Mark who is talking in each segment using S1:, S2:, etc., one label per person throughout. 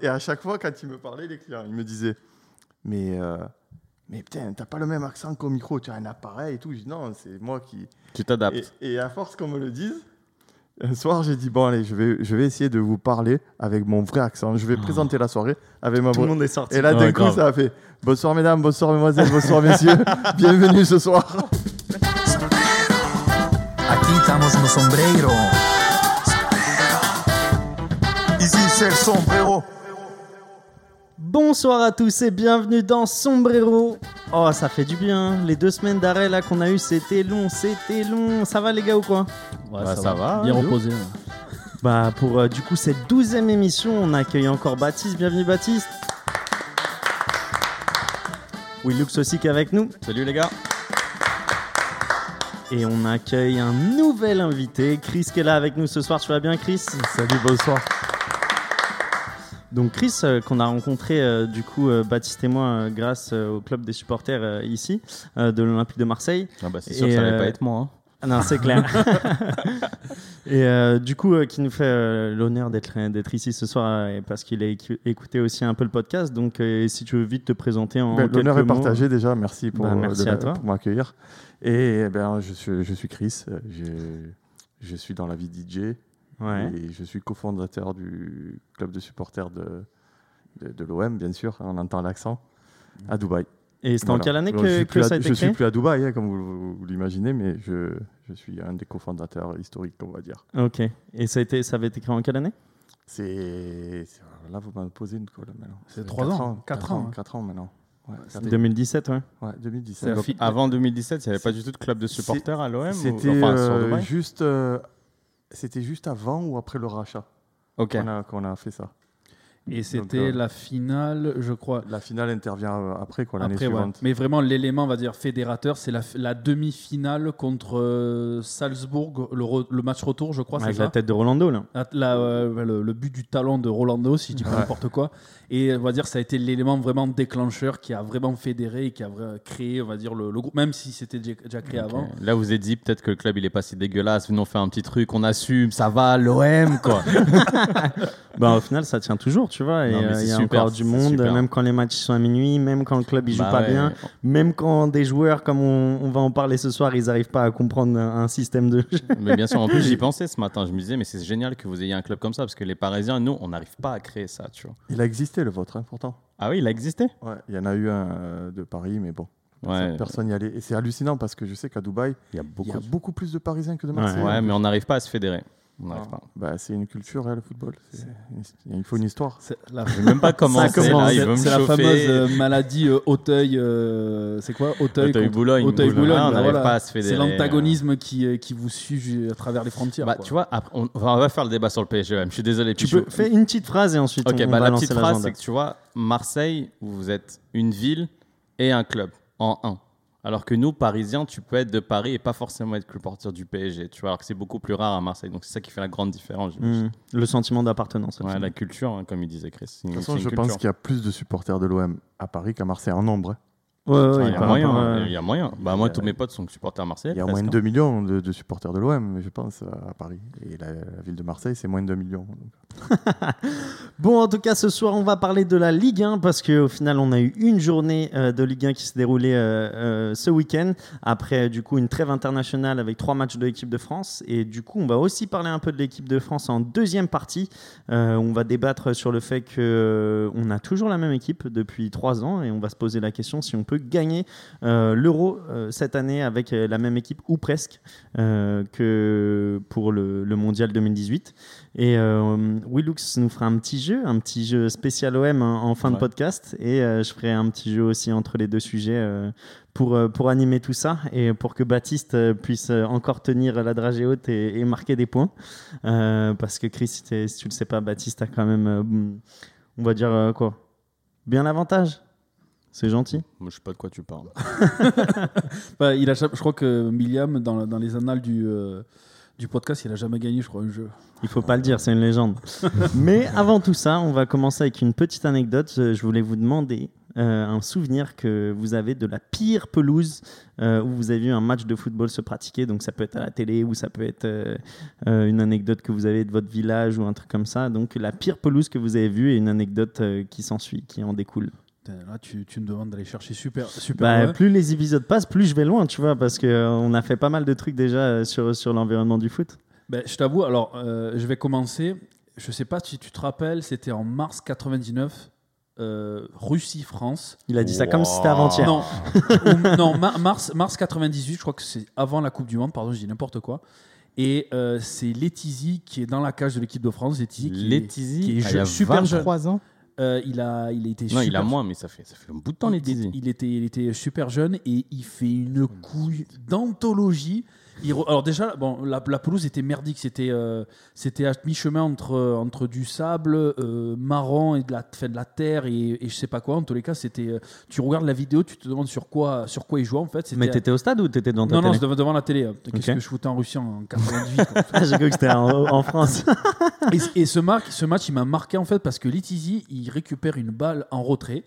S1: Et à chaque fois, quand il me parlait, les clients, ils me disaient Mais, euh, mais putain, t'as pas le même accent qu'au micro, tu as un appareil et tout. Je dis Non, c'est moi qui.
S2: Tu t'adaptes.
S1: Et, et à force qu'on me le dise, un soir, j'ai dit Bon, allez, je vais, je vais essayer de vous parler avec mon vrai accent. Je vais présenter la soirée avec ma
S3: Tout
S1: vraie.
S3: le monde est sorti.
S1: Et là,
S2: Ouais,
S1: d'un coup,
S2: grave.
S1: ça a fait Bonsoir, mesdames, bonsoir, mesdemoiselles, bonsoir, messieurs. Bienvenue ce soir.
S4: Aquí estamos en los sombrero. Y si ser sombrero.
S3: Bonsoir à tous et bienvenue dans Sombrero. Oh, ça fait du bien. Les deux semaines d'arrêt là qu'on a eu, c'était long, c'était long. Ça va les gars ou quoi
S2: Ouais, ça, va.
S5: Bien
S2: hein, nous.
S5: reposé.
S3: Bah pour euh, du coup cette douzième émission, on accueille encore Baptiste. Bienvenue Baptiste. Oui, Lux aussi qui est avec nous.
S2: Salut les gars.
S3: Et on accueille un nouvel invité, Chris qui est là avec nous ce soir. Tu vas bien Chris
S1: Salut, bonsoir.
S3: Donc Chris, euh, qu'on a rencontré euh, du coup euh, Baptiste et moi euh, grâce euh, au club des supporters euh, ici euh, de l'Olympique de Marseille.
S2: Ah bah, c'est sûr
S3: Et,
S2: que ça
S3: euh,
S2: allait pas être moi. hein.
S3: Ah Non, c'est clair. et euh, du coup, euh, qui nous fait euh, l'honneur d'être d'être ici ce soir euh, et parce qu'il a écu- écouté aussi un peu le podcast. Donc, euh, si tu veux vite te présenter en
S1: Ben,
S3: quelques
S1: L'honneur est
S3: mots.
S1: partagé déjà, merci pour,
S3: Bah,
S1: euh, de
S3: merci
S1: m'a-
S3: à toi.
S1: pour m'accueillir. Et eh ben, je, suis, je suis Chris, euh, j'ai- je suis dans la vie DJ
S3: Ouais.
S1: et je suis cofondateur du club de supporters de, de, de l'OM, bien sûr, on entend l'accent, à Dubaï.
S3: Et c'était en
S1: Voilà.
S3: quelle année
S1: Alors, je
S3: que,
S1: suis
S3: que
S1: plus à-
S3: ça a été
S1: Je
S3: créé
S1: suis plus à Dubaï, hein, comme vous, vous l'imaginez, mais je, je suis un des cofondateurs historiques, on va dire.
S3: Ok. Et ça, a été, ça avait été créé en quelle année
S1: C'est. c'est- Là, vous m'avez posé une colle maintenant.
S5: C'est
S1: Ça fait
S5: trois
S1: quatre
S5: ans, quatre
S1: quatre
S5: ans, hein.
S1: quatre ans maintenant. Ouais, quatre-
S3: 2017, ouais.
S1: ouais, 2017.
S5: C'est
S2: Donc,
S5: fi-
S2: avant 2017, il n'y avait pas du tout de club de supporters à l'OM ou...
S1: C'était
S2: Enfin, sur
S1: euh,
S2: Dubaï.
S1: juste, euh, c'était juste avant ou après le rachat
S2: Ok.
S1: qu'on a, qu'on a fait ça.
S5: Et
S1: euh,
S5: c'était la finale, je crois.
S1: La finale intervient euh, après quoi l'année
S5: Après, ouais.
S1: suivante.
S5: Mais vraiment, l'élément, on va dire, fédérateur, c'est la, la demi-finale contre euh, Salzbourg, le, re- le match retour, je crois, c'est
S3: Avec
S5: ça
S3: la tête de Rolando, là.
S5: La- la, euh, le, le but du talent de Rolando, si je dis pas n'importe quoi. Et on va dire, ça a été l'élément vraiment déclencheur qui a vraiment fédéré et qui a vra- créé, on va dire, le, le groupe, même si c'était déjà déjà créé
S2: Ok.
S5: avant.
S2: Là, vous vous êtes dit peut-être que le club il est pas si dégueulasse, venons faire un petit truc, on assume, ça va, l'OM quoi.
S3: Bah, au final, ça tient toujours, tu vois. Et
S2: Non, mais
S3: euh,
S2: c'est
S3: il y a
S2: super,
S3: encore du
S2: c'est
S3: monde,
S2: super.
S3: même quand les matchs sont à minuit, même quand le club il joue
S2: Bah
S3: pas
S2: ouais.
S3: bien, même quand des joueurs, comme on, on va en parler ce soir, ils n'arrivent pas à comprendre un, un système de jeu.
S2: Mais bien sûr, en plus j'y pensais ce matin, je me disais mais c'est génial que vous ayez un club comme ça parce que les Parisiens, nous, on n'arrive pas à créer ça, tu vois.
S1: Il a existé le vôtre, hein, pourtant.
S2: Ah oui, il a existé.
S1: Ouais, il y en a eu un euh, de Paris, mais bon,
S2: Ouais.
S1: personne n'y allait. Et c'est hallucinant parce que je sais qu'à Dubaï,
S2: Il y a
S1: il y a
S2: beaucoup.
S1: beaucoup plus de Parisiens que de Marseillais.
S2: Ouais, mais on n'arrive pas à se fédérer. On n'arrive pas.
S1: Bah, c'est une culture, hein, le football. C'est- Il faut une histoire.
S5: C'est la,
S2: Je vais même pas commencer.
S5: c'est
S3: commence,
S2: là,
S5: la-
S2: il veut me
S5: c'est la
S2: chauffer.
S5: fameuse euh, maladie euh, Auteuil. euh, c'est quoi Auteuil,
S2: Auteuil
S5: contre-
S2: Boulogne. Ah,
S5: Auteuil Boulogne,
S2: on
S5: bah
S2: n'arrive
S5: voilà.
S2: pas à se
S5: C'est
S2: fédérer.
S5: l'antagonisme qui, euh, qui vous suit ju- à travers les frontières.
S2: Bah,
S5: quoi.
S2: tu vois, après, on, enfin, on va faire le débat sur le PSGM. Je suis désolé.
S3: Tu
S2: Pichou.
S3: peux faire une petite phrase et ensuite
S2: Ok,
S3: on, on
S2: bah,
S3: va
S2: la
S3: lancer
S2: petite phrase,
S3: l'agenda.
S2: c'est que tu vois, Marseille, vous êtes une ville et un club en un. Alors que nous, Parisiens, tu peux être de Paris et pas forcément être supporter du PSG. Tu vois, alors que c'est beaucoup plus rare à Marseille. Donc c'est ça qui fait la grande différence. j'imagine.
S3: Mmh. Le sentiment d'appartenance. au
S2: Ouais,
S3: final.
S2: la culture, hein, comme il disait Chris.
S1: Hmm. De toute façon, je pense qu'il y a plus de supporters de l'OM à Paris qu'à Marseille en nombre. hein.
S3: Ouais, ouais,
S2: Il
S3: ouais,
S2: y a
S3: par
S2: moyen.
S3: rapport, euh,
S2: hein, Il y a moyen. Bah, moi,
S1: euh,
S2: tous mes potes sont supporters marseillais.
S1: Il y a
S2: presque,
S1: moins de 2
S2: hein.
S1: millions de, de supporters de l'OM, je pense, à à Paris. Et la, la ville de Marseille, c'est moins de 2 millions. Donc,
S3: Bon, en tout cas, ce soir, on va parler de la Ligue 1 parce qu'au final, on a eu une journée euh, de Ligue 1 qui s'est déroulée euh, euh, ce week-end. Après, euh, du coup, une trêve internationale avec trois matchs de l'équipe de France. Et du coup, on va aussi parler un peu de l'équipe de France en deuxième partie. Euh, on va débattre sur le fait que euh, on a toujours la même équipe depuis trois ans et on va se poser la question si on peut gagner euh, l'Euro euh, cette année avec euh, la même équipe ou presque euh, que pour le- le Mondial 2018. Et euh, Willux nous fera un petit jeu, un petit jeu spécial OM en, en fin de
S2: Ouais.
S3: podcast. Et euh, je ferai un petit jeu aussi entre les deux sujets euh, pour, euh, pour animer tout ça et pour que Baptiste euh, puisse euh, encore tenir la dragée haute et, et marquer des points. Euh, parce que Chris, si, t'es- si tu le sais pas, Baptiste a quand même, euh, on va dire euh, quoi Bien l'avantage. C'est gentil.
S2: Moi, je sais pas de quoi tu parles.
S5: Bah, il a, ja- je crois que William, dans, la- dans les annales du, euh, du podcast, il a jamais gagné, je crois, un jeu.
S3: Il faut pas le dire, c'est une légende. Mais avant tout ça, on va commencer avec une petite anecdote. Euh, Je voulais vous demander euh, un souvenir que vous avez de la pire pelouse euh, où vous avez vu un match de football se pratiquer. Donc ça peut être à la télé ou ça peut être euh, euh, une anecdote que vous avez de votre village ou un truc comme ça. Donc la pire pelouse que vous avez vue et une anecdote euh, qui s'ensuit, qui en découle.
S5: Putain, Là, tu, tu me demandes d'aller chercher super, super.
S3: Bah,
S5: loin.
S3: Plus les épisodes passent, plus je vais loin, tu vois, parce qu'on a fait pas mal de trucs déjà euh, sur, sur l'environnement du foot.
S5: Ben, je t'avoue, alors euh, je vais commencer. Je sais pas si tu te rappelles, c'était en mars 99, euh, Russie-France.
S3: Il a dit ça comme si c'était avant-hier.
S5: Non, Ou- non ma- mars, mars 98, je crois que c'est avant la Coupe du Monde, pardon, je dis n'importe quoi. Et euh, c'est Letizy qui est dans la cage de l'équipe de France. Letizy qui,
S2: Letizy,
S5: qui est
S2: ah,
S5: je-
S2: il a
S5: super jeune.
S2: 23 ans.
S5: euh, il, a, il a été
S2: Non,
S5: super
S2: il a moins, mais ça fait, ça fait un bout de temps, les
S5: il,
S2: Dizzy.
S5: il était, il était super jeune et il fait une couille d'anthologie. Il re- Alors déjà, bon, la, la pelouse était merdique, c'était euh, c'était à mi-chemin entre, euh, entre du sable euh, marron et de la, enfin, de la terre et, et je sais pas quoi. En tous les cas, c'était. euh, Tu regardes la vidéo, tu te demandes sur quoi, sur quoi il jouait en fait. c'était-
S3: Mais t'étais au stade ou t'étais dans ta
S5: non, non,
S3: télé
S5: c'est devant, devant la télé. euh. Qu'est-ce
S3: Ok.
S5: que je foutais en Russie en 98 quoi.
S3: Ah, J'ai cru que c'était en, en France.
S5: Et, et ce, mar- ce match, il m'a marqué en fait parce que Litizi, il récupère une balle en retrait.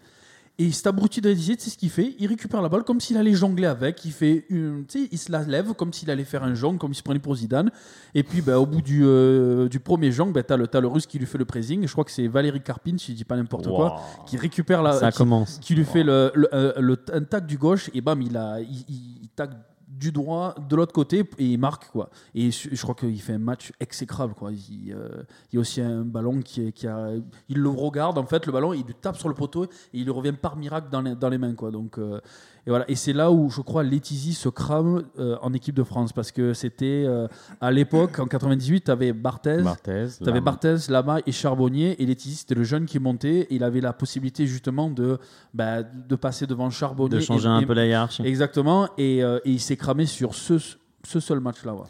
S5: Et cet abruti de Litizi, tu sais ce qu'il fait Il récupère la balle comme s'il allait jongler avec. Il, fait une, tu sais, il se la lève comme s'il allait faire un jongle, comme s'il se prenait pour Zidane. Et puis ben, au bout du, euh, du premier jongle, ben, t'as le, t'as le russe qui lui fait le pressing. Je crois que c'est Valérie Karpin, si je dis pas n'importe quoi, qui récupère
S2: Ah,
S5: la,
S3: ça
S5: qui,
S3: commence.
S5: qui lui fait le, le- euh, le- un tac du gauche et bam il a il, il- il tac du droit de l'autre côté et il marque quoi et je, je crois qu'il fait un match exécrable quoi il, euh, il y a aussi un ballon qui, est- qui a il le regarde en fait le ballon il lui tape sur le poteau et il lui revient par miracle dans les, dans les mains quoi donc euh, et voilà et c'est là où je crois Letizy se crame euh, en équipe de France parce que c'était euh, à l'époque en 98 t'avais Barthez
S2: Barthez.
S5: T'avais
S2: Lama.
S5: Barthez, Lama et Charbonnier. Et Letizy, c'était le jeune qui montait. Et il avait la possibilité justement de, bah, de passer devant Charbonnier.
S3: De changer
S5: et-
S3: un
S5: et-
S3: peu la hiérarchie.
S5: Exactement. Et, euh, et il s'est cramé sur ce, ce seul match-là. ouais.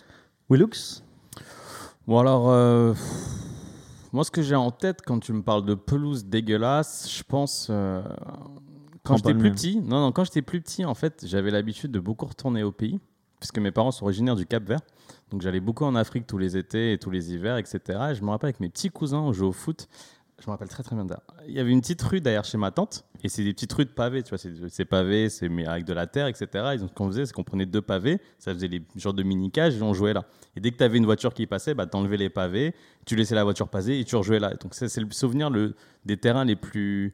S3: Willux
S2: Bon alors, euh, pff, moi ce que j'ai en tête quand tu me parles de pelouse dégueulasse, je pense euh, quand
S3: Prends pas
S2: j'étais
S3: le
S2: plus
S3: mien.
S2: petit. Non non, quand j'étais plus petit en fait, j'avais l'habitude de beaucoup retourner au pays puisque mes parents sont originaires du Cap Vert. Donc j'allais beaucoup en Afrique tous les étés et tous les hivers, etc. Et je me rappelle avec mes petits cousins, on jouait au foot. Je me rappelle très très bien. d'ailleurs. Il y avait une petite rue derrière chez ma tante, et c'est des petites rues de pavés, tu vois, c'est c'est pavé, c'est mais avec de la terre, etc. Et donc ce qu'on faisait, c'est qu'on prenait deux pavés, ça faisait les genres de mini cages et on jouait là. Et dès que tu avais une voiture qui passait, bah t'enlevais les pavés, tu laissais la voiture passer et tu rejouais là. Donc ça, c'est le souvenir le, des terrains les plus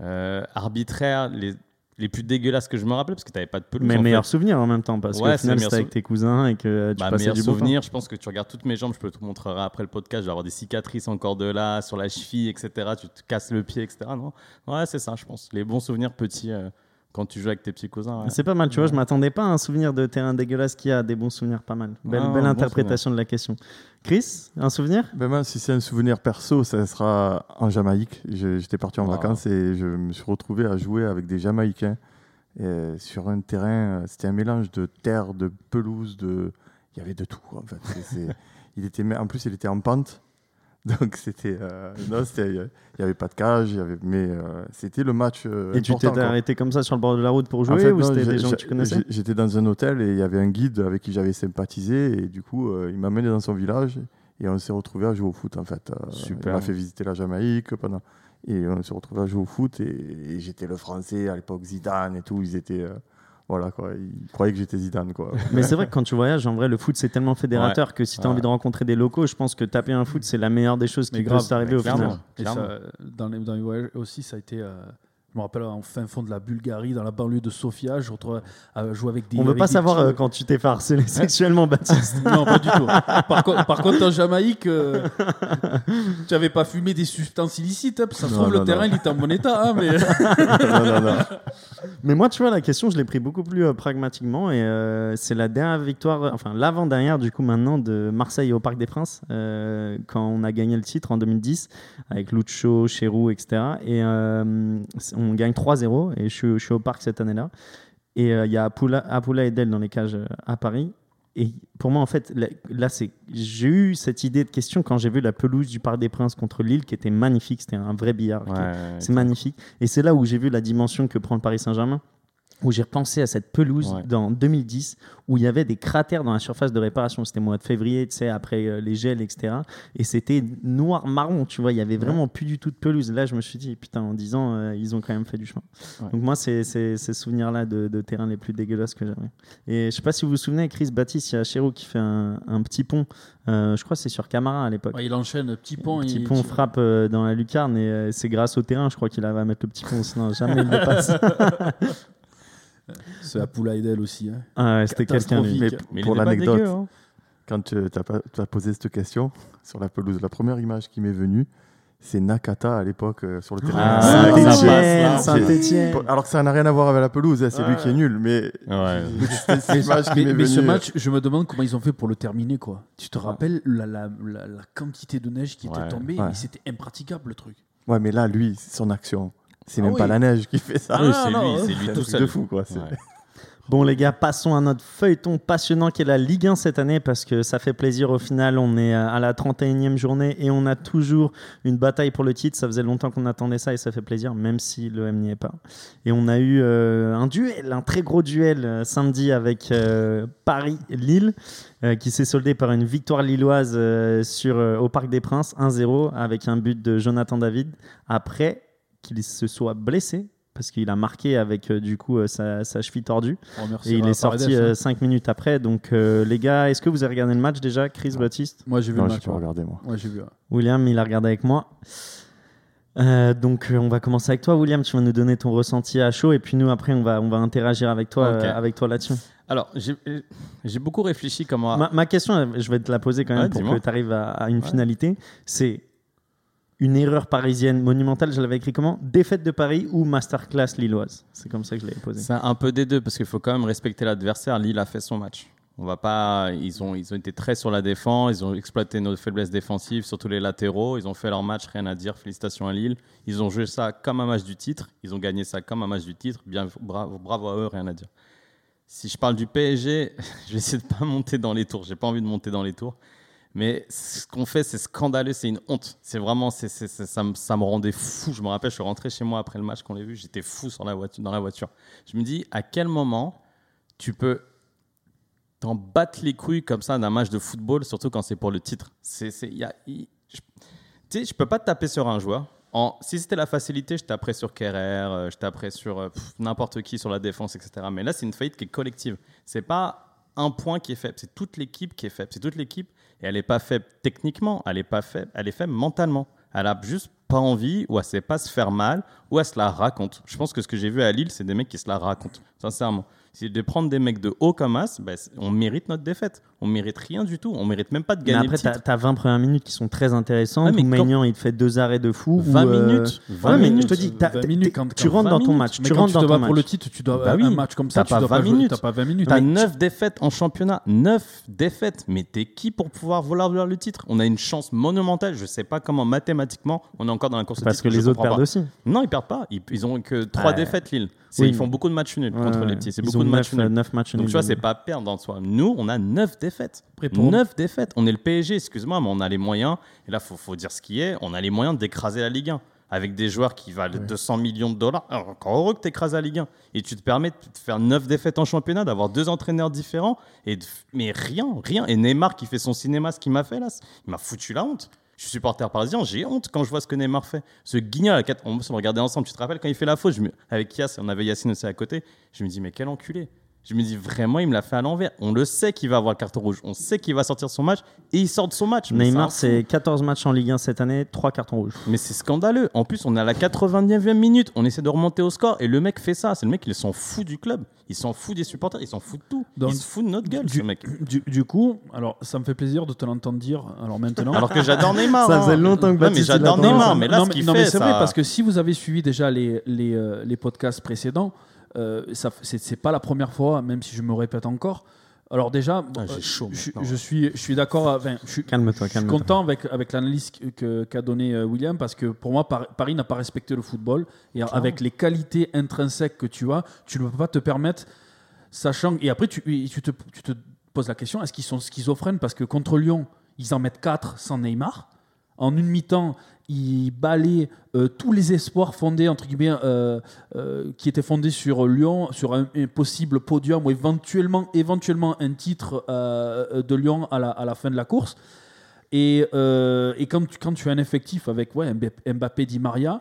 S2: euh, arbitraires, les, les plus dégueulasses que je me rappelle, parce que t'avais pas de pelouse.
S3: Mes
S2: en fait.
S3: meilleurs souvenirs en même temps, parce
S2: Ouais,
S3: qu'au
S2: c'est mes
S3: final, c'était
S2: meilleurs
S3: avec tes cousins et que euh, tu
S2: Bah,
S3: passais
S2: meilleur
S3: du beau temps.
S2: souvenir, je pense que tu regardes toutes mes jambes, je peux te montrer après le podcast, je vais avoir des cicatrices encore de là, sur la cheville, etc. Tu te casses le pied, etc. Non ouais, c'est ça, je pense. Les bons souvenirs petits euh, quand tu joues avec tes petits cousins. ouais.
S3: C'est pas mal, tu vois. Je m'attendais pas à un souvenir de terrain dégueulasse qui a des bons souvenirs, pas mal. Belle,
S2: Ah,
S3: belle
S2: bon
S3: interprétation de la question. Chris, un souvenir
S1: Ben moi, si c'est un souvenir perso, ça sera en Jamaïque. Je- J'étais parti en
S2: Wow.
S1: vacances et je me suis retrouvé à jouer avec des Jamaïcains euh, sur un terrain. euh, C'était un mélange de terre, de pelouse, de. Il y avait de tout. En fait. C'est- c'est- il était mé- en plus, il était en pente, donc c'était. euh, non, c'était- Il n'y avait pas de cage. Il y avait. Mais euh, c'était le match. euh,
S3: Et tu
S1: important,
S3: t'es
S1: quoi.
S3: arrêté comme ça sur le bord de la route pour
S1: En
S3: jouer
S1: fait,
S3: ou
S1: non,
S3: c'était
S1: j'ai-
S3: des gens que tu
S1: j'ai-
S3: connaissais
S1: j'ai- J'étais dans un hôtel et il y avait un guide avec qui j'avais sympathisé et du coup, euh, il m'a mené dans son village et on s'est retrouvé à jouer au foot en fait. Euh,
S2: Super.
S1: Il m'a fait visiter la Jamaïque pendant et on s'est retrouvé à jouer au foot et, et j'étais le français à l'époque Zidane et tout, ils étaient euh, voilà quoi, ils croyaient que j'étais Zidane quoi.
S3: Mais c'est vrai que quand tu voyages, en vrai, le foot c'est tellement fédérateur que si tu as
S2: Ouais.
S3: envie de rencontrer des locaux, je pense que taper un foot c'est la meilleure des choses qui
S5: Mais
S3: peut
S5: grave,
S3: t'arriver au
S2: clairement.
S3: final.
S5: Et
S2: Clairement.
S5: ça, dans, les, dans les voyages aussi, ça a été. euh, je me rappelle en fin fond de la Bulgarie, dans la banlieue de Sofia, je retrouvais à jouer avec des.
S3: On veut
S5: avec
S3: pas
S5: des
S3: savoir
S5: petits-
S3: euh, quand tu t'es fait harceler sexuellement, Baptiste.
S5: Non, pas du tout. Par, co- par contre, en Jamaïque, euh, tu n'avais pas fumé des substances illicites. hein, ça se
S1: Non,
S5: trouve, le
S1: non,
S5: terrain,
S1: non.
S5: il était en bon état. hein, mais...
S1: non, non, non.
S3: Mais moi, tu vois, la question, je l'ai pris beaucoup plus euh, pragmatiquement. Et euh, c'est la dernière victoire, euh, enfin l'avant-dernière, du coup, maintenant, de Marseille au Parc des Princes, euh, quand on a gagné le titre en 2010, avec Lucho, Cherou, etc. Et euh, c'est- on gagne 3-0. Et je, suis- je suis au Parc cette année-là. Et euh, il y a Apoula, Apoula et Del dans les cages euh, à Paris. Et pour moi, en fait, là, là, c'est, j'ai eu cette idée de question quand j'ai vu la pelouse du Parc des Princes contre Lille, qui était magnifique. C'était un vrai billard.
S2: Ouais, ouais, ouais.
S3: C'est magnifique. Et c'est là où j'ai vu la dimension que prend le Paris Saint-Germain. où j'ai repensé à cette pelouse
S2: Ouais.
S3: dans 2010 où il y avait des cratères dans la surface de réparation. C'était au mois de février, tu sais, après euh, les gels, etc. Et c'était noir marron, tu vois. Il y avait vraiment plus du tout de pelouse. Là, je me suis dit, putain, en 10 ans, euh, ils ont quand même fait du chemin.
S2: Ouais.
S3: Donc moi, c'est c'est- ces souvenirs-là de, de terrain les plus dégueulasses que j'avais. Et je sais pas si vous vous souvenez, Chris Baptiste, il y a Chéreau qui fait un, un petit pont. Euh, je crois que c'est sur Camara à l'époque.
S5: Ouais, il enchaîne petit pont.
S3: Le petit
S5: et-
S3: pont frappe euh, dans la lucarne et euh, c'est grâce au terrain, je crois qu'il arrive à mettre le petit pont, sinon jamais il le passe.
S5: C'est à Poulaïdel aussi. hein.
S3: Ah ouais, c'était quelqu'un lui.
S5: Catastrophique.
S1: Mais
S2: Mais il
S1: pour
S2: était pas dégueu,
S1: l'anecdote,
S2: hein.
S1: quand euh, tu as, posé cette question sur la pelouse, la première image qui m'est venue, c'est Nakata à l'époque euh, sur le terrain.
S2: Ah, ça
S1: Nakata.
S2: passe,
S3: Saint-Étienne,
S2: là.
S3: Saint-Étienne.
S1: Alors que ça n'a rien à voir avec la pelouse, hein, c'est lui qui est nul, mais
S2: Ouais.
S1: c'est cette image qui
S5: Mais,
S1: m'est euh,
S5: mais ce
S1: venue.
S5: match, je me demande comment ils ont fait pour le terminer. quoi. Tu te rappelles la, la- la- la quantité de neige qui
S2: Ouais,
S5: était tombée
S1: ouais.
S5: mais C'était impraticable le truc.
S1: Ouais, mais là, lui, son action, c'est
S5: Ah
S1: même pas
S5: oui.
S1: la neige qui fait ça.
S2: Ah oui,
S5: Ah,
S2: c'est
S5: non,
S2: lui,
S5: ouais.
S2: c'est lui
S1: C'est un
S2: tout
S1: truc
S2: seul.
S1: de fou, quoi. c'est-
S2: Ouais.
S3: Bon les gars, passons à notre feuilleton passionnant qui est la Ligue 1 cette année parce que ça fait plaisir au final. On est euh, à la 31e journée et on a toujours une bataille pour le titre. Ça faisait longtemps qu'on attendait ça et ça fait plaisir même si l'OM n'y est pas. Et on a eu euh, un duel, un très gros duel euh, samedi avec euh, Paris-Lille euh, qui s'est soldé par une victoire lilloise euh, sur, euh, au Parc des Princes 1-0 avec un but de Jonathan David après qu'il se soit blessé parce qu'il a marqué avec euh, du coup euh, sa, sa cheville tordue
S5: On
S3: et
S5: remerciera
S3: il est
S5: Paredes,
S3: sorti euh,
S5: hein.
S3: 5 minutes après. Donc euh, les gars, est-ce que vous avez regardé le match déjà, Chris Baptiste
S5: Moi, j'ai vu
S1: Non,
S5: le
S1: j'ai
S5: match.
S1: pas
S5: ouais.
S1: regardé, moi.
S5: Ouais, j'ai vu. ouais.
S3: William, il a regardé avec moi. Euh, donc euh, on va commencer avec toi, William. Tu vas nous donner ton ressenti à chaud et puis nous après on va on va interagir avec toi
S2: Ok.
S3: euh, avec toi là-dessus.
S2: Alors, j'ai- euh, j'ai beaucoup réfléchi comment.
S3: Ma, ma question, euh, je vais te la poser quand
S2: Ah.
S3: même
S2: Ouais,
S3: pour
S2: dis-moi.
S3: que tu arrives à, à une
S2: Ouais.
S3: finalité. C'est une erreur parisienne monumentale. Je l'avais écrit comment Défaite de Paris ou masterclass lilloise C'est comme ça que je l'avais posé.
S2: C'est un peu des deux parce qu'il faut quand même respecter l'adversaire. Lille a fait son match. On va pas. Ils ont, ils ont été très sur la défense. Ils ont exploité nos faiblesses défensives, surtout les latéraux. Ils ont fait leur match, rien à dire. Félicitations à Lille. Ils ont joué ça comme un match du titre. Ils ont gagné ça comme un match du titre. Bien, bravo, bravo à eux, rien à dire. Si je parle du PSG, je vais essayer de pas monter dans les tours. J'ai pas envie de monter dans les tours. Mais ce qu'on fait, c'est scandaleux, c'est une honte. C'est vraiment, c'est, c'est- c'est- ça, me- ça me rendait fou. Je me rappelle, je suis rentré chez moi après le match qu'on l'a vu, j'étais fou sur la voiture, dans la voiture. Je me dis, à quel moment tu peux t'en battre les couilles comme ça d'un match de football, surtout quand c'est pour le titre c'est, c'est, y a- y- je, Tu sais, je peux pas te taper sur un joueur. En, si c'était la facilité, je taperais sur Kerrer, euh, je taperais sur euh, pff, n'importe qui, sur la défense, etc. Mais là, c'est une faillite qui est collective. C'est pas un point qui est faible, c'est toute l'équipe qui est faible. C'est toute l'équipe et elle n'est pas faible techniquement, elle est pas faible, elle est faible mentalement. Elle a juste pas envie, ou elle sait pas se faire mal, ou elle se la raconte. Je pense que ce que j'ai vu à Lille, c'est des mecs qui se la racontent, sincèrement. C'est de prendre des mecs de haut comme as, ben, c'est- on mérite notre défaite. On mérite rien du tout. On mérite même pas de
S3: Mais
S2: gagner
S3: après,
S2: le
S3: t'as
S2: titre.
S3: as 20 premières minutes qui sont très intéressantes.
S2: Ouais, mais
S3: où
S2: quand-
S3: Maignan, il te fait deux arrêts de fou.
S2: 20
S3: où, euh,
S2: minutes. 20
S3: Ouais, mais
S2: minutes.
S3: je te dis, t'as-
S5: 20
S3: t'es-
S5: minutes
S3: t'es-
S5: quand-
S3: tu
S5: quand
S3: rentres dans
S2: 20
S3: ton
S2: minutes.
S3: match.
S5: Mais
S3: Tu
S5: quand
S3: rentres
S5: te
S3: dans
S5: bats
S3: ton match.
S5: pour le titre, tu dois
S2: Bah
S5: un
S2: oui.
S5: match comme
S2: T'as
S5: ça, tu
S2: pas
S5: dois
S2: 20
S5: pas jouer,
S2: minutes.
S5: t'as pas 20 minutes.
S2: T'as
S5: Mais-
S2: 9 défaites en championnat. 9 défaites. Mais t'es qui pour pouvoir vouloir, vouloir le titre On a une chance monumentale. Je sais pas comment mathématiquement on est encore dans la course au
S3: Parce
S2: titre,
S3: que
S2: je
S3: les autres
S2: comprends
S3: perdent
S2: pas.
S3: aussi.
S2: Non, ils perdent pas. Ils, ils ont que 3
S3: Ouais.
S2: défaites, Lille. C'est-
S3: Oui,
S2: ils font
S3: mais-
S2: beaucoup de matchs nuls contre
S3: Ouais,
S2: les petits. C'est
S3: ils
S2: beaucoup
S3: ont
S2: de
S3: neuf,
S2: matchs nuls.
S3: euh, neuf matchs
S2: Donc
S3: nuls.
S2: tu vois, c'est pas perdre en soi. Nous, on a 9 défaites.
S5: Après, pour-
S2: 9 défaites. On est le PSG, excuse-moi, mais on a les moyens. Et là, faut, faut dire ce qui est. On a les moyens d'écraser la Ligue 1 avec des joueurs qui valent 200 millions de dollars. Alors, encore heureux que tu écrases la Ligue 1. Et tu te permets de te faire 9 défaites en championnat, d'avoir deux entraîneurs différents. Et de- Mais rien, rien. Et Neymar qui fait son cinéma, ce qu'il m'a fait là, il m'a foutu la honte. Je suis supporter parisien, j'ai honte quand je vois ce que Neymar fait. Ce guignol, à quatre- on se le regardait ensemble. Tu te rappelles quand il fait la faute je me- Avec Yass, on avait Yacine aussi à côté. Je me dis, mais quel enculé. Je me dis vraiment, il me l'a fait à l'envers. On le sait qu'il va avoir le carton rouge. On sait qu'il va sortir son match. Et il sort de son match. Mais
S3: Neymar,
S2: un fou.
S3: c'est 14 matchs en Ligue 1 cette année, 3 cartons rouges.
S2: Mais c'est scandaleux. En plus, on est à la 89e minute. On essaie de remonter au score. Et le mec fait ça. C'est le mec, il s'en fout du club. Il s'en fout des supporters. Il s'en fout de tout.
S5: Donc,
S2: il se fout de notre gueule,
S5: du-
S2: ce mec.
S5: Du, du coup, alors ça me fait plaisir de te l'entendre dire. Alors maintenant.
S2: Alors que j'adore Neymar.
S3: Ça
S2: hein.
S3: faisait longtemps que
S2: Ouais, mais
S3: Baptiste, il
S2: j'adore
S3: l'attendait.
S2: Neymar. Mais là,
S5: non,
S2: ce qu'il
S5: non,
S2: fait,
S5: mais c'est
S2: ça-
S5: vrai parce que si vous avez suivi déjà les, les, euh, les podcasts précédents, euh, ça f- c'est c'est pas la première fois, même si je me répète encore. Alors déjà,
S2: Ah,
S5: euh,
S2: j'ai chaud
S5: je,
S2: maintenant.
S5: je suis, je suis d'accord. Enfin, je suis,
S3: Calme-toi,
S5: je suis
S3: calme-toi.
S5: content avec, avec l'analyse que- que- qu'a donné euh, William parce que pour moi, Par- Paris n'a pas respecté le football. Et avec les qualités intrinsèques que tu as, tu ne peux pas te permettre, sachant. Et après, tu, et tu te, tu te poses la question est-ce qu'ils sont schizophrènes Parce que contre Lyon, ils en mettent 4 sans Neymar. En une mi-temps, il balaye euh, tous les espoirs fondés, entre guillemets, euh, euh, qui étaient fondés sur Lyon, sur un, un possible podium ou éventuellement, éventuellement un titre euh, de Lyon à la, à la fin de la course. Et, euh, et quand, tu, quand tu as un effectif avec ouais, Mbap- Mbappé, Di Maria,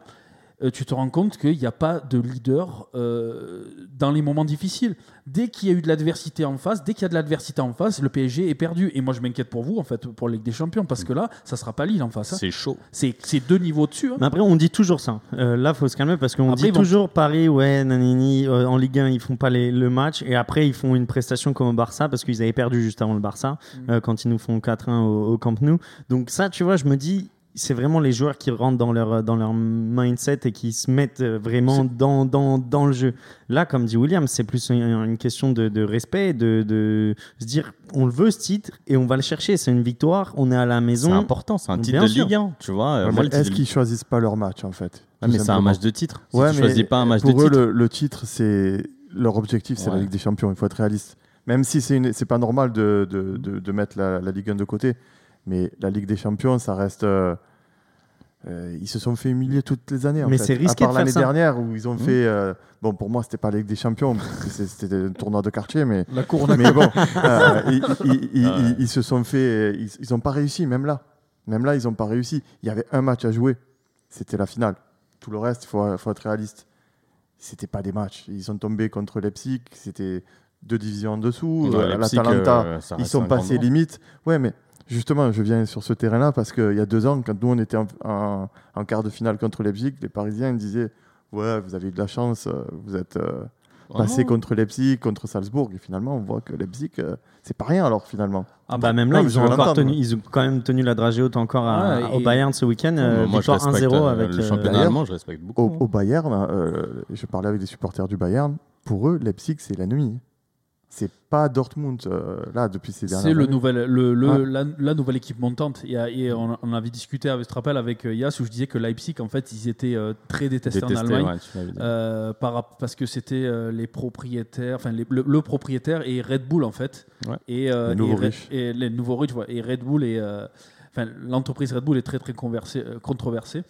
S5: euh, tu te rends compte qu'il n'y a pas de leader euh, dans les moments difficiles. Dès qu'il y a eu de l'adversité en face, dès qu'il y a de l'adversité en face, le PSG est perdu. Et moi, je m'inquiète pour vous, en fait, pour la Ligue des Champions, parce que là, ça sera pas Lille en face. hein.
S2: C'est chaud.
S5: C'est c'est deux niveaux dessus. hein.
S3: Mais après, on dit toujours ça. Euh, là, faut se calmer parce qu'on
S5: Après,
S3: dit
S5: ils vont-
S3: toujours Paris, ouais, nanini, euh, en Ligue 1, ils font pas les- le match et après, ils font une prestation comme au Barça parce qu'ils avaient perdu juste avant le Barça euh, quand ils nous font 4-1 au, au Camp Nou. Donc, ça, tu vois, je me dis. C'est vraiment les joueurs qui rentrent dans leur, dans leur mindset et qui se mettent euh, vraiment dans, dans, dans le jeu. Là, comme dit William, c'est plus une, une question de, de respect, de, de se dire on le veut ce titre et on va le chercher. C'est une victoire, on est à la
S2: C'est
S3: maison.
S2: important, c'est un
S3: Bien
S2: titre de
S3: sûr.
S2: Ligue 1, tu vois. Euh,
S1: Ouais,
S2: moi,
S1: mais
S2: le titre
S1: Est-ce
S2: de-
S1: qu'ils choisissent pas leur match en fait
S2: Ah,
S1: tout
S2: mais c'est un
S1: simplement.
S2: match de titre. Si
S1: Ouais,
S2: tu
S1: mais
S2: choisis pas un match de
S1: Pour eux,
S2: titre.
S1: le, le titre, c'est leur objectif, c'est la
S2: Ouais.
S1: Ligue des Champions. Il faut être réaliste. Même si c'est une- c'est pas normal de, de, de- de mettre la, la Ligue 1 de côté, mais la Ligue des Champions, ça reste. euh, euh, ils se sont fait humilier toutes les années. en
S3: Mais
S1: fait.
S3: c'est risqué
S1: À part
S3: de faire
S1: l'année
S3: ça.
S1: dernière où
S2: Hmm.
S1: ils ont fait. euh, bon, pour moi, c'était pas la Ligue des Champions, parce que c'est- c'était un tournoi de quartier, mais.
S5: La cour,
S1: Mais bon, euh, ils, ils- ils-
S2: Ouais.
S1: ils- ils se sont fait. Ils, ils ont pas réussi, même là. Même là, ils ont pas réussi. Il y avait un match à jouer. C'était la finale. Tout le reste, il faut, faut être réaliste. C'était pas des matchs. Ils sont tombés contre Leipzig. C'était deux divisions en dessous.
S2: Ouais,
S1: la
S2: Leipzig,
S1: Talenta,
S2: euh, ça
S1: ils
S2: reste
S1: sont
S2: un
S1: passés
S2: grand nom.
S1: limite. Ouais, mais justement, je viens sur ce terrain-là parce qu'il y a deux ans, quand nous, on était en, en- en quart de finale contre Leipzig, les Parisiens disaient Ouais, vous avez eu de la chance. euh, Vous êtes. euh, passé
S2: Oh.
S1: contre Leipzig, contre Salzbourg. Et finalement, on voit que Leipzig, euh, c'est pas rien alors finalement.
S3: Ah bah même là,
S1: Non, mais
S3: ils,
S1: je
S3: ont
S1: veux
S3: encore
S1: l'entendre,
S3: tenu-
S1: moi.
S3: ils ont quand même tenu la dragée haute encore à-
S5: Ouais,
S3: au
S5: et-
S3: Bayern ce week-end. euh,
S2: Non, moi, je
S3: victoire
S2: respecte
S3: 1-0
S2: euh,
S3: avec
S2: le
S3: euh,
S2: championnat
S1: d'ailleurs,
S2: allemand, je respecte beaucoup.
S1: Au,
S2: hein.
S1: au Bayern, euh, je parlais avec des supporters du Bayern. Pour eux, Leipzig, c'est l'ennemi. C'est pas Dortmund euh, là depuis ces dernières
S5: C'est le
S1: années.
S5: nouvel, le, le-
S1: Ouais.
S5: la, la nouvelle équipe montante. Et, et on, on avait discuté, avec, je te rappelle, avec euh, Yas, où je disais que Leipzig, en fait, ils étaient euh, très détestés
S2: Détesté,
S5: en Allemagne.
S2: ouais, tu m'avais dit.
S5: euh, par, rap- parce que c'était euh, les propriétaires, enfin les- le, le propriétaire et Red Bull en fait.
S2: Ouais.
S5: Et, euh,
S1: Les nouveaux
S5: et Red-
S1: riches.
S5: et les nouveaux riches, ouais. et Red Bull et euh, enfin l'entreprise Red Bull est très très conversée, euh, controversée.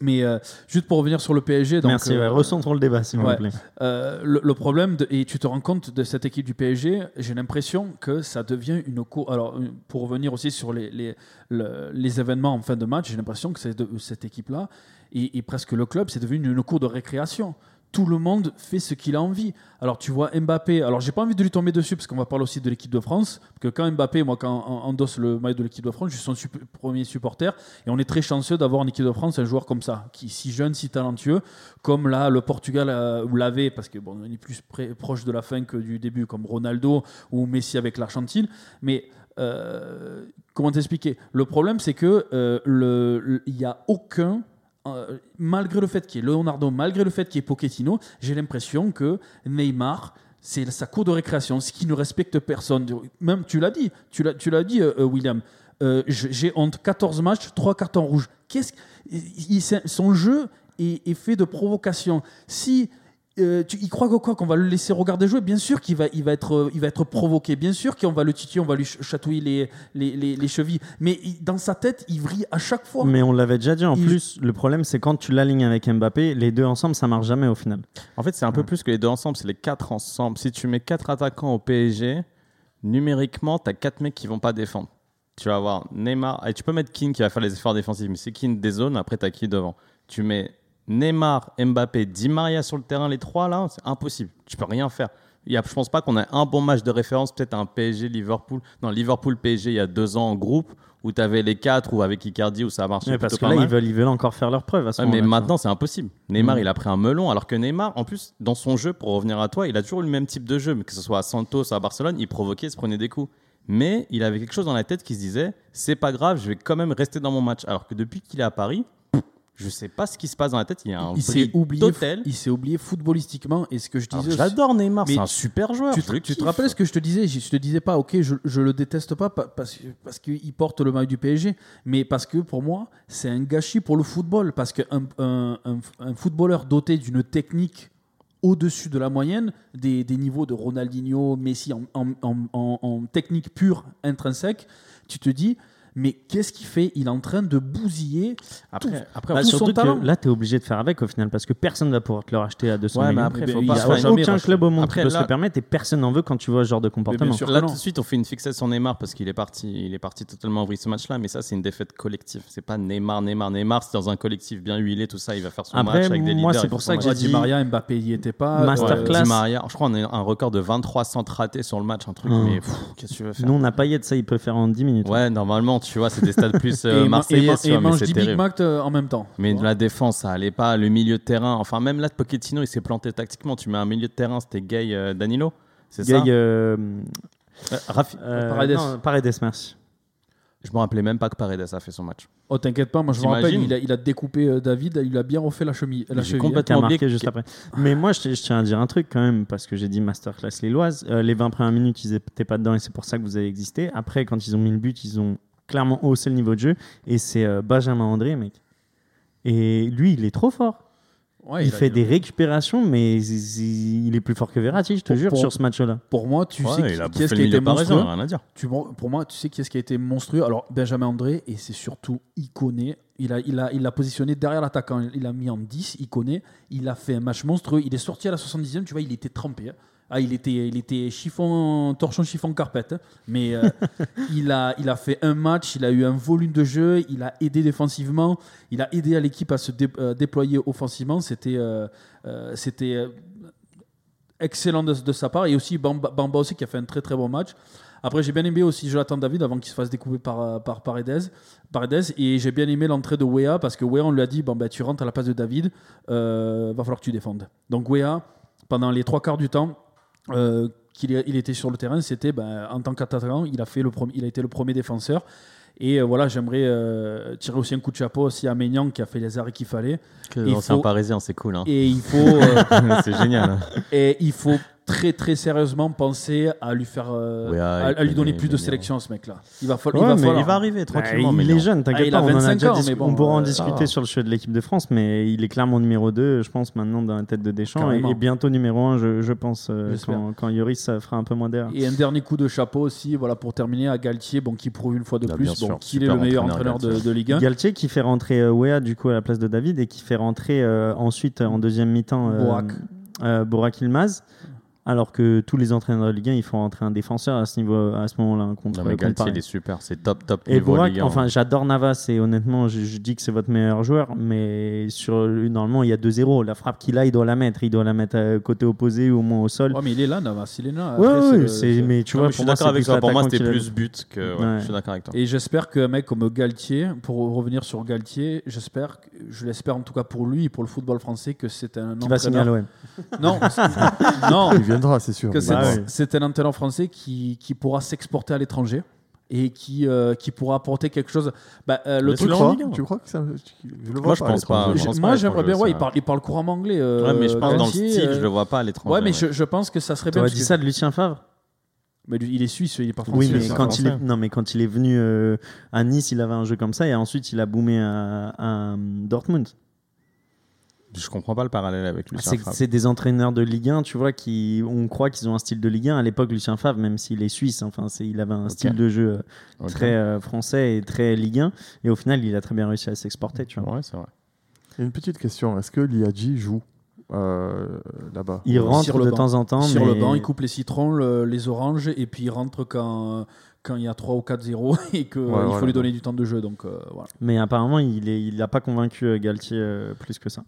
S5: Mais euh, juste pour revenir sur le PSG, donc,
S3: Merci,
S5: euh,
S3: ouais, recentrons le débat s'il vous
S5: ouais.
S3: plaît.
S5: euh, le, le problème, de- et tu te rends compte de cette équipe du PSG, j'ai l'impression que ça devient une cour. Alors, euh, pour revenir aussi sur les, les, le- les événements en fin de match, j'ai l'impression que c'est de- cette équipe-là, et, et presque le club, c'est devenu une cour de récréation. Tout le monde fait ce qu'il a envie. Alors, tu vois Mbappé. Alors, j'ai pas envie de lui tomber dessus, parce qu'on va parler aussi de l'équipe de France. Parce que quand Mbappé, moi, quand on endosse le maillot de l'équipe de France, je suis son sup- premier supporter. Et on est très chanceux d'avoir en équipe de France un joueur comme ça, qui si jeune, si talentueux, comme là le Portugal euh, l'avait, parce que bon, on est plus près- proche de la fin que du début, comme Ronaldo ou Messi avec l'Argentine. Mais euh, comment t'expliquer Le problème, c'est que euh, le- le- il n'y a aucun. euh, malgré le fait qu'il y ait Leonardo, malgré le fait qu'il y ait Pochettino, j'ai l'impression que Neymar, c'est sa cour de récréation, ce qui ne respecte personne. Même tu l'as dit, tu l'as, tu l'as dit, euh, euh, William. Euh, je- j'ai honte 14 matchs, 3 cartons rouges. Qu'est-ce que- il- il- c'est- son jeu est, est fait de provocation. Si euh, tu, il croit que quoi qu'on va le laisser regarder jouer, bien sûr qu'il va, il va être, euh, il va être provoqué, bien sûr qu'on va le titiller, on va lui ch- chatouiller les, les, les- les chevilles. Mais il- dans sa tête, il vrille à chaque fois.
S3: Mais on l'avait déjà dit en
S5: Ils-
S3: plus, le problème c'est quand tu l'alignes avec Mbappé, les deux ensemble ça marche jamais au final.
S2: En fait, c'est un peu plus que les deux ensemble, c'est les quatre ensemble. Si tu mets quatre attaquants au PSG, numériquement, tu as quatre mecs qui vont pas défendre. Tu vas avoir Neymar, et tu peux mettre Keane qui va faire les efforts défensifs, mais c'est Keane des zones, après tu as qui devant Tu mets Neymar, Mbappé, Di Maria sur le terrain, les trois là, c'est impossible. Tu peux rien faire. Il y a, je pense pas qu'on a un bon match de référence, peut-être un PSG-Liverpool. Non, Liverpool-PSG il y a deux ans en groupe, où tu avais les quatre, ou avec Icardi, où ça marche.
S3: Ouais, parce que là ils veulent, ils veulent encore faire leur preuve à ce
S2: Ouais, mais
S3: moment-là.
S2: maintenant, c'est impossible. Neymar,
S5: Mm.
S3: Mhm.
S2: il a pris un melon, alors que Neymar, en plus, dans son jeu, pour revenir à toi, il a toujours eu le même type de jeu, mais que ce soit à Santos, à Barcelone, il provoquait, il se prenait des coups. Mais il avait quelque chose dans la tête qui se disait, c'est pas grave, je vais quand même rester dans mon match. Alors que depuis qu'il est à Paris, je sais pas ce qui se passe dans la tête, il y a un
S5: il s'est
S2: bris
S5: oublié,
S2: total.
S5: il s'est oublié footballistiquement. Et ce que je
S2: Alors,
S5: disais, aussi-
S2: Ah, J'adore Neymar,
S5: Mais
S2: c'est un super joueur.
S5: Tu,
S2: je
S5: te-
S2: le
S5: tu te
S2: kiffe.
S5: rappelles ce que je te disais Je je te disais pas, ok, je, je le déteste pas pa- parce, que- parce qu'il porte le maillot du PSG, mais parce que pour moi, c'est un gâchis pour le football. Parce qu'un un, un- un footballeur doté d'une technique au-dessus de la moyenne, des, des niveaux de Ronaldinho, Messi en, en- en- en- en technique pure, intrinsèque, tu te dis, Mais qu'est-ce qu'il fait Il est en train de bousiller.
S2: Après, après
S5: Bah,
S2: on-
S5: tout son
S3: surtout
S5: talent.
S3: que là, tu es obligé de faire avec au final parce que personne ne va pouvoir te le racheter à 200
S2: Ouais, mais
S3: millions.
S2: après,
S5: Eh ben,
S2: faut
S5: il
S2: pas
S5: y a
S2: se
S3: Il n'y
S2: faire-
S3: a aucun
S5: jamais
S3: club au monde
S2: Après,
S3: qui peut se
S2: là-
S3: le permettre et personne n'en veut quand tu vois ce genre de comportement.
S5: sûr.
S2: Là,
S5: non.
S2: tout de suite, on fait une fixation Neymar parce qu'il est parti, il est parti totalement en vrille ce match-là. Mais ça, c'est une défaite collective. C'est pas Neymar, Neymar, Neymar. C'est dans un collectif bien huilé, tout ça. Il va faire son
S3: Après,
S2: match avec des
S3: moi,
S2: leaders.
S3: c'est
S2: il
S3: pour
S2: faut
S3: ça
S2: son
S3: que
S2: match.
S3: j'ai
S5: Di
S3: dit-
S5: Maria, Mbappé n'y était pas.
S3: Masterclass.
S5: euh,
S2: Di Maria. Je crois qu'on a un record de 23 centratés sur le match, un
S5: Ah.
S2: truc.
S3: Hum.
S2: Mais pff, qu'est-ce que tu veux faire
S3: Nous, on n'a pas de ça, il peut faire en 10 minutes.
S2: Ouais, normalement, tu vois, c'est des stades plus euh,
S5: et ma- et,
S2: marseillais,
S5: ma-
S2: tu
S5: et
S2: vois, mais
S5: mange
S2: c'est
S5: 10 Big
S2: terrible.
S5: Mac euh, en même temps.
S2: Mais
S5: Tu
S2: de
S5: vois.
S2: la défense, ça allait pas. Le milieu de terrain, enfin, même là, Pochettino, il s'est planté tactiquement. Tu mets un milieu de terrain, c'était Gay euh, Danilo. C'est ça
S3: Gaille, euh,
S2: Euh, Rafi-
S3: euh,
S5: Paredes.
S3: non, Paredes, merci.
S2: Je me rappelais même pas que Paredes a fait son match.
S5: Oh, t'inquiète pas, moi je me
S2: T'imagines
S5: rappelle, il a, il a découpé euh, David, il a bien refait la chemille. La
S2: J'ai
S5: cheville.
S2: complètement-
S3: Qui a marqué
S2: oublié
S3: juste
S2: que-
S3: après. Mais moi, je, je tiens à dire un truc quand même, parce que j'ai dit masterclass lilloise. Euh, les 20 premières minutes, ils n'étaient pas dedans et c'est pour ça que vous avez existé. Après, quand ils ont mis le but, ils ont clairement haussé le niveau de jeu. Et c'est euh, Benjamin André, mec. Et lui, il est trop fort.
S5: Ouais,
S3: il
S5: a-
S3: fait des récupérations, mais il il est plus fort que Verratti, je te
S5: Pour-
S3: jure,
S5: pour-
S3: sur ce match-là.
S5: Pour moi, tu sais
S2: Ouais,
S5: qui,
S2: il a
S5: qui
S2: bouffé
S5: est-ce
S2: le
S5: qui a été
S2: milieu
S5: monstrueux.
S2: parisien, rien à dire.
S5: Tu, pour moi, tu sais qui est-ce qui a été monstrueux Alors, Benjamin André, et c'est surtout Iconé. Il l'a il a, il l'a positionné derrière l'attaquant. Il l'a mis en 10, Iconé. Il a fait un match monstrueux. Il est sorti à la 70e, tu vois, il était trempé. hein. Ah, il était, il était chiffon, torchon chiffon carpette. hein. Mais euh, il, a, il a fait un match, il a eu un volume de jeu, il a aidé défensivement, il a aidé à l'équipe à se dé- euh, déployer offensivement. C'était. euh, euh, c'était euh, excellent de, de sa part. Et aussi Bamba, Bamba aussi qui a fait un très très bon match. Après, j'ai bien aimé aussi Jonathan David avant qu'il se fasse découper par, euh, par Paredes. Paredes. Et j'ai bien aimé l'entrée de Wea parce que Wea, on lui a dit bon, ben, tu rentres à la place de David, euh, va falloir que tu défendes. Donc Wea, pendant les trois quarts du temps, euh, qu'il est- il était sur le terrain, c'était ben, en tant qu'attaquant, il, a fait le premier- il a été le premier défenseur. Et euh, voilà, j'aimerais euh, tirer aussi un coup de chapeau aussi à Maignan qui a fait les arrêts qu'il fallait.
S2: Que
S5: Il
S2: l'ancien
S5: faut-
S2: parisien, c'est cool. hein.
S5: Et il faut, euh,
S2: c'est génial. hein.
S5: Et il faut très très sérieusement penser à lui faire, euh,
S2: Ouais,
S5: à, à
S2: ah, il connaît
S5: lui donner plus de
S2: Maignan.
S5: sélection à ce mec-là. Il va, falloir-
S3: Ouais,
S5: il va
S3: mais
S5: falloir.
S2: Il va arriver tranquillement.
S3: Bah,
S2: mais
S3: il est jeune, t'inquiète
S5: Ah, il
S3: pas,
S5: a
S3: on, en a
S5: 25
S3: déjà
S5: ans,
S3: dis-
S5: mais bon,
S3: on pourra en
S5: euh,
S2: ça va.
S3: discuter sur le show de l'équipe de France, mais il est clairement numéro 2, je pense, maintenant dans la tête de Deschamps, et,
S5: Carrément.
S3: et bientôt numéro 1, je, je pense, euh,
S5: J'espère.
S3: quand, quand Yoris euh, fera un peu moins d'air.
S5: Et un dernier coup de chapeau aussi, voilà pour terminer à Galtier, bon qui prouve une fois de
S2: Ah,
S5: plus,
S2: bien
S5: bon
S2: sûr,
S5: qu'il est
S2: super
S5: le meilleur
S2: entraîneur,
S5: entraîneur de, de Ligue 1.
S3: Galtier qui fait rentrer euh, Wea du coup à la place de David et qui fait rentrer euh, ensuite euh, en deuxième mi-temps euh,
S5: Borak.
S3: euh, Borak Yılmaz. Alors que tous les entraîneurs de Ligue 1, ils font rentrer un défenseur à ce niveau, à ce moment-là hein, contre,
S2: Non,
S3: contre
S2: mais Galtier,
S3: Paris.
S2: il est super. C'est top, top
S3: Et
S2: niveau
S3: Borak,
S2: Ligue 1.
S3: enfin, j'adore Navas et honnêtement, je, je dis que c'est votre meilleur joueur, mais sur normalement, il y a 2-0. La frappe qu'il a, il doit la mettre. Il doit la mettre euh, côté opposé ou au moins au sol.
S5: Ouais, mais il est là, Navas, il est là.
S3: ouais,
S5: Après,
S3: ouais,
S5: le-
S3: c'est- mais tu
S2: Non,
S3: vois,
S2: mais je suis
S3: pour moi,
S2: d'accord
S3: c'est
S2: avec toi. Pour moi,
S3: l'attaquant
S2: c'était
S3: qui l'a-
S2: plus but que. ouais,
S3: Ouais.
S2: Je suis d'accord avec toi.
S5: Et j'espère qu'un mec comme Galtier, pour revenir sur Galtier, j'espère, que- je l'espère en tout cas pour lui et pour le football français, que c'est un
S3: qui va signer à
S5: entraîneur.
S3: l'OM.
S5: Non, c'est- non,
S1: Il viendra, c'est sûr.
S5: que c'est
S1: Il viendra.
S3: ouais.
S5: c'est un entraîneur français qui, qui pourra s'exporter à l'étranger et qui, euh, qui pourra apporter quelque chose. Bah, euh, le
S2: Mais
S1: Tu
S5: truc-
S2: Laisse-le en
S1: crois
S2: Ligue un.
S1: Tu crois que ça tu- je le vois
S2: Moi, je
S1: pas, hein,
S2: pense pas.
S1: l'étranger.
S5: je- hein.
S2: pense
S5: moi,
S2: à
S5: j'aimerais bien.
S2: l'étranger,
S5: Ouais,
S2: ça.
S5: il parle, il parle couramment anglais. euh,
S2: Ouais, mais je pense dans le
S5: Galtier,
S2: style,
S5: euh,
S2: je le vois pas à l'étranger.
S5: Ouais, mais
S2: ouais.
S5: je, je pense que ça serait bien.
S3: Tu as
S5: parce
S3: dit
S5: que-
S3: ça de Lucien Favre
S5: mais lui, il est suisse, il est pas français.
S3: Oui,
S1: c'est
S3: mais
S1: ça.
S3: quand il est,
S1: Français.
S3: non, mais quand il est venu euh, à Nice, il avait un jeu comme ça et ensuite il a boomé à, à euh, Dortmund.
S2: Je comprends pas le parallèle avec lui.
S3: Ah, C'est c'est des entraîneurs de Ligue 1, tu vois, qui on croit qu'ils ont un style de Ligue 1. À l'époque, Lucien Favre, même s'il est suisse, enfin, c'est- il avait un style de jeu euh, très euh, français et très Ligue 1. Et au final, il a très bien réussi à s'exporter, tu vois.
S2: Ouais, c'est vrai.
S1: Il y a Une petite question. Est-ce que l'IAG joue euh, là-bas
S3: Il rentre
S5: Sur le
S3: de
S5: banc.
S3: temps en temps,
S5: Sur
S3: mais
S5: le banc, il coupe les citrons, le- les oranges, et puis il rentre quand, quand il y a 3 ou 4-0 et qu'il
S1: Ouais,
S5: faut
S1: voilà.
S5: lui donner du temps de jeu. Donc, euh, voilà.
S3: mais apparemment, il est, il n'a pas convaincu euh, Galtier euh, plus que ça.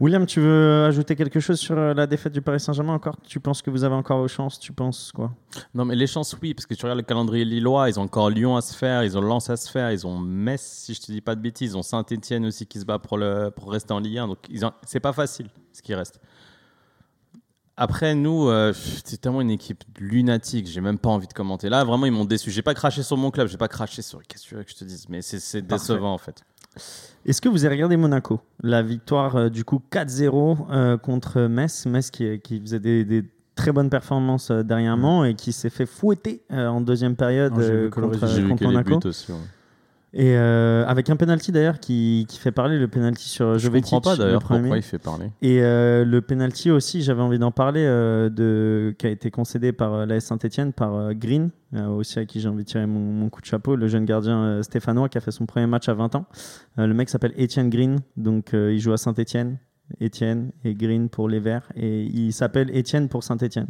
S3: William, tu veux ajouter quelque chose sur euh, la défaite du Paris Saint-Germain encore Tu penses que vous avez encore vos chances Tu penses quoi
S2: Non, mais les chances, oui, parce que tu regardes le calendrier lillois, ils ont encore Lyon à se faire, ils ont Lens à se faire, ils ont Metz, si je te dis pas de bêtises, ils ont Saint-Etienne aussi qui se bat pour, le, pour rester en Ligue 1. Donc, ils ont- c'est pas facile ce qui reste. Après, nous, euh, pff, c'est tellement une équipe lunatique, j'ai même pas envie de commenter. Là, vraiment, ils m'ont déçu. J'ai pas craché sur mon club, j'ai pas craché sur. Qu'est-ce que tu veux que je te dise Mais c'est- c'est
S3: Parfait.
S2: décevant en fait.
S3: Est-ce que vous avez regardé Monaco La victoire euh, du coup 4-0 euh, contre Metz. Metz qui, qui faisait des, des très bonnes performances euh, dernièrement et qui s'est fait fouetter euh, en deuxième période
S5: Non, j'ai vu
S3: euh,
S5: que le
S3: contre,
S5: résultat.
S3: contre Monaco.
S2: aussi.
S3: Et euh, avec un penalty d'ailleurs qui, qui fait parler le penalty sur
S2: Je
S3: Jovetic.
S2: comprends pas
S3: le
S2: d'ailleurs
S3: premier.
S2: pourquoi il fait parler.
S3: Et euh, le penalty aussi, j'avais envie d'en parler, euh, de, qui a été concédé par euh, l'AS Saint-Etienne, par euh, Green, euh, aussi à qui j'ai envie de tirer mon, mon coup de chapeau, le jeune gardien euh, stéphanois qui a fait son premier match à 20 ans. Euh, le mec s'appelle Etienne Green, donc euh, il joue à Saint-Etienne. Etienne et Green pour les Verts et il s'appelle Etienne pour Saint-Etienne.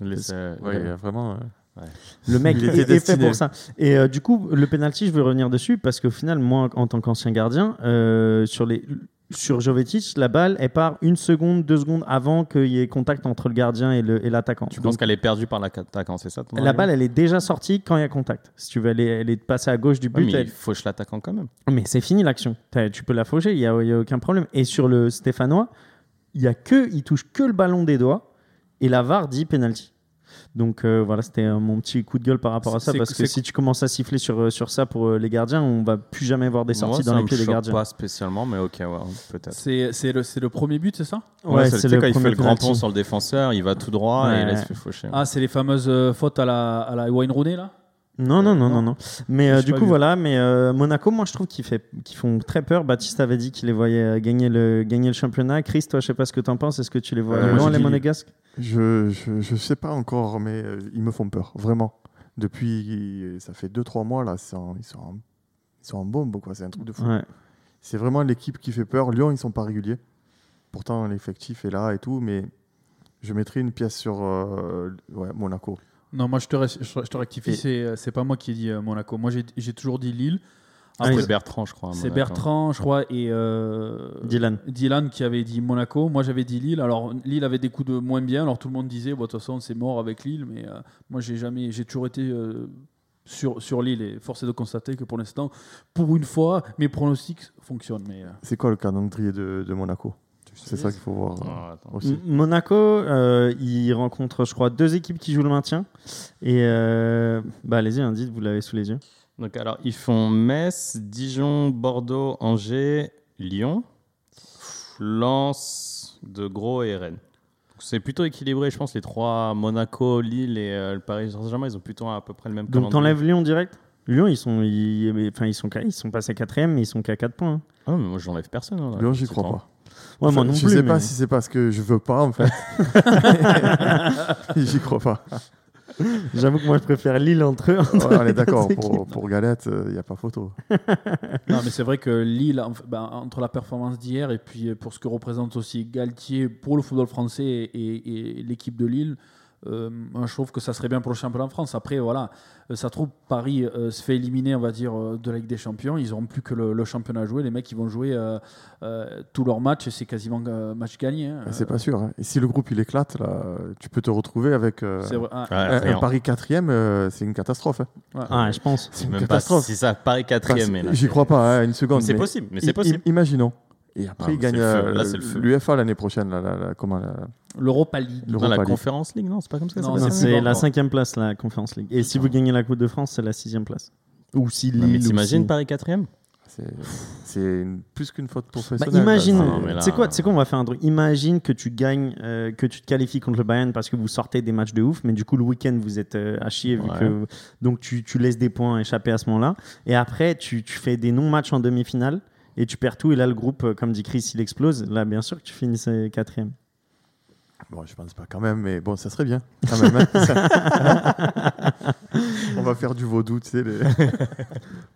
S2: Laisse, euh,
S1: Ouais, il y a vraiment. euh,
S3: Le mec
S1: Il
S3: est,
S1: était
S3: est fait
S1: destiné.
S3: pour ça. Et euh, du coup, le penalty, je veux revenir dessus parce qu'au final, moi, en tant qu'ancien gardien, euh, sur les sur Jovetic, la balle, elle part une seconde, deux secondes avant qu'il y ait contact entre le gardien et le- et l'attaquant.
S2: Tu
S3: Donc,
S2: penses qu'elle est perdue par l'attaquant, c'est ça ton
S3: la
S2: argument
S3: balle, elle est déjà sortie quand il y a contact. Si tu veux, elle est, elle est passée à gauche du
S2: Ouais,
S3: but.
S2: mais
S3: elle-
S2: il fauche l'attaquant quand même.
S3: mais c'est fini l'action. T'as- Tu peux la faucher, il n'y a, il y a aucun problème. Et sur le Stéphanois, il y a que, il touche que le ballon des doigts et la VAR dit penalty. Donc euh, voilà, c'était euh, mon petit coup de gueule par rapport à ça
S5: C'est-
S3: parce que
S5: c'est-
S3: si tu commences à siffler sur, euh, sur ça pour euh, les gardiens, on va plus jamais voir des sorties
S2: Moi,
S3: dans
S2: ça
S3: les
S2: me
S3: pieds des
S2: choque
S3: gardiens.
S2: pas spécialement, mais ok, ouais, peut-être.
S5: C'est c'est le, c'est le premier but, c'est ça
S2: Ouais, c'est tu sais, quand il fait
S3: premier
S2: le grand
S3: penalty.
S2: pont sur le défenseur, il va tout droit
S3: Ouais.
S2: et là, il se fait faucher.
S5: Ah, c'est les fameuses euh, fautes à la, à la Wayne Rooney, là
S3: Non, non, non,
S5: Non.
S3: non, non. Mais euh,
S5: J'ai
S3: du
S5: pas
S3: coup,
S5: vu.
S3: voilà. Mais euh, Monaco, moi, je trouve qu'ils fait- qu'ils font très peur. Baptiste avait dit qu'il les voyait euh, gagner le, gagner le championnat. Chris, toi, je sais pas ce que t'en penses. Est-ce que tu les vois
S1: Euh,
S3: loin,
S1: moi,
S3: les
S1: j'ai dit-
S3: monégasques
S1: Je, je, je sais pas encore, mais euh, ils me font peur, vraiment. Depuis, ça fait 2-3 mois, là, c'est en- ils sont en, ils sont en bombe, quoi. C'est un truc de fou.
S3: Ouais.
S1: C'est vraiment l'équipe qui fait peur. Lyon, ils sont pas réguliers. Pourtant, l'effectif est là et tout, mais je mettrai une pièce sur euh, ouais, Monaco.
S5: Non, moi, je te, ré- je te rectifie,
S1: Et-
S5: c'est euh, c'est pas moi qui ai dit euh, Monaco. Moi, j'ai- j'ai toujours dit Lille.
S3: Ah,
S5: Après,
S2: c'est Bertrand, je crois. à
S5: c'est
S2: Monaco.
S5: Bertrand, je crois, et euh,
S3: Dylan.
S5: Dylan qui avait dit Monaco. Moi, j'avais dit Lille. Alors, Lille avait des coups de moins bien. Alors, tout le monde disait, Bon, de toute façon, c'est mort avec Lille. Mais euh, moi, j'ai jamais, j'ai toujours été euh, sur, sur Lille. Et force est de constater que pour l'instant, pour une fois, mes pronostics fonctionnent. Mais, euh,
S1: C'est quoi le calendrier de, de Monaco C'est ça qu'il faut voir euh,
S2: Ah, attends.
S1: aussi.
S3: M- Monaco, euh, ils rencontrent, je crois, deux équipes qui jouent le maintien. Et euh, bah, allez-y, hein, dites, vous l'avez sous les yeux.
S2: Donc, alors, ils font Metz, Dijon, Bordeaux, Angers, Lyon, Lens, De Gros et Rennes. Donc, C'est plutôt équilibré, je pense. Les trois, Monaco, Lille et euh, le Paris Saint-Germain, ils ont plutôt à peu près le même
S3: Donc,
S2: calendrier.
S3: t'enlèves Lyon direct Lyon, ils sont, ils, mais, enfin, ils sont, qu'à- ils sont passés quatrième, mais ils sont qu'à 4 points. hein.
S2: Ah, mais moi, j'enlève personne. hein, là.
S1: Lyon, j'y
S2: C'est
S1: crois
S2: trop.
S1: pas.
S3: Ouais, moi
S1: Enfin,
S3: non
S1: je
S3: plus,
S1: sais
S3: mais-
S1: pas si c'est parce que je veux pas, en fait. j'y crois pas.
S3: J'avoue que moi, je préfère Lille entre eux.
S1: Ouais, on est d'accord,
S3: équipes.
S1: pour, pour Galette, il n'y a pas photo.
S5: Non, mais c'est vrai que Lille, en fait, ben, entre la performance d'hier et puis euh, pour ce que représente aussi Galtier pour le football français et, et- et l'équipe de Lille, euh, moi, je trouve que ça serait bien pour le championnat de France. Après, voilà, euh, ça se trouve, Paris euh, se fait éliminer, on va dire, euh, de la Ligue des Champions. Ils n'auront plus que le, le championnat à jouer. Les mecs, ils vont jouer euh, euh, tous leurs matchs et c'est quasiment euh, match gagné. hein.
S1: Ah, C'est pas sûr. hein. Et si le groupe il éclate, là, euh, tu peux te retrouver avec euh,
S5: C'est vrai. Ah,
S2: Ouais,
S1: un,
S2: rien.
S1: un Paris quatrième, euh, c'est une catastrophe. hein.
S5: ouais.
S3: Ah, je pense.
S1: C'est une
S2: Même pas
S1: catastrophe.
S2: si ça, Paris
S1: Enfin,
S2: quatrième. mais là,
S1: J'y
S2: c'est-
S1: crois pas, hein, une seconde.
S2: C'est
S1: mais
S2: possible, mais
S1: i-
S2: c'est possible.
S1: i- Imaginons. Et après,
S2: Ah,
S1: il
S2: c'est
S1: gagne
S2: le feu.
S1: euh,
S2: Là, c'est le feu.
S1: l'UEFA l'année prochaine. Là, là, là, comment, là,
S5: L'Europa League.
S1: le
S2: Dans la
S1: Europa League.
S2: Conférence League, non C'est pas comme ça que
S5: Non,
S2: ça
S5: non,
S2: passe
S3: C'est la
S5: encore.
S3: cinquième place, la Conference League. Et si vous gagnez la Coupe de France, c'est la sixième place. Ou si Lille.
S2: Non, mais
S3: ou
S2: t'imagines
S3: si-
S2: Paris 4ème
S1: C'est c'est une- plus qu'une faute
S3: Bah,
S1: professionnelle.
S3: imagine,
S1: là,
S2: Non, mais
S1: c'est-
S2: là- euh,
S3: c'est quoi, c'est quoi, on va faire un truc. Imagine que tu gagnes, euh, que tu te qualifies contre le Bayern parce que vous sortez des matchs de ouf, mais du coup le week-end vous êtes euh, à chier vu
S2: Ouais.
S3: que donc tu, tu laisses des points échapper à ce moment-là. Et après tu, tu fais des non-matchs en demi-finale et tu perds tout. Et là le groupe, euh, comme dit Chris, il explose. Là bien sûr que tu finis euh, quatrième.
S1: Bon, je pense pas quand même, mais bon, ça serait bien. quand même, hein. On va faire du vaudou, tu sais. les-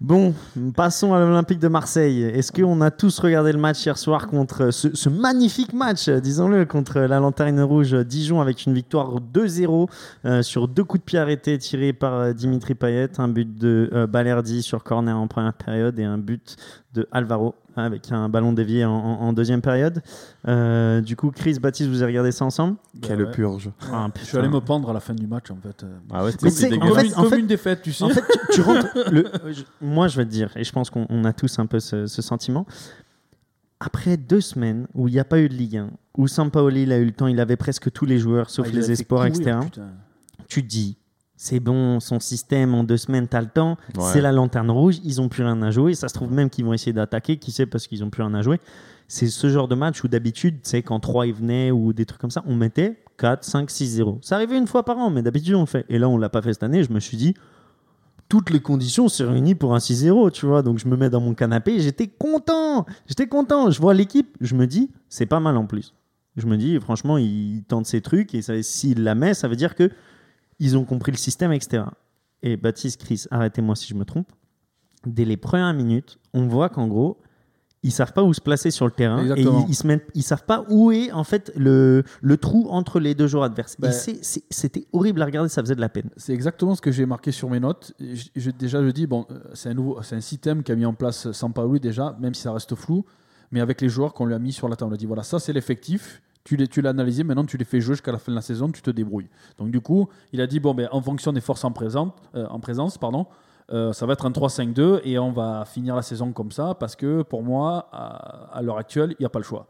S3: Bon, passons à l'Olympique de Marseille. Est-ce qu'on a tous regardé le match hier soir contre ce, ce magnifique match, euh, disons-le, contre la Lanterne Rouge euh, Dijon avec une victoire 2-0 euh, sur deux coups de pied arrêtés tirés par euh, Dimitri Payet, un but de euh, Balerdi sur corner en première période et un but de Alvaro avec un ballon dévié en, en- en deuxième période. Euh, du coup, Chris, Baptiste, vous avez regardé ça ensemble
S1: Quelle
S5: Bah ouais.
S1: purge.
S3: Ah,
S5: Je suis
S3: putain.
S5: allé me pendre à la fin du match, en fait. euh.
S2: Ah ouais, t'es
S3: Mais tu sais,
S2: c'est
S3: en
S2: dégueulasse.
S3: fait-
S5: comme une défaite, tu sais.
S3: En fait, tu, tu rentres. le- euh, je- moi, je vais te dire, et je pense qu'on on a tous un peu ce, ce sentiment. Après deux semaines où il n'y a pas eu de Ligue 1, où Sampaoli il a eu le temps, il avait presque tous les joueurs, sauf
S5: Ah, il a
S3: les
S5: fait
S3: espoirs,
S5: courir,
S3: etc.
S5: putain.
S3: Tu te dis, c'est bon, son système, en deux semaines, t'as le temps,
S2: Ouais.
S3: c'est la lanterne rouge, ils n'ont plus rien à jouer. Ça se trouve même qu'ils vont essayer d'attaquer, qui sait, parce qu'ils n'ont plus rien à jouer. C'est ce genre de match où d'habitude, c'est quand 3 ils venaient ou des trucs comme ça, on mettait 4, 5, 6, 0. Ça arrivait une fois par an, mais d'habitude on le fait. Et là, on l'a pas fait cette année, je me suis dit, toutes les conditions se réunissent pour un 6-0, tu vois. Donc je me mets dans mon canapé, et j'étais content, j'étais content. Je vois l'équipe, je me dis, c'est pas mal en plus. Je me dis, franchement, ils tentent ces trucs et ça- s'il la met, ça veut dire que ils ont compris le système, etc. Et Baptiste, Chris, arrêtez-moi si je me trompe. Dès les premières minutes, on voit qu'en gros, ils savent pas où se placer sur le terrain
S5: Exactement.
S3: et ils, ils se mettent, ils savent pas où est en fait le, le trou entre les deux joueurs adverses.
S5: Ben-
S3: Et c'est- c'est- c'était horrible à regarder, ça faisait de la peine.
S5: C'est exactement ce que j'ai marqué sur mes notes. Je- je- déjà, je dis, bon, euh, c'est un, nouveau, c'est un système qu'a mis en place Sampaoli déjà, même si ça reste flou, mais avec les joueurs qu'on lui a mis sur la table. On a dit, voilà, ça c'est l'effectif, tu les- tu l'as analysé, maintenant tu les fais jouer jusqu'à la fin de la saison, tu te débrouilles. Donc du coup, il a dit, bon, ben, en fonction des forces en, présente, euh, en présence, pardon, euh, ça va être un 3-5-2 et on va finir la saison comme ça parce que pour moi, à, à l'heure actuelle, il n'y a pas le choix.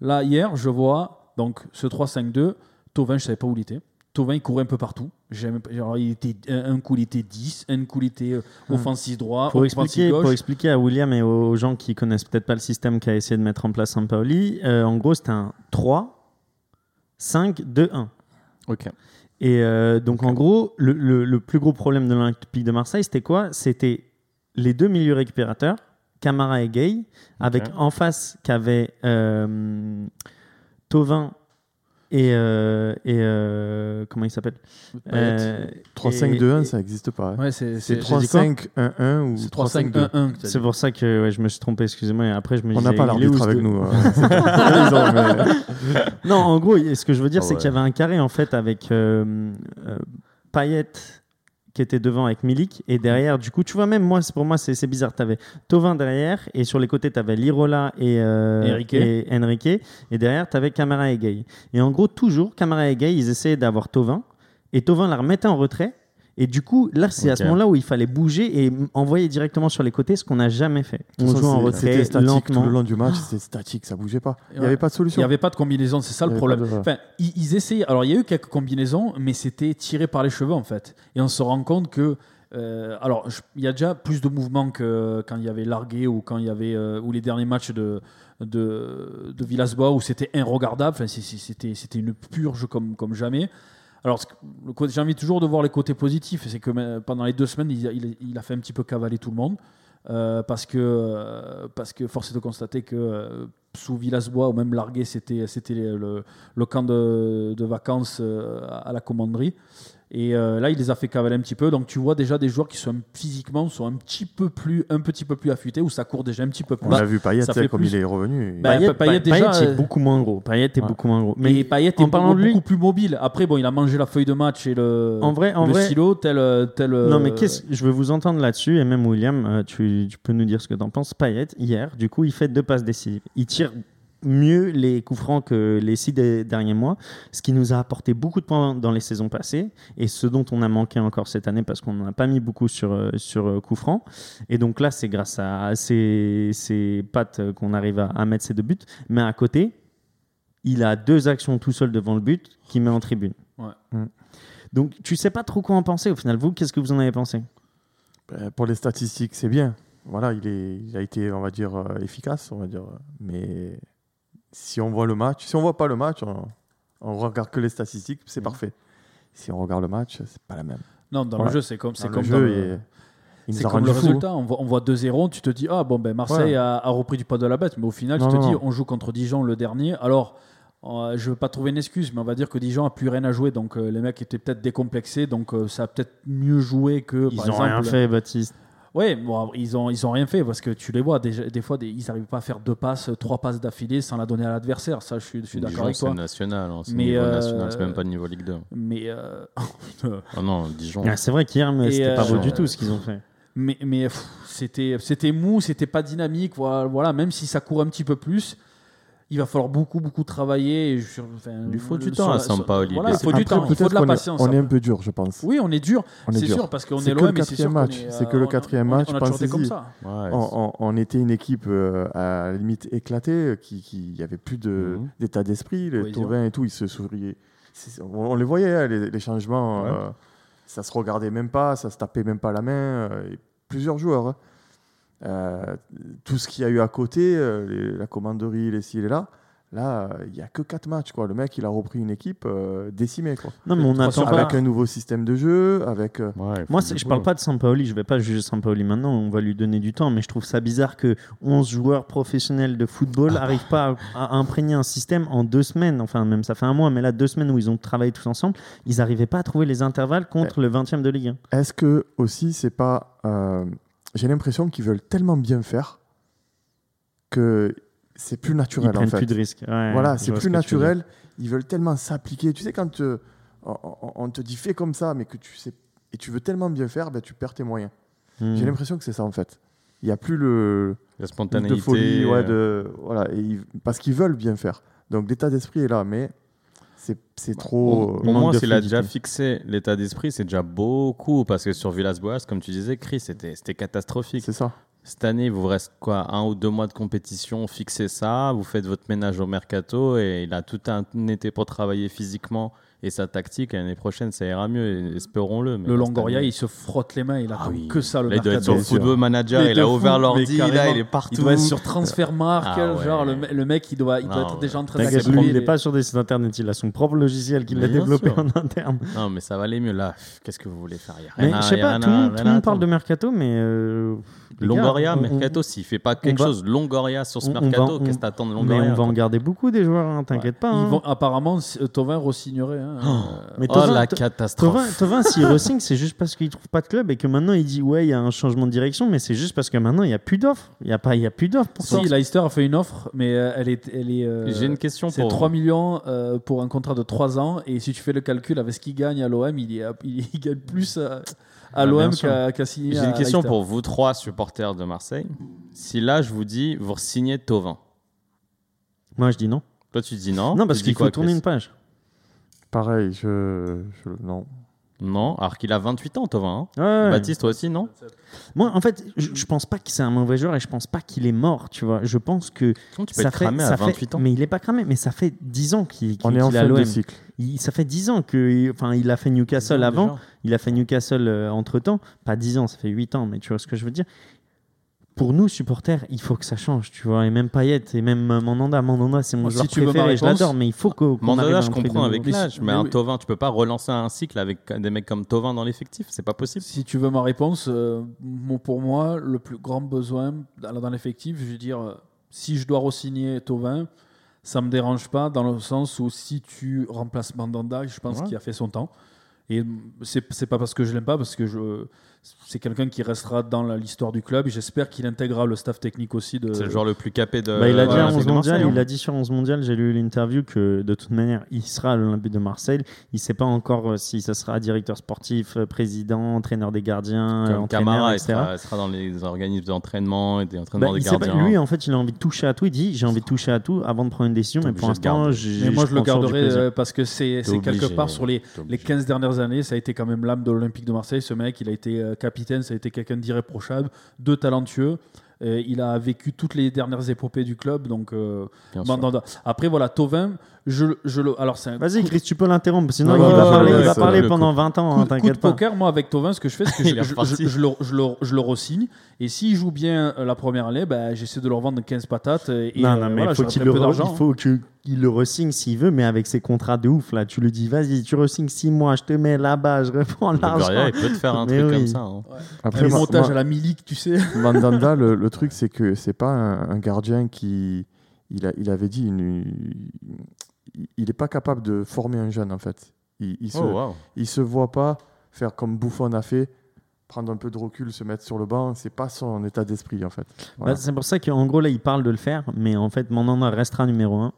S5: Là, hier, je vois donc ce 3-5-2. Tovin, je savais pas où il était. Tovin, il courait un peu partout. J'aime pas- genre, il était, un un coup, il était 10, un coup, il était euh, offensif droit,
S3: Hum. Pour
S5: offensif
S3: expliquer,
S5: gauche.
S3: pour expliquer à William et aux aux gens qui connaissent peut-être pas le système qu'a essayé de mettre en place Sampaoli, euh, en gros, c'était un 3, 5, 2, 1.
S2: Ok.
S3: Et euh, donc, en gros, le, le- le plus gros problème de l'Olympique de Marseille, c'était quoi C'était les deux milieux récupérateurs, Camara et Gay, avec en face qu'avait euh, Tovin et, euh, et euh, comment il s'appelle Euh,
S1: 3-5-2-1,
S3: et-
S1: ça n'existe pas. hein.
S5: Ouais, c'est
S1: C'est
S5: c'est-
S3: trois- dit quoi
S1: 3-5-1-1 ou
S5: c'est
S1: 3-5-2.
S5: 3-5-1-1. que t'as
S3: C'est pour ça que ouais, je me suis trompé, excusez-moi. Et après, je me
S1: On n'a
S3: disais,
S1: pas
S3: il est où,
S1: l'arbitre
S3: ce
S1: avec
S3: deux-
S1: nous. hein. C'est pas les gens, mais-
S3: Non, en gros, ce que je veux dire,
S6: Ah
S3: c'est
S6: ouais.
S3: qu'il y avait un carré en fait avec euh, euh, Payet qui était devant avec Milik et derrière, du coup, tu vois, même moi, c'est- pour moi, c'est c'est bizarre. Tu avais Tovin derrière et sur les côtés, tu avais Lirola et, euh,
S5: Enrique.
S3: et Enrique. Et derrière, tu avais Camara et Gay. Et en gros, toujours, Camara et Gay, ils essayaient d'avoir Tovin et Tovin la remettait en retrait. Et du coup, là, c'est à
S2: Ok.
S3: ce moment-là où il fallait bouger et m- envoyer directement sur les côtés, ce qu'on n'a jamais fait.
S1: De
S3: On
S1: toute
S3: jouait en
S1: façon, c'est- C'était
S3: retrait,
S1: statique tout
S3: lentement.
S1: le long du match, c'était statique, ça bougeait pas. Il n'y
S5: Ouais.
S1: avait pas de
S5: Il n'y
S1: solution.
S5: avait pas de combinaison, c'est ça
S1: Il y
S5: le
S1: avait
S5: problème.
S1: pas de-
S5: Enfin, ils, ils essayaient. Alors, il y a eu quelques combinaisons, mais c'était tiré par les cheveux, en fait. Et on se rend compte que. euh, alors, je- il y a déjà plus de mouvements que quand il y avait Largué ou quand il y avait. euh, ou les derniers matchs de, de, de Villas-Boas où c'était inregardable. Enfin, c'est- c'est- c'était c'était une purge comme, comme jamais. Alors, ce que- le côté- j'ai envie toujours de voir les côtés positifs. C'est que euh, pendant les deux semaines, il a, il a- il a fait un petit peu cavaler tout le monde. Euh, parce, que, euh, parce que force est de constater que euh, sous Villas-Bois ou même Largué, c'était c'était le, le camp de, de vacances euh, à la commanderie. Et euh, là, il les a fait cavaler un petit peu. Donc, tu vois déjà des joueurs qui sont physiquement sont un petit peu plus, un petit peu plus affûtés, où ça court déjà un petit peu plus.
S1: On
S5: Bah,
S1: l'a vu Payet,
S5: ça
S1: tu sais,
S5: fait
S1: comme
S5: plus-
S1: il est revenu.
S5: Bah,
S3: Payet,
S5: Payet, déjà,
S3: Payet est
S5: euh,
S3: beaucoup moins gros. Payet est
S1: Ouais.
S3: beaucoup moins gros.
S5: mais Payet est
S3: en parlant
S5: beaucoup,
S3: de lui-
S5: beaucoup plus mobile. Après, bon, il a mangé la feuille de match et le,
S3: En vrai, en
S5: Euh, le
S3: vrai.
S5: stylo, tel, euh, tel.
S3: Non,
S5: euh,
S3: mais qu'est-ce- je veux vous entendre là-dessus. Et même William, euh, tu, tu peux nous dire ce que t'en penses. Payet, hier, du coup, il fait deux passes décisives. Il tire mieux les coups francs que les six des- derniers mois, ce qui nous a apporté beaucoup de points dans les saisons passées et ce dont on a manqué encore cette année parce qu'on n'en a pas mis beaucoup sur, euh, sur euh, coups francs. Et donc là, c'est grâce à ces, ces pattes euh, qu'on arrive à, à mettre ces deux buts. Mais à côté, il a deux actions tout seul devant le but qu'il met en tribune.
S5: Ouais.
S1: Mm.
S3: Donc tu sais pas trop quoi en penser au final. Vous, qu'est-ce que vous en avez pensé
S1: Euh, Pour les statistiques, c'est bien. Voilà, il, est, il a été, on va dire, euh, efficace, on va dire. Mais si on voit le match, si on voit pas le match, on, on regarde que les statistiques, c'est
S5: Mm.
S1: parfait. Si on regarde le match, c'est pas la même.
S5: Non, dans
S1: Ouais.
S5: le jeu, c'est comme, c'est
S1: Dans
S5: comme
S1: le
S5: dans
S1: jeu,
S5: le-
S1: il- il
S5: C'est
S1: nous a
S5: comme le
S1: rendu fous.
S5: résultat. On voit, on voit 2-0, tu te dis, ah bon, ben Marseille
S1: Ouais.
S5: a, a repris du pas de la bête. Mais au final,
S1: Non,
S5: tu te
S1: non,
S5: dis,
S1: non.
S5: on joue contre Dijon le dernier. Alors, euh, je veux pas trouver une excuse, mais on va dire que Dijon a plus rien à jouer. Donc, euh, les mecs étaient peut-être décomplexés. Donc, euh, ça a peut-être mieux joué que.
S3: Ils
S5: par
S3: ont
S5: exemple,
S3: rien fait, Baptiste.
S5: Ouais, bon, ils ont ils ont rien fait parce que tu les vois des, des fois des- ils n'arrivent pas à faire deux passes, trois passes d'affilée sans la donner à l'adversaire. Ça, je suis, je suis d'accord
S2: Dijon,
S5: avec
S2: c'est
S5: toi.
S2: national. hein, c'est
S5: Mais,
S2: niveau
S5: euh,
S2: national, c'est même pas niveau Ligue 2.
S5: Mais euh,
S2: Oh non, Dijon.
S3: Ah, c'est vrai qu'hier, mais
S5: Et,
S3: c'était
S5: euh,
S3: pas beau
S2: genre,
S3: du tout ce qu'ils ont fait.
S5: mais, mais pff, c'était c'était mou, c'était pas dynamique. Voilà, voilà, même si ça court un petit peu plus, il va falloir beaucoup beaucoup travailler. et je- enfin, euh,
S2: Il faut du
S5: sur
S2: temps à
S5: la- sur-
S2: Sampaoli,
S5: Voilà, il faut
S1: Après,
S5: du temps, il faut
S1: peut-être
S5: de la
S1: qu'on est-
S5: patience. hein.
S1: On est un peu dur, je pense.
S5: Oui, on est dur.
S1: On est
S5: C'est
S1: dur.
S5: sûr parce qu'on
S1: C'est
S5: est
S1: que
S5: loin,
S1: le
S5: mais c'est
S1: quatrième
S5: sûr qu'on
S1: match,
S5: est, euh,
S1: c'est que le
S5: on- on-
S1: quatrième
S5: on-
S1: match,
S5: On a toujours été
S1: pensez-y.
S5: comme ça.
S2: Ouais,
S1: On, on- on était une équipe euh, à la limite éclatée, euh, qui, qui y avait plus de-
S2: Mhm.
S1: d'état d'esprit, les
S5: Cohésion.
S1: Tauvin et tout, ils se souriaient. C'est- On, on les voyait, hein, les, les changements,
S2: Ouais.
S1: euh, ça se regardait même pas, ça se tapait même pas la main, euh, et plusieurs joueurs. hein. Euh, tout ce qu'il y a eu à côté, euh, les- la commanderie, les ci, les là, Là, euh, il n'y a que 4 matchs. Quoi. Le mec, il a repris une équipe euh, décimée. Quoi.
S3: Non, mais on
S5: Trois
S3: attend
S5: sur
S3: pas.
S1: Avec un nouveau système de jeu, avec. euh,
S3: Moi, c'est- je parle pas de Sampaoli, je vais pas juger Sampaoli maintenant, on va lui donner du temps, mais je trouve ça bizarre que 11 joueurs professionnels de football arrivent pas à, à imprégner un système en deux semaines, enfin même ça fait un mois, mais là deux semaines où ils ont travaillé tous ensemble, ils arrivaient pas à trouver les intervalles contre le 20 e de Ligue 1.
S1: Est-ce que aussi c'est pas euh, j'ai l'impression qu'ils veulent tellement bien faire que c'est plus
S3: Ils
S1: naturel en
S3: prennent
S1: fait.
S3: plus de risques. Ouais,
S1: voilà,
S3: je
S1: c'est
S3: vois ce
S1: plus
S3: que tu veux dire.
S1: naturel. Ils veulent tellement s'appliquer. Tu sais quand euh, on, on- on te dit fais comme ça, mais que tu sais et tu veux tellement bien faire, ben, tu perds tes moyens.
S3: Hmm.
S1: J'ai l'impression que c'est ça en fait. Il n'y a plus le
S2: La
S1: de
S2: spontanéité.
S1: folie, ouais,
S2: euh,
S1: de voilà, et ils- parce qu'ils veulent bien faire. Donc l'état d'esprit est là, mais c'est
S3: Bah,
S1: c'est trop.
S2: Au-
S1: euh,
S2: Au moins,
S3: de
S2: s'il a
S3: fluidité.
S2: déjà fixé l'état d'esprit, c'est déjà beaucoup. Parce que sur Villas-Boas, comme tu disais, Chris, c'était c'était catastrophique.
S1: euh, C'est ça.
S2: Cette année, il vous reste quoi Un ou deux mois de compétition, fixez ça, vous faites votre ménage au mercato et il a tout un été pour travailler physiquement et sa tactique. L'année prochaine, ça ira mieux, et- espérons-le. mais
S5: Le
S2: là,
S5: Longoria,
S2: cette
S5: il
S2: année-
S5: se frotte les mains, il
S2: Ah
S5: attend
S2: oui.
S5: que ça le
S2: Là, il doit être
S5: mercato.
S2: sur
S1: bien sûr.
S2: Football Manager,
S5: Mais
S2: il a
S5: de
S2: ouvert
S5: fou,
S2: l'ordi,
S5: mais carrément.
S2: là, il est partout.
S5: Il doit être sur Transfermarkt,
S2: Ah ouais.
S5: genre le, me- le mec il doit, il doit
S2: Non,
S5: être
S2: ouais.
S5: déjà en train
S3: T'inquiète,
S5: d'apprendre
S3: lui, il
S5: les-
S3: n'est pas sur des sites internet, il a son propre logiciel qu'il
S2: Mais
S3: a
S2: bien
S3: développé
S2: sûr.
S3: en interne.
S2: Non, mais ça va aller mieux là. Pff, Qu'est-ce que vous voulez faire Il y a
S3: Mais
S2: rien à-
S3: je sais
S2: il y a
S3: pas,
S2: rien
S3: tout le
S2: à-
S3: monde,
S2: rien
S3: tout
S2: à
S3: le monde parle de
S2: attendre.
S3: mercato, mais. euh, les gars,
S2: Longoria,
S3: on- on-
S2: Mercato, s'il fait pas quelque
S3: on va-
S2: chose, Longoria sur ce
S3: on- on va-
S2: Mercato,
S3: on-
S2: qu'est-ce que t'attends de
S3: Mais
S2: Longoria
S3: on va en
S2: quoi
S3: garder beaucoup des joueurs, hein, t'inquiète pas.
S5: Ils
S3: hein.
S5: vont, apparemment, s- euh, Tovin re-signerait. hein. Euh,
S3: Mais
S2: Oh
S3: Tovin-
S2: la
S3: To-
S2: catastrophe
S3: Tovin, Tovin s'il re-signe, c'est juste parce qu'il trouve pas de club et que maintenant il dit ouais, il y a un changement de direction, mais c'est juste parce que maintenant il y a plus d'offres. Il y a pas, il y a plus d'offres pour
S5: Si,
S3: toi.
S5: Leicester a fait une offre, mais euh, elle est. Elle est euh,
S2: J'ai une question
S5: c'est
S2: pour
S5: 3 millions euh, pour un contrat de 3 ans. Et si tu fais le calcul avec ce qu'il gagne à l'OM, il, est à- il, il gagne plus euh, à, à
S2: Ah, bien
S5: l'OM
S2: sûr.
S5: qu'à qu'à signer.
S2: J'ai
S5: à
S3: euh,
S2: une question
S5: Leicester.
S2: pour vous trois supporters de Marseille. Si là, je vous dis, vous signez Tovin,
S3: Moi je dis non.
S2: toi tu dis non.
S3: Non
S2: Tu
S3: parce
S2: dis
S3: qu'il
S2: quoi,
S3: faut tourner
S2: Chris
S3: une page.
S1: Pareil, je, je non.
S2: Non, alors qu'il a 28 ans, Tovin. hein.
S3: Ouais, ouais.
S2: Baptiste, toi aussi, non
S3: Moi en fait, je, je pense pas que c'est un mauvais joueur et je pense pas qu'il est mort. Tu vois, je pense que
S2: Comment tu peux
S3: ça
S2: être
S3: fait,
S2: cramé à
S3: ça fait-
S2: 28 ans
S3: mais il est pas cramé. Mais ça fait 10 ans qu'il qu'il-
S1: On est
S3: qu'il
S1: en
S3: est à
S1: fin de
S3: l'OM.
S1: cycle.
S3: Il- Ça fait 10 ans que, enfin, il a fait Newcastle avant. Il a fait Newcastle entre temps, pas 10 ans, ça fait 8 ans, mais tu vois ce que je veux dire. Pour nous, supporters, il faut que ça change, tu vois. Et même Payet, et même euh, Mandanda. Mandanda, c'est mon
S5: Si
S3: joueur
S5: tu veux ma
S3: préféré, je
S5: réponse,
S3: l'adore, mais il faut qu'on. qu'on arrive
S2: Mandanda,
S3: à
S2: je
S3: un truc de
S2: comprends
S3: nouveau.
S2: avec
S5: Mais
S2: l'âge, mais,
S5: mais
S2: un
S5: oui.
S2: Tovin, tu peux pas relancer un cycle avec des mecs comme Tovin dans l'effectif, c'est pas possible.
S5: Si tu veux ma réponse, euh, mon- pour moi, le plus grand besoin dans, dans l'effectif, je veux dire, euh, si je dois re-signer Tovin, ça me dérange pas dans le sens où si tu remplaces Mandanda, je pense
S2: Ouais.
S5: qu'il a fait son temps. Et mm, c'est c'est pas parce que je l'aime pas, parce que je c'est quelqu'un qui restera dans la- l'histoire du club. et J'espère qu'il intégrera le staff technique aussi de.
S2: C'est le joueur le plus capé de.
S3: Bah, il a dit à
S2: l'Olympique
S3: 11
S2: de Marseille,
S3: mondial,
S2: hein.
S3: il a dit sur 11 mondial, j'ai lu l'interview que de toute manière, il sera à l'Olympique de Marseille. Il sait pas encore euh, si ça sera directeur sportif, euh, président, entraîneur des gardiens, euh,
S2: Comme
S3: entraîneur,
S2: Camara, il
S3: etc.
S2: sera, il sera dans les organismes d'entraînement et des
S3: Bah,
S2: entraîneurs
S3: il
S2: des
S3: sait pas-
S2: gardiens. hein.
S3: lui, en fait, il a envie de toucher à tout. Il dit J'ai envie de toucher à tout avant de prendre une décision,
S2: T'es
S3: mais pour
S2: obligé de
S3: l'instant,
S2: garder.
S3: j'ai-
S5: Mais moi, je le
S3: conserve du
S5: garderai
S3: plaisir.
S5: euh, parce que c'est
S2: hein, T'es
S5: c'est quelque
S2: obligé,
S5: part sur les,
S3: hein.
S2: t'es
S5: les
S2: obligé.
S5: 15 dernières années, ça a été quand même l'âme de l'Olympique de Marseille. Ce mec, il a été euh, capitaine, ça a été quelqu'un d'irréprochable, de talentueux. Euh, il a vécu toutes les dernières épopées du club. Donc, euh,
S2: Bien sûr.
S5: Mandanda. Après, voilà, Tovin, je, le- je le. Alors, c'est un
S3: Vas-y,
S5: coup,
S3: Chris, tu peux l'interrompre, sinon
S1: Non,
S3: il,
S1: non,
S3: va
S1: non,
S3: parler,
S1: non,
S3: il va
S1: c'est
S3: parler
S2: le
S3: pendant 20 ans, hein,
S5: coup- coup de
S3: t'inquiète pas.
S5: poker, moi, avec Tovin, ce que je fais, c'est que
S2: Il
S5: je,
S2: est
S5: je-
S2: reparti.
S5: je- je le, je, le, je le re-signe. Et s'il joue bien euh, la première année, ben, j'essaie de leur vendre 15 patates. Et,
S3: Non,
S5: euh,
S3: non, mais
S5: voilà,
S3: faut
S5: j'aurai
S3: qu'il
S5: très
S3: le
S5: peu
S3: re-
S5: d'argent.
S3: il faut qu'il le re-signe s'il veut, mais avec ses contrats de ouf, là, tu lui dis Vas-y, tu re-signes 6 mois, je te mets là-bas, je reprends
S2: Le Goria,
S3: l'argent.
S2: il peut te faire un
S3: Mais
S2: truc
S3: oui.
S2: comme ça. hein.
S1: Après,
S5: Un
S1: Ma-
S5: montage
S1: Ma-
S5: à la Milik, tu sais.
S1: Mandanda, le, le truc, c'est que c'est pas un, un gardien qui. Il, a, il avait dit. Une, il- il n'est pas capable de former un jeune, en fait. Il, il se,
S2: Oh, wow.
S1: il se voit pas faire comme Buffon a fait, prendre un peu de recul, se mettre sur le banc. C'est pas son état d'esprit, en fait. Voilà.
S3: Bah, c'est pour ça qu'en gros, là, il parle de le faire, mais en fait, Mandanda restera numéro 1.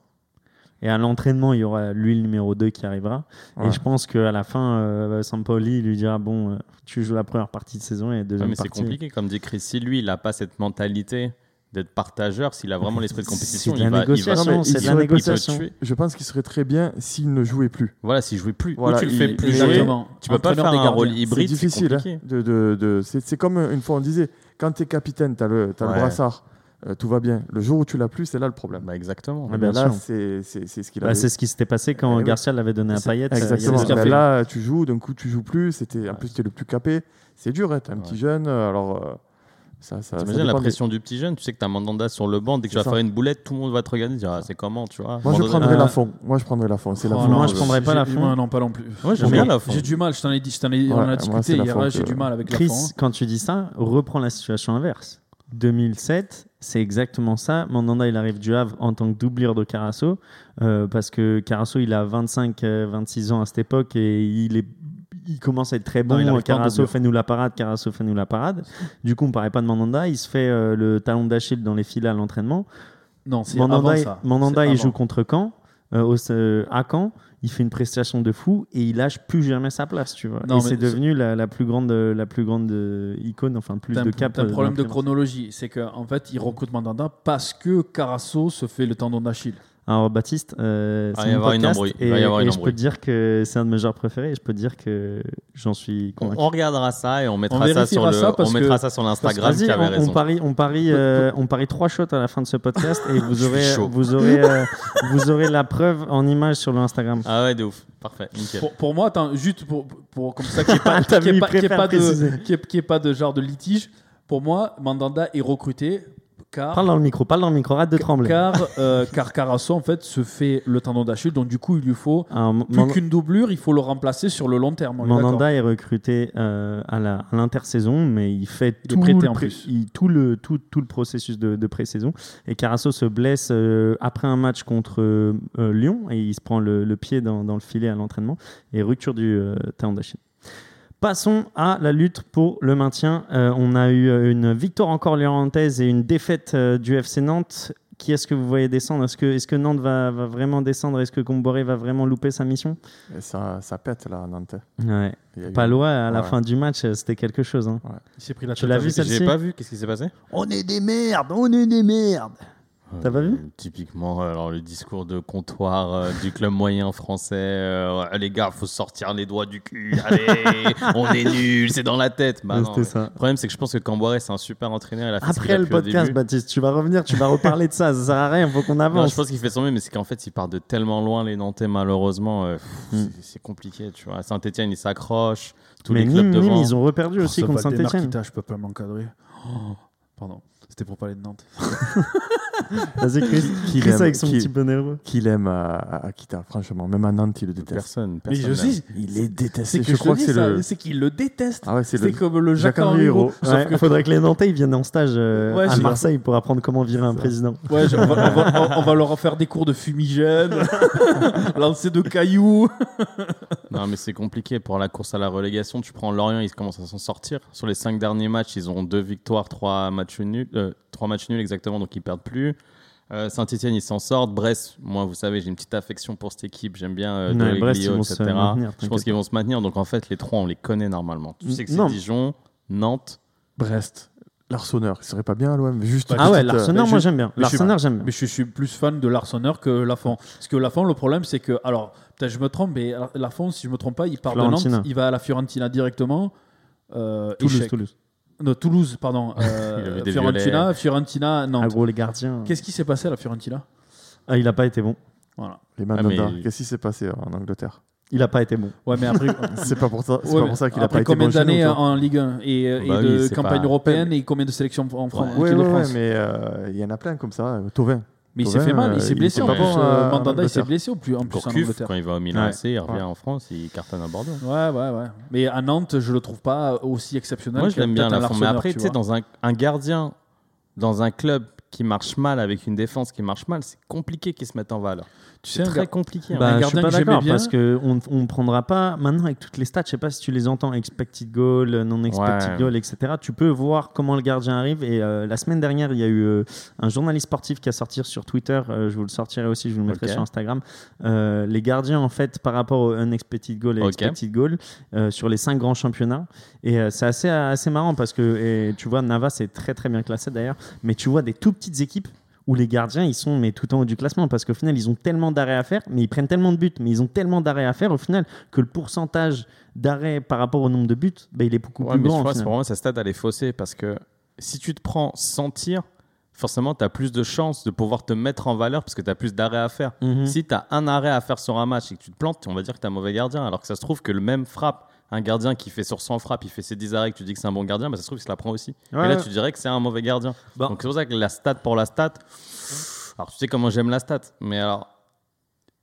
S3: Et à l'entraînement, il y aura lui le numéro 2 qui arrivera.
S1: Ouais.
S3: Et je pense qu'à la fin, euh, Sampoli lui dira Bon, euh, tu joues la première partie de saison et la
S2: Ouais,
S3: deuxième
S2: mais c'est
S3: partie.
S2: compliqué, comme dit Chris. Si lui, il n'a pas cette mentalité d'être partageur, s'il a vraiment l'esprit de compétition,
S3: C'est de
S2: il
S3: la
S2: va, il va-
S3: négociation,
S1: Non, mais
S3: c'est
S1: il
S3: de la
S1: serait-
S3: négociation.
S2: tuer.
S1: Je pense qu'il serait très bien s'il ne jouait plus.
S2: Voilà, s'il jouait plus,
S1: Voilà,
S2: ou tu le fais
S1: il-
S2: plus
S1: il-
S2: jouer,
S5: Exactement.
S2: tu peux pas faire
S5: Entraîneur des
S2: un rôle
S5: gardiens.
S1: C'est
S2: hybride. C'est
S1: difficile. hein,
S2: compliqué.
S1: de, de- de- c'est c'est comme euh, une fois on disait, quand tu es capitaine, tu as, le, t'as
S2: Ouais.
S1: le brassard, euh, tout va bien. Le jour où tu l'as plus, c'est là le problème.
S2: Bah, exactement.
S3: Ouais,
S1: Ben
S3: bien
S1: là,
S3: sûr.
S1: c'est c'est- c'est ce qu'il a
S3: Bah, c'est ce qui s'était passé quand
S1: Eh oui.
S3: Garcia l'avait donné à
S5: C'est-
S3: Payet. euh, il y a
S1: Exactement.
S3: deux ans.
S5: Tout à
S1: Ben
S5: fait.
S1: là, tu joues, d'un coup, tu joues plus. C'était, en plus, tu es le plus capé. C'est dur, hein, t'es un
S2: Ouais.
S1: petit jeune. euh, Alors, euh, Ça, ça, ça
S2: T'imagines la
S1: dépend des-
S2: pression du petit jeune, tu sais que t'as Mandanda sur le banc, dès que tu
S1: C'est
S2: vas
S1: ça.
S2: faire une boulette, tout le monde va te regarder, dire ah, c'est comment, tu vois.
S1: Moi, je
S2: Mandanda-
S1: prendrais
S5: Euh,
S1: la fond. Moi, je prendrais la fond. C'est la
S5: Oh
S1: fond.
S5: non,
S3: Moi, je
S1: euh,
S3: prendrais pas la
S5: j'ai-
S3: fond.
S5: Non, pas non plus.
S2: Ouais, Ah, j'aime
S5: J'ai-
S2: bien la fond.
S5: J'ai du mal, je t'en ai dit, je t'en ai,
S1: Ouais,
S5: on en a
S1: moi,
S5: discuté
S1: c'est la
S5: hier,
S1: fond
S5: ouais,
S1: que-
S5: j'ai du mal avec la
S3: euh, Chris,
S5: fond.
S3: quand tu dis ça, reprends la situation inverse. 2007, c'est exactement ça. Mandanda, il arrive du Havre en tant que doublure de Carasso, euh, parce que Carasso, il a 25-26 ans à cette époque et il est. Il commence à être très bon.
S5: il arrive pas en
S3: Carasso
S5: doublure.
S3: fait nous la parade. Carasso fait nous la parade. Du coup, on parlait pas de Mandanda. Il se fait euh, le talon d'Achille dans les filets à l'entraînement.
S5: Non, c'est
S3: Mandanda,
S5: avant
S3: il-
S5: ça.
S3: Mandanda,
S5: C'est
S3: il
S5: avant.
S3: joue contre Caen, euh, au- euh, à Caen. Il fait une prestation de fou et il lâche plus jamais sa place, tu vois.
S5: Non,
S3: et
S5: mais
S3: c'est
S5: c'est-
S3: devenu la, la plus grande, euh, la plus grande euh, icône, enfin plus
S5: T'as un-
S3: de cap.
S5: t'as un
S3: euh,
S5: problème de
S3: d'influence.
S5: chronologie, c'est qu'en fait, il recrute Mandanda parce que Carasso se fait le tendon d'Achille.
S3: Alors Baptiste, euh,
S2: Ah,
S3: c'est
S2: il va y
S3: mon
S2: avoir une
S3: podcast
S2: embrouille. Il
S3: et,
S2: va y avoir
S3: et
S2: une
S3: je peux
S2: embrouille.
S3: te dire que c'est un de mes genres préférés. Et je peux te dire que j'en suis
S2: On,
S3: convaincu.
S2: on regardera ça et on mettra
S5: On
S2: ça sur
S5: vérifiera
S2: le,
S5: ça parce
S2: on mettra
S5: que-
S2: ça sur l'Instagram
S3: Vas-y,
S2: qui avait
S3: on, on
S2: raison.
S3: parie, on parie, euh, on parie trois shots à la fin de ce podcast et vous
S2: suis
S3: aurez,
S2: chaud.
S3: vous aurez, euh, vous aurez la preuve en image sur le Instagram.
S2: Ah ouais, de ouf. Parfait, nickel.
S5: Pour, pour moi, attends, juste pour, pour- comme ça, qu'il n'y ait pas,
S3: T'as
S5: qu'il y ait
S3: vu, il
S5: pas- qu'il y ait
S3: préfère
S5: pas
S3: préciser.
S5: de, qu'il y ait- qu'il y ait pas de genre de litige, pour moi, Mandanda est recruté car.
S3: Parle dans le micro, parle dans le micro, arrête de trembler.
S5: Car, euh, car Carasso, en fait, se fait le tendon d'Achille, donc du coup, il lui faut
S3: Alors,
S5: plus
S3: Mand-
S5: qu'une doublure, il faut le remplacer sur le long terme. on est d'accord.
S3: Mandanda est recruté euh, à la- à l'intersaison, mais il fait
S5: Il est
S3: tout,
S5: prêté
S3: le
S5: en
S3: pré-
S5: plus.
S3: il- tout le tout, tout le processus de, de pré-saison. Et Carasso se blesse euh, après un match contre euh, euh, Lyon et il se prend le, le pied dans, dans le filet à l'entraînement et rupture du euh, talon d'Achille. Passons à la lutte pour le maintien. Euh, on a eu euh, une victoire encore lyonnaise et une défaite euh, du FC Nantes. Qui est-ce que vous voyez descendre Est-ce que, est que Nantes va, va vraiment descendre Est-ce que Comboré va vraiment louper sa mission
S1: et ça, ça pète, là, à Nantes.
S3: Ouais.
S1: Il y a eu-
S3: Palois, à la
S1: Ouais.
S3: fin du match, euh, c'était quelque chose. hein.
S5: Il s'est pris la
S3: Tu
S5: tête
S3: l'as
S5: avec-
S3: vu, celle-ci
S2: J'ai pas vu, qu'est-ce qui s'est passé
S4: On est des merdes, on est des merdes.
S3: T'as pas vu
S2: Euh, Typiquement, euh, alors le discours de comptoir euh, du club moyen français. euh, Ouais, les gars, faut sortir les doigts du cul. Allez, on est nuls, c'est dans la tête. Bah,
S3: Ouais,
S2: non,
S3: c'était ça.
S2: Le problème, c'est que je pense que Camboire, c'est un super entraîneur. il a fait ce qu'il
S3: Après
S2: a
S3: le
S2: pu au
S3: podcast,
S2: début.
S3: Baptiste, tu vas revenir, tu vas reparler de ça. Ça sert à rien, faut qu'on
S2: Non, je
S3: avance.
S2: pense qu'il fait son mieux, mais c'est qu'en fait, il part de tellement loin, les Nantais, malheureusement. euh, pff,
S3: Mm.
S2: c'est- C'est compliqué, tu vois. Saint-Etienne, ils s'accrochent. Tous
S3: Mais
S2: les clubs
S3: Nîmes, Nîmes,
S2: devant.
S3: ils ont reperdu
S5: Oh,
S3: aussi
S5: ce
S3: contre
S5: Valdemar
S3: Saint-Etienne.
S5: Kita, Je peux pas me l'encadrer. Oh, pardon, c'était pour parler de Nantes.
S3: Vas-y, Chris,
S1: Qu'il
S3: Chris
S1: aime,
S3: avec son
S1: qu'il-
S3: petit peu nerveux.
S1: Qu'il aime euh, à, à Akita, franchement. Même à Nantes, il le déteste.
S2: Personne.
S5: Mais
S2: personne
S5: je
S2: n'aime.
S5: sais,
S1: Il est détesté.
S5: c'est que
S1: je crois que c'est le.
S5: c'est qu'il le déteste.
S1: Ah ouais, c'est
S5: C'est
S1: le.
S5: comme le Jacques
S1: Jacques-Henri
S5: Henry Hérault.
S1: Hérault.
S5: Sauf
S3: Ouais,
S5: que-
S3: faudrait que les Nantais ils viennent en stage euh,
S5: Ouais,
S3: à
S5: j'ai-
S3: Marseille pour apprendre comment virer un président.
S5: Ouais, je- on, va, on va- on va leur faire des cours de fumigène, lancer de cailloux.
S2: Non, mais c'est compliqué pour la course à la relégation. Tu prends Lorient, ils commencent à s'en sortir. Sur les cinq derniers matchs, ils ont deux victoires, trois matchs nuls, euh, trois matchs nuls exactement, donc ils perdent plus. Euh, Saint-Etienne, ils s'en sortent. Brest, moi, vous savez, j'ai une petite affection pour cette équipe. J'aime bien euh,
S3: Ouais,
S2: Delglio,
S3: Brest, ils vont se
S2: etc.
S3: maintenir,
S2: Je
S3: t'inquiète
S2: pense qu'ils vont se maintenir. Donc, en fait, les trois, on les connaît normalement. Tu sais que
S3: Non.
S2: c'est Dijon, Nantes.
S5: Brest.
S1: L'arseneur, il serait pas bien à l'OM. Juste.
S5: Ah
S3: Ah
S1: juste,
S3: ouais,
S1: euh,
S3: l'Arsenal,
S5: mais
S3: moi
S5: je-
S3: j'aime bien.
S5: mais je suis-
S3: L'Arsenal, j'aime bien.
S5: Mais je suis plus fan de Larsonneur que Lafont. Parce que Lafont, le problème, c'est que. Alors, peut-être je me trompe, mais Lafont, si je me trompe pas, il part de
S3: Fiorentina.
S5: Nantes, il va à la Fiorentina directement. Euh,
S3: Toulouse,
S5: échec.
S3: Toulouse.
S5: Non, Toulouse, pardon. Euh,
S2: Il y avait des
S5: Fiorentina,
S2: violets.
S5: Fiorentina,
S3: Ah
S5: Nantes.
S3: gros, les gardiens.
S5: Qu'est-ce qui s'est passé à la Fiorentina
S3: Ah, il a pas été bon.
S5: Voilà.
S1: Les
S2: Ah,
S1: Mandanda.
S2: mais-
S1: Qu'est-ce qui s'est passé en Angleterre
S3: Il a pas été bon.
S5: Ouais, mais après.
S1: C'est pas pour ça, c'est
S5: Ouais,
S1: pas
S5: mais
S1: pour ça qu'il a
S5: après
S1: pas été
S5: combien
S1: bon chez nous,
S5: d'années hein
S1: toi.
S5: en Ligue 1 et, euh, et
S2: Bah
S5: de
S2: oui, c'est
S5: campagne
S2: pas-
S5: européenne et combien de sélections en France en
S1: Ouais,
S5: équipe de
S1: ouais,
S5: France
S1: ouais, mais euh, il y en a plein comme ça. euh, Thauvin.
S5: Mais il s'est
S1: Thauvin,
S5: fait mal,
S1: euh,
S5: il s'est
S1: il
S5: blessé.
S1: était
S5: En
S1: pas
S5: plus,
S1: bon,
S5: euh,
S1: euh,
S5: Mandanda, il s'est
S1: Angleterre.
S5: blessé en plus, en, plus en
S2: Gourcuff,
S5: Angleterre.
S2: quand il va au Milan
S1: Ouais.
S2: AC, il revient
S1: Ouais.
S2: en France, il cartonne à Bordeaux.
S5: Ouais, ouais, ouais. Mais à Nantes, je le trouve pas aussi exceptionnel.
S2: Moi, je
S5: que
S2: l'aime bien,
S5: peut-être un
S2: Lafond. Mais
S5: Larsonneur,
S2: après, tu sais,
S5: vois.
S2: dans un, un gardien, dans un club qui marche mal, avec une défense qui marche mal, c'est compliqué qu'ils se mettent en valeur.
S5: Tu sais,
S2: C'est
S5: un
S2: très
S5: gars-
S2: compliqué. hein.
S5: Bah,
S3: Bah, je suis
S5: gardien
S3: pas
S5: que j'aimais
S3: d'accord
S5: bien.
S3: parce que on on prendra pas maintenant avec toutes les stats. Je sais pas si tu les entends, expected goal, non expected
S2: Ouais.
S3: goal, etc. Tu peux voir comment le gardien arrive. Et euh, la semaine dernière, il y a eu euh, un journaliste sportif qui a sorti sur Twitter. euh, je vous le sortirai aussi, je vous le mettrai
S2: Ok.
S3: sur Instagram. Euh, les gardiens en fait par rapport au unexpected goal et
S2: Ok.
S3: expected goal euh, sur les cinq grands championnats. Et euh, c'est assez assez marrant parce que et tu vois Navas est très très bien classé d'ailleurs, mais tu vois des tout petites équipes où les gardiens ils sont mais tout en haut du classement parce qu'au final ils ont tellement d'arrêts à faire mais ils prennent tellement de buts mais ils ont tellement d'arrêts à faire au final que le pourcentage d'arrêts par rapport au nombre de buts ben, il est beaucoup
S2: Ouais,
S3: plus
S2: mais tu
S3: grand au
S2: vois, c'est
S3: final.
S2: pour moi, sa stade, elle est faussée parce que si tu te prends sentir, forcément, tu as plus de chances de pouvoir te mettre en valeur parce que tu as plus d'arrêts à faire.
S5: Mmh.
S3: Mhm.
S2: Si tu as un arrêt à faire sur un match et que tu te plantes, on va dire que tu un mauvais gardien. Alors que ça se trouve que le même frappe, un gardien qui fait sur 100 frappes, il fait ses 10 arrêts, que tu dis que c'est un bon gardien, bah, ça se trouve qu'il se la prend aussi.
S3: Ouais.
S2: Et là, tu dirais que c'est un mauvais gardien.
S5: Bah.
S2: Donc c'est pour ça que la stat pour la stat. Alors tu sais comment j'aime la stat, mais alors.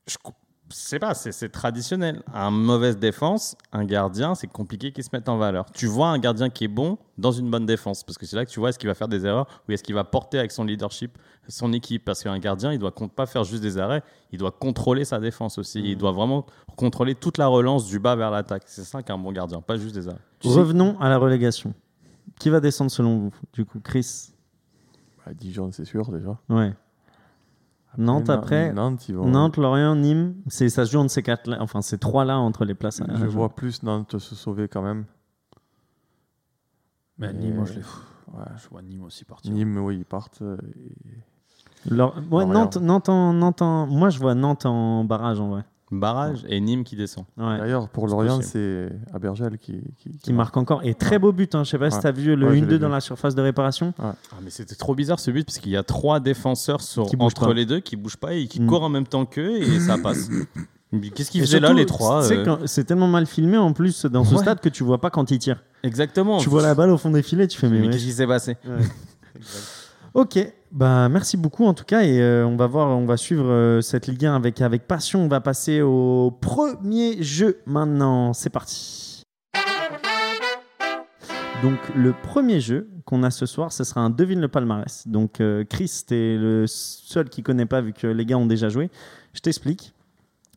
S2: Je co- sais pas, c'est c'est traditionnel. Un mauvaise défense, un gardien, c'est compliqué qu'il se mette en valeur. Tu vois un gardien qui est bon dans une bonne défense, parce que c'est là que tu vois est-ce qu'il va faire des erreurs ou est-ce qu'il va porter avec son leadership son équipe, parce qu'un gardien, il doit compte pas faire juste des arrêts, il doit contrôler sa défense aussi. Il doit vraiment contrôler toute la relance du bas vers l'attaque. C'est ça qu'un bon gardien, pas juste des arrêts.
S5: Tu sais-
S3: Revenons à la relégation. Qui va descendre selon vous Du coup, Chris
S1: Bah, Dijon, c'est sûr déjà.
S3: Ouais. Nantes
S1: Mais Nan-
S3: après
S1: Nantes, ils vont.
S3: Nantes, Lorient, Nîmes. C'est, ça se joue entre ces quatre là, enfin ces trois là entre les places. à-
S1: Je vois plus Nantes se sauver quand même.
S5: Mais
S1: Et-
S5: Nîmes, moi, je les
S1: Ouais.
S5: Je vois Nîmes aussi partir.
S1: Nîmes, oui, ils partent. euh, et-
S3: Lor- ouais,
S1: Lorient.
S3: Nantes, Nantes, en, Nantes en- Moi, je vois Nantes en barrage en vrai.
S2: Barrage et Nîmes qui descend.
S3: Ouais.
S1: D'ailleurs, pour
S2: c'est
S1: Lorient,
S2: possible.
S1: c'est Abergel qui, qui, qui
S3: Qui marque encore. Et très beau but. Hein. Je sais pas si
S1: Ouais.
S3: t'as vu le
S1: Ouais, je l'ai
S3: 1-2
S1: vu.
S3: dans la surface de réparation.
S2: Ah, mais c'était trop bizarre ce but parce qu'il y a trois défenseurs sur,
S3: Qui bougent
S2: entre
S3: pas.
S2: les deux qui bougent pas et qui
S3: Mm.
S2: courent en même temps qu'eux et ça passe. Mais Qu'est-ce qu'ils
S3: Et
S2: faisaient là
S3: surtout,
S2: les trois
S3: tu sais
S2: euh,
S3: quand- C'est tellement mal filmé en plus dans ce
S2: Ouais. Oh,
S3: stade que tu vois pas quand ils tirent.
S2: Exactement.
S3: Tu vois la balle au fond des filets, tu fais
S2: mais
S3: mais. ouais,
S2: qu'est-ce qui s'est passé
S3: Ok, bah merci beaucoup en tout cas et euh, on va voir, on va suivre euh, cette Ligue 1 avec, avec passion. On va passer au premier jeu maintenant. C'est parti. Donc le premier jeu qu'on a ce soir, ce sera un devine le palmarès. Donc euh, Chris, t'es le seul qui connaît pas vu que les gars ont déjà joué. Je t'explique.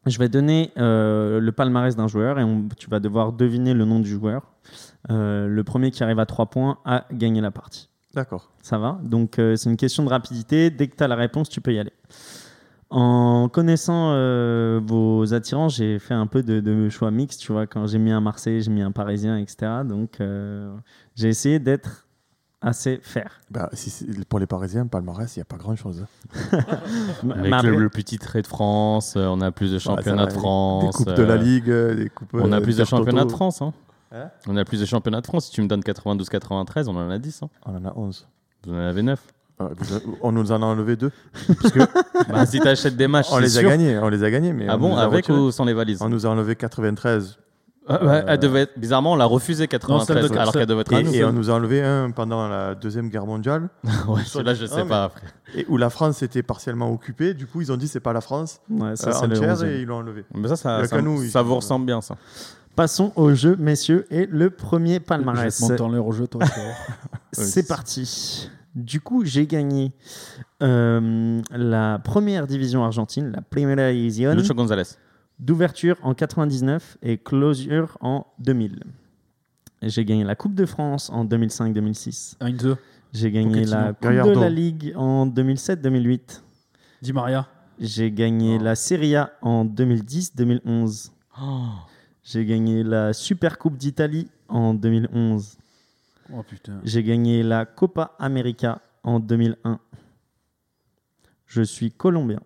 S3: Je vais donner euh, le palmarès d'un joueur et on- tu vas devoir deviner le nom du joueur. Euh, le premier qui arrive à 3 points a gagné la partie.
S1: D'accord.
S3: Ça va. Donc, euh, c'est une question de rapidité. Dès que tu as la réponse, tu peux y aller. En connaissant euh, vos attirants, j'ai fait un peu de, de choix mixte. Tu vois, quand j'ai mis un Marseillais, j'ai mis un Parisien, etc. Donc, euh, j'ai essayé d'être assez fair.
S1: Bah, si c'est- pour les Parisiens, palmarès, il n'y a pas grand-chose. hein.
S3: M-
S2: Avec
S3: mais après-
S2: le, le plus titré de France, euh, on a plus de championnats
S1: va,
S2: de
S1: les-
S2: France.
S1: Des coupes de
S2: euh,
S1: la Ligue, euh, des coupes.
S2: On a
S1: euh,
S2: plus de
S1: Intertoto.
S2: championnats de France. hein.
S1: Hein
S2: on a plus de championnats de France. Si tu me donnes 92-93, on en a 10. hein.
S1: On en a 11.
S2: Vous en avez 9.
S1: Ah, vous a- On nous en a enlevé deux.
S2: Bah, si t'achètes des matchs,
S1: On
S2: c'est
S1: les a
S2: sûr.
S1: gagnés. On les a gagnés, mais
S2: Ah
S1: on
S2: bon,
S1: nous a
S2: avec
S1: retirés.
S2: ou sans les valises
S1: On nous a enlevé 93
S2: Ah, ouais, Elle devait être... Bizarrement, on l'a refusé
S5: Non, celle
S2: 93
S5: de-
S2: alors qu'elle devait être à nous.
S1: et, et on nous a enlevé un pendant la deuxième guerre mondiale
S2: Ouais, Là, je
S1: Ah,
S2: sais
S1: mais-
S2: pas après.
S1: et où la France était partiellement occupée. Du coup, ils ont dit c'est pas la France
S3: Ouais, ça,
S1: euh,
S3: c'est le
S1: entière
S3: onzième.
S1: et ils l'ont enlevé.
S2: Mais ça, ça,
S1: Le
S2: ça,
S1: canou, il-
S2: ça
S5: euh,
S2: vous ressemble bien, ça.
S3: Passons au jeu, messieurs, et le premier palmarès.
S5: Je vais te monter en l'air au jeu, toi. tu vas voir.
S3: C'est parti. Du coup, j'ai gagné euh, la première division argentine, la Primera División.
S2: Lucho González.
S3: d'ouverture en 99 et closure en 2000. Et J'ai gagné la Coupe de France en 2005-2006.
S5: Un, deux.
S3: J'ai gagné
S1: Pochettino,
S3: la Coupe de
S1: Gallardo.
S3: la Ligue en 2007-2008.
S5: Di Maria.
S3: J'ai gagné la Serie A en 2010-2011.
S2: Oh,
S3: J'ai gagné la Super Coupe d'Italie en 2011.
S5: Oh putain.
S3: J'ai gagné la Copa América en 2001. Je suis colombien.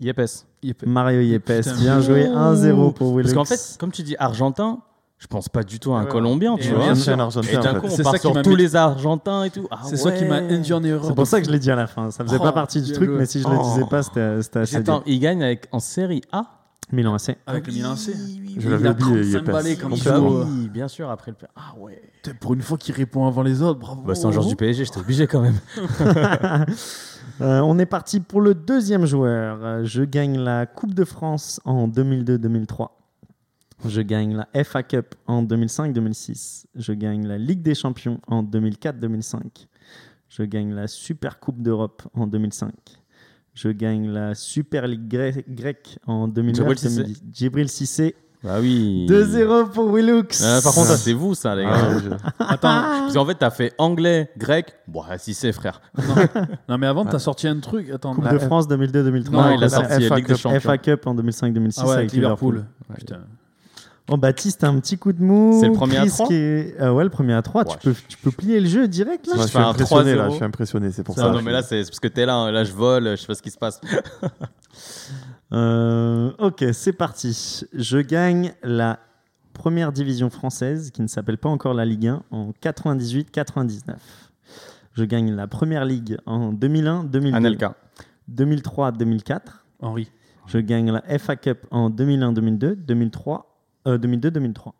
S2: Yepes.
S3: Mario Yepes,
S5: Putain.
S3: bien joué 1-0 pour Willux.
S2: Parce qu'en fait, comme tu dis argentin, je pense pas du tout à un
S1: Ouais.
S2: Colombien, tu
S5: Et
S2: vois.
S5: bien sûr.
S1: C'est un Argentin.
S2: Et d'un
S1: en
S2: coup,
S1: fait.
S2: on
S5: C'est
S2: part
S5: ça qui
S2: sur
S5: m'a
S2: tous
S5: mis-
S2: les argentins et tout. Ah
S5: C'est ça qui m'a
S2: ouais.
S5: induit en erreur.
S3: C'est pour ça que je l'ai dit à la fin. Ça faisait
S2: Oh,
S3: pas partie du
S5: bien
S3: truc,
S5: joué.
S3: mais si je le
S2: Oh.
S3: disais pas, c'était c'était assez
S2: Attends,
S3: dur.
S2: il gagne avec, en série A
S3: Milan AC.
S5: Avec le Milan C.
S1: Je l'avais oublié, il est passé.
S5: balais quand il
S1: Complètement.
S5: joue. au-
S2: Ah Oui, bien sûr, après le. Ah ouais.
S5: Putain, Pour une fois qu'il répond avant les autres, bravo.
S2: Bah, c'est un joueur du PSG, j'étais obligé quand même.
S3: Euh, on est parti pour le deuxième joueur. Euh, Je gagne la Coupe de France en 2002-2003. Je gagne la FA Cup en 2005-2006. Je gagne la Ligue des Champions en 2004-2005. Je gagne la Super Coupe d'Europe en 2005. Je gagne la Super Ligue gre- grecque en 2009-2010. Djibril Cissé,
S2: Bah oui.
S3: 2-0 pour Willux.
S2: Euh, par contre, ça, c'est vous, ça, les gars.
S1: Ah, je-
S5: Attends,
S2: Parce qu'en fait, t'as fait anglais, grec. Bah, si c'est frère.
S5: non mais avant, t'as sorti un truc. Attends,
S3: Coupe
S5: la-
S3: de France 2002-2003.
S5: Non, il
S2: il a
S1: la
S2: sorti
S1: FA
S2: Ligue des
S1: Cup.
S2: Champions.
S3: FA Cup en 2005-2006
S5: Ah ouais, avec Liverpool.
S2: Ouais.
S5: Putain.
S3: Oh, Baptiste, un petit coup de mou.
S2: C'est le premier à
S3: Chris
S2: trois
S3: qui est- Ah ouais, le premier à 3.
S2: Ouais.
S3: Tu, peux, tu peux plier le jeu direct là
S1: Moi,
S2: Je
S1: je
S2: fais
S1: suis
S2: un
S1: impressionné là,
S2: 3-0.
S1: je suis impressionné, c'est pour
S5: Ça,
S1: ça.
S2: Non, non, mais là, c'est c'est parce que t'es là. hein. Là, je vole, je sais pas ce qui se passe.
S3: Euh, Ok, c'est parti. Je gagne la première division française qui ne s'appelle pas encore la Ligue 1 en 98-99. Je gagne la première ligue en 2001, 2002,
S2: Anelka.
S3: 2003, 2004.
S5: Henri.
S3: Je gagne la FA Cup en 2001, 2002, 2003, euh, 2002, 2003.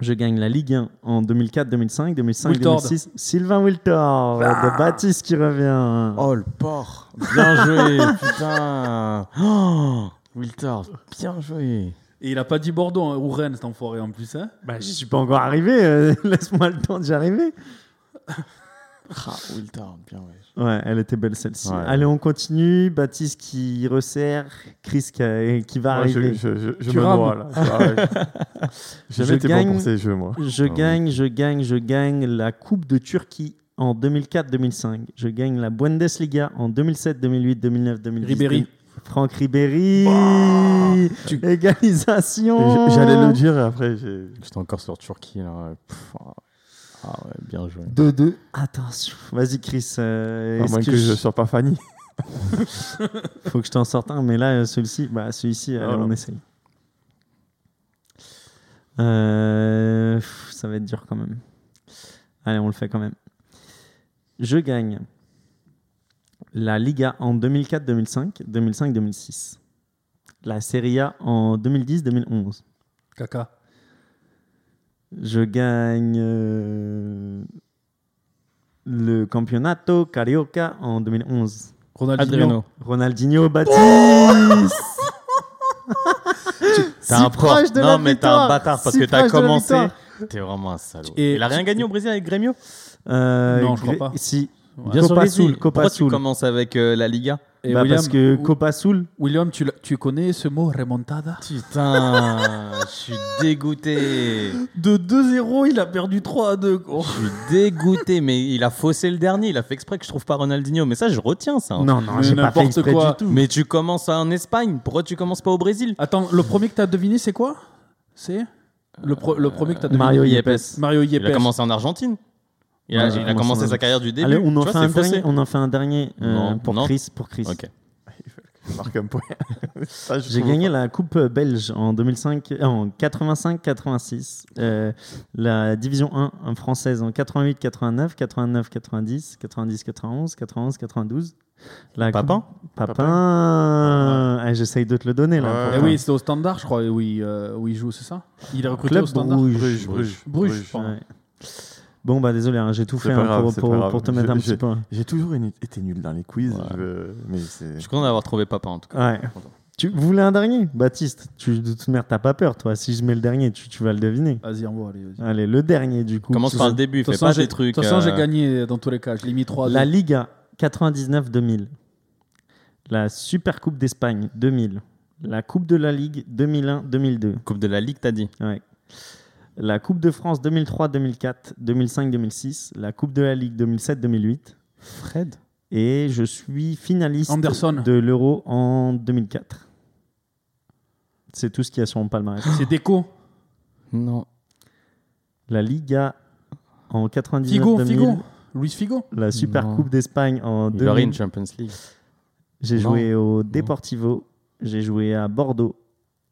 S3: Je gagne la Ligue 1 en 2004, 2005, 2005,
S5: Wiltord.
S3: 2006. Sylvain Wiltord, de Baptiste qui revient.
S2: Oh le porc Bien joué, putain oh, Wiltord, bien joué
S5: Et il a pas dit Bordeaux hein, ou Rennes, cet enfoiré en plus. Hein
S3: Bah, j'y suis pas encore arrivé. euh, Laisse-moi le temps d'y arriver.
S2: Ah, Wiltord, bien joué.
S3: Ouais, elle était belle celle-ci.
S2: Ouais.
S3: Allez, on continue. Baptiste qui resserre. Chris qui, qui va
S1: Ouais, je,
S3: arriver.
S1: je- je- je
S5: Tu
S1: me
S5: rames.
S1: noie là. Ah ouais. J'ai
S3: Je
S1: jamais été
S3: gagne.
S1: bon pour ces jeux, moi.
S3: Je
S2: Ah oui.
S3: gagne, je gagne, je gagne la Coupe de Turquie en 2004-2005. Je gagne la Bundesliga en 2007, 2008, 2009, 2010.
S5: Ribéry.
S3: Franck Ribéry.
S5: Tu-
S3: Égalisation.
S1: Et j- Bah, J'allais le dire et après, j'ai.
S2: J'étais encore sur Turquie là. Pff, ah ah ouais, bien joué.
S3: 2-2. Attention. Vas-y, Chris. euh,
S1: À
S3: est-ce
S1: moins que,
S3: que
S1: je
S3: je-
S1: ne sois pas Fanny.
S3: Faut que je t'en sorte un, mais là, euh, celui-ci, bah, celui-ci, allez,
S1: Ah,
S3: on
S1: ouais.
S3: essaye. Euh, pff, ça va être dur quand même. Allez, on le fait quand même. Je gagne la Liga en 2004, 2005, 2005, 2006. La Serie A en 2010, 2011.
S5: Caca.
S3: Je gagne euh, le Campeonato Carioca en 2011.
S5: Ronaldinho.
S2: Adriano. Oh
S3: Ronaldinho Baptiste
S2: T'es
S3: Si
S2: un porc.
S3: proche de la
S2: Non, mais t'es un
S3: victoire,
S2: bâtard parce
S3: si
S2: que
S3: proche
S2: t'as
S3: de la
S2: commencé.
S3: victoire.
S2: T'es vraiment un salaud.
S5: Et-
S2: Il a rien gagné au Brésil avec Grêmio
S3: Euh,
S5: Non, je crois
S3: Gré-
S5: pas.
S3: Si.
S5: Ouais.
S3: Copa
S2: Copasoul.
S3: Soul, Copa
S2: Pourquoi tu
S3: Soul.
S2: commences avec euh, la Liga
S5: Et
S3: Bah,
S5: Eh, William,
S3: parce que
S5: Wi-
S3: Copa Soul,
S5: William, tu, l'as- tu connais ce mot remontada
S2: Putain, je suis dégoûté.
S5: De 2-0, il a perdu 3 à 2.
S2: Je suis dégoûté, mais il a faussé le dernier. Il a fait exprès que je trouve pas Ronaldinho. Mais ça, je retiens ça. hein.
S3: non, non,
S5: Mais
S3: j'ai pas fait
S5: n'importe
S3: exprès
S5: quoi.
S3: du tout.
S2: Mais tu commences en Espagne. Pourquoi tu commences pas au Brésil
S5: Attends, le premier que t'as deviné, c'est quoi C'est le, pro- le premier que t'as deviné
S3: Mario
S2: Yepes.
S3: Yepes.
S5: Mario Yepes.
S2: Il a commencé en Argentine. Il a,
S3: Ouais,
S2: il a
S3: il a commencé
S2: commencé
S3: en
S2: sa carrière du début.
S3: Allez, on en,
S2: Tu
S3: fait
S2: vois,
S3: un
S2: c'est
S3: dernier,
S2: faussé.
S3: on en fait un dernier euh,
S2: Non,
S3: pour
S2: non.
S3: Chris. Pour Chris.
S2: Ok.
S1: Je marque un point. Ça, je
S3: J'ai
S1: trouve
S3: gagné
S1: pas.
S3: la Coupe belge en 2005, euh, en 85-86, euh, la Division 1 en française en 88-89, 89-90, 90-91, 91-92. La Coupe-
S2: Papin
S3: Papin.
S1: Papin.
S3: Eh, J'essaye de te le donner là.
S1: Ouais.
S5: Eh
S3: pour-
S5: oui, c'était au standard, je crois, où il, euh, où il joue, c'est ça Il est recruté
S3: Club
S5: au standard.
S3: Bruges.
S1: Bruges, Bruges.
S5: Bruges,
S1: Bruges.
S5: pardon.
S3: Ouais. Bon, bah désolé, hein, j'ai tout
S1: C'est
S3: fait
S1: pas
S3: hein,
S1: grave,
S3: pour,
S1: c'est
S3: pour-
S1: pas grave.
S3: pour te mettre un
S1: Je-
S3: petit peu.
S1: J'ai toujours une- été nul dans les quiz.
S2: Ouais.
S1: je veux- Mais c'est.
S2: Je suis content d'avoir trouvé Papin en tout cas.
S3: hein. Ouais. Tu voulais un dernier Baptiste, tu, de toute manière, t'as pas peur, toi. Si je mets le dernier, tu, tu vas le deviner.
S5: Vas-y, envoie, allez, vas-y.
S3: Allez, le dernier, du coup.
S2: Commence par le début,
S5: De
S2: fais
S5: toute façon,
S2: pas
S5: j'ai-
S2: des trucs.
S5: De toute façon, j'ai
S2: euh,
S5: gagné dans tous les cas. Je l'ai mis 3 à 2.
S3: La Liga 99-2000. La Super Coupe d'Espagne 2000. La Coupe de la Ligue 2001-2002.
S2: Coupe de la Ligue, t'as dit
S3: Ouais. La Coupe de France 2003-2004, 2005-2006. La Coupe de la Ligue 2007-2008.
S2: Fred
S3: Et je suis finaliste
S5: Anderson.
S3: de l'Euro en 2004. C'est tout ce qu'il y a sur mon palmarès.
S5: C'est Deco.
S2: Non.
S3: La Liga en 99
S5: Figo,
S3: 2000,
S5: Figo. Luis Figo.
S3: la Super
S2: Non.
S3: Coupe d'Espagne en
S2: Il aurait une
S3: 2000.
S2: Champions League.
S3: J'ai
S2: Non.
S3: joué au Deportivo, j'ai joué à Bordeaux,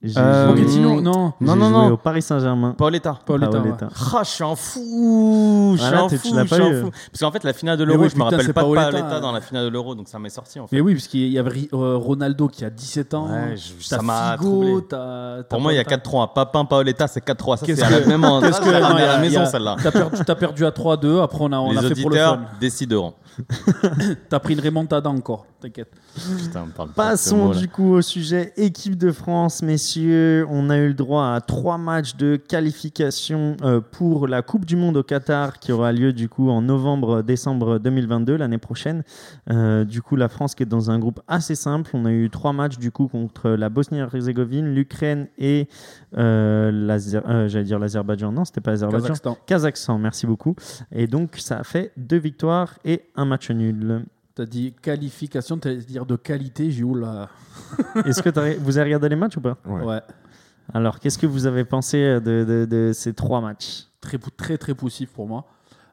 S3: j'ai
S2: Euh,
S3: joué,
S2: Pochettino.
S5: Pochettino, non.
S3: j'ai
S2: Non, non,
S3: joué
S2: non.
S3: au Paris Saint-Germain.
S2: Pauletta.
S5: Paul Eta,
S3: Paul
S5: ouais.
S3: Eta.
S2: Ah, je suis un fou Je
S3: Ah
S2: suis
S3: là,
S2: un
S3: t'es-
S2: fou,
S3: tu l'as
S2: je suis
S3: pas
S2: un
S3: eu.
S2: fou. Parce qu'en fait, la finale de
S5: Mais
S2: l'Euro,
S5: oui,
S2: je me
S5: putain,
S2: rappelle
S5: c'est
S2: pas de
S5: Paoletta,
S2: Paoletta
S5: hein.
S2: dans la finale de l'Euro, donc ça m'est sorti en fait.
S5: Mais oui, parce qu'il y avait Ri- euh, Ronaldo qui a 17 ans.
S2: Ouais, je-
S5: T'as
S2: ça m'a
S5: Figo,
S2: troublé.
S5: t'as- t'as
S2: Pour moi, il y a
S5: Paoletta.
S2: 4-3. Papin, Paoletta, c'est 4-3. Ça,
S5: Qu'est-ce
S2: c'est à la
S5: que-
S2: même endroit.
S5: Qu'est-ce que non,
S2: à
S5: il y a-
S2: la
S5: il y a-
S2: maison, celle-là.
S5: T'as perdu, t'as perdu à 3-2. Après, on a, on
S2: Les
S5: a fait pour le
S2: auditeurs
S5: fun.
S2: décideront.
S5: T'as pris une remontada encore. T'inquiète.
S2: Putain, me parle pas de ce
S3: Passons
S2: mot-là.
S3: du coup au sujet équipe de France, messieurs. On a eu le droit à trois matchs de qualification euh, pour la Coupe du Monde au Qatar qui aura lieu du coup en novembre-décembre 2022, l'année prochaine. Euh, du coup, la France qui est dans un groupe assez simple. On a eu trois matchs du coup contre la Bosnie-Herzégovine, l'Ukraine et euh, l'Azer- euh, j'allais dire l'Azerbaïdjan. Non, c'était pas l'Azerbaïdjan.
S5: Kazakhstan.
S3: Kazakhstan, merci beaucoup. Et donc, ça a fait deux victoires et un match nul.
S5: T'as dit qualification, t'as dit dire de qualité. J'ai eu là.
S3: Est-ce que t'as- vous avez regardé les matchs ou pas
S1: Ouais.
S5: Ouais.
S3: Alors, qu'est-ce que vous avez pensé euh, de, de- de ces trois matchs
S5: très, pou- très très poussif pour moi.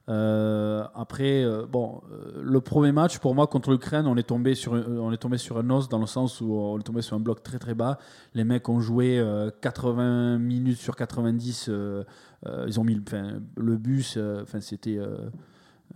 S5: Euh, après, euh, bon, euh, le premier match pour moi contre l'Ukraine, on est tombé sur un- euh, on est tombé sur un os dans le sens où on est tombé sur un bloc très très bas. Les mecs ont joué euh, 80 minutes sur 90. euh, euh, ils ont mis le- enfin, le bus. euh, Enfin, c'était euh,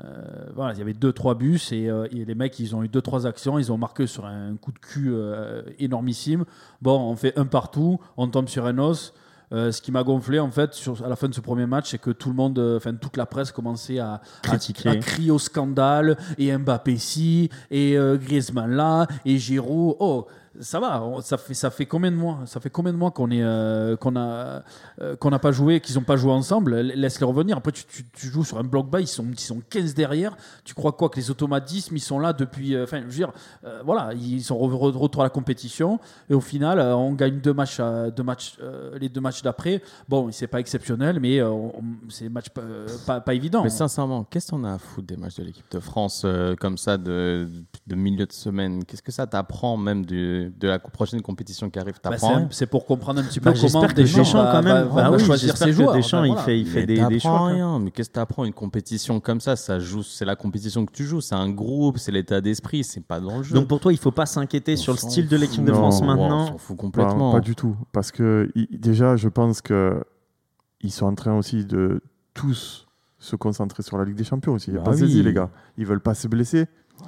S5: Euh, voilà, il y avait 2-3 bus et, euh, et les mecs, ils ont eu 2-3 actions, ils ont marqué sur un coup de cul euh, énormissime. Bon, on fait un partout, on tombe sur un os. Euh, ce qui m'a gonflé en fait sur, à la fin de ce premier match, c'est que tout le monde, euh, enfin toute la presse commençait à, à-
S3: Critiquer.
S5: à, crier au scandale et Mbappé si et euh, Griezmann là et Giroud. Oh, ça va, on- ça fait ça fait combien de mois, ça fait combien de mois qu'on est euh, qu'on a euh, qu'on n'a pas joué, qu'ils n'ont pas joué ensemble. Laisse-les revenir. Après tu, tu- tu joues sur un bloc bas, ils sont ils sont 15 derrière. Tu crois quoi que les automatismes ils sont là depuis, euh, enfin je veux dire, euh, voilà, ils sont re- re- de retour à la compétition. Et au final, euh, on gagne deux matchs, à- deux matchs euh, les deux matchs d'après. Bon, c'est pas exceptionnel, mais euh, on- on- c'est des matchs pas, euh, pas, pas évidents.
S2: Mais sincèrement, qu'est-ce qu'on a à foutre des matchs de l'équipe de France euh, comme ça de, de milieu de semaine Qu'est-ce que ça t'apprend même du- de la co- prochaine compétition qui arrive
S5: Bah, c'est
S2: T'apprends
S5: un- c'est pour comprendre un petit peu
S3: Bah,
S5: comment
S3: J'espère que
S5: Deschamps
S3: Deschamps,
S5: va-
S3: quand
S5: va-
S3: même,
S5: va-
S3: bah
S5: va
S3: oui,
S5: choisir
S3: j'espère que
S5: ses joueurs.
S3: Deschamps,
S5: Bah,
S3: il
S5: voilà.
S3: fait, il fait
S2: Mais
S3: des, des
S2: t'apprends
S3: choix. quoi.
S2: rien. Mais qu'est-ce que t'apprends Une compétition comme ça, ça joue. C'est la compétition que tu joues. C'est un groupe. C'est l'état d'esprit. C'est pas dans le jeu.
S3: Donc pour toi, il faut pas s'inquiéter
S2: On
S3: sur le
S2: s'en
S3: style de l'équipe
S2: fout.
S3: de
S1: Non,
S3: France
S1: wow,
S2: on
S3: maintenant.
S2: s'en fout
S1: Pas-
S2: complètement.
S1: Bah, Pas, du tout. Parce que i- déjà, je pense que ils sont en train aussi de tous se concentrer sur la Ligue des Champions aussi.
S2: Bah
S1: Pensez-y,
S2: oui.
S1: les gars. Ils veulent pas se blesser.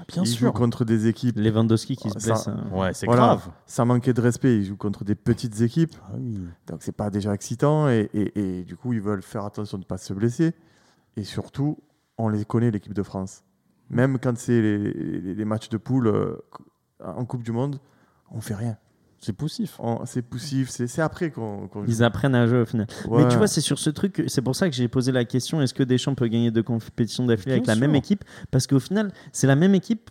S2: Bien
S1: ils
S2: sûr.
S1: jouent contre des équipes.
S3: Lewandowski qui se
S1: Ça-
S3: blesse. hein.
S2: Ouais, c'est
S1: Voilà.
S2: grave.
S1: Ça manquait de respect. Ils jouent contre des petites équipes. Donc c'est pas déjà excitant. Et, et- et du coup, ils veulent faire attention de pas se blesser. Et surtout, on les connaît, l'équipe de France. Même quand c'est les, les- les matchs de poule euh, en Coupe du Monde, on fait rien.
S2: C'est poussif.
S1: On- C'est poussif. C'est c'est après qu'on qu'on joue.
S3: Ils apprennent à jouer au final. Mais tu
S1: Ouais.
S3: vois, c'est sur ce truc, c'est pour ça que j'ai posé la question est-ce que Deschamps peut gagner deux compétitions d'affilée avec
S2: Bien
S3: la même
S2: sûr.
S3: équipe Parce qu'au final, c'est la même équipe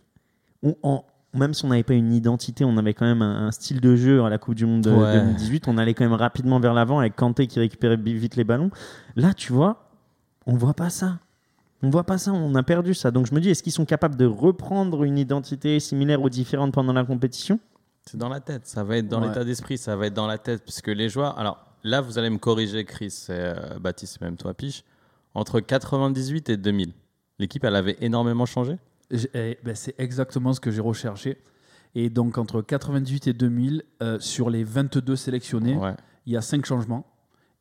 S3: où, en- même si on n'avait pas une identité, on avait quand même un, un style de jeu à la Coupe du Monde de-
S2: Ouais.
S3: 2018. On allait quand même rapidement vers l'avant avec Kanté qui récupérait bi- vite les ballons. Là, tu vois, on voit pas ça. On voit pas ça, on a perdu ça. Donc je me dis, est-ce qu'ils sont capables de reprendre une identité similaire ou différente pendant la compétition
S2: C'est dans la tête, ça va être dans
S5: Ouais.
S2: l'état d'esprit, ça va être dans la tête, parce que les joueurs. Alors là, vous allez me corriger, Chris et euh, Baptiste, et même toi, Piche. Entre 98 et 2000, l'équipe, elle avait énormément changé.
S5: J'ai- eh, ben, c'est exactement ce que j'ai recherché. Et donc entre 98 et 2000, euh, sur les 22 sélectionnés,
S2: Ouais.
S5: il y a 5 changements.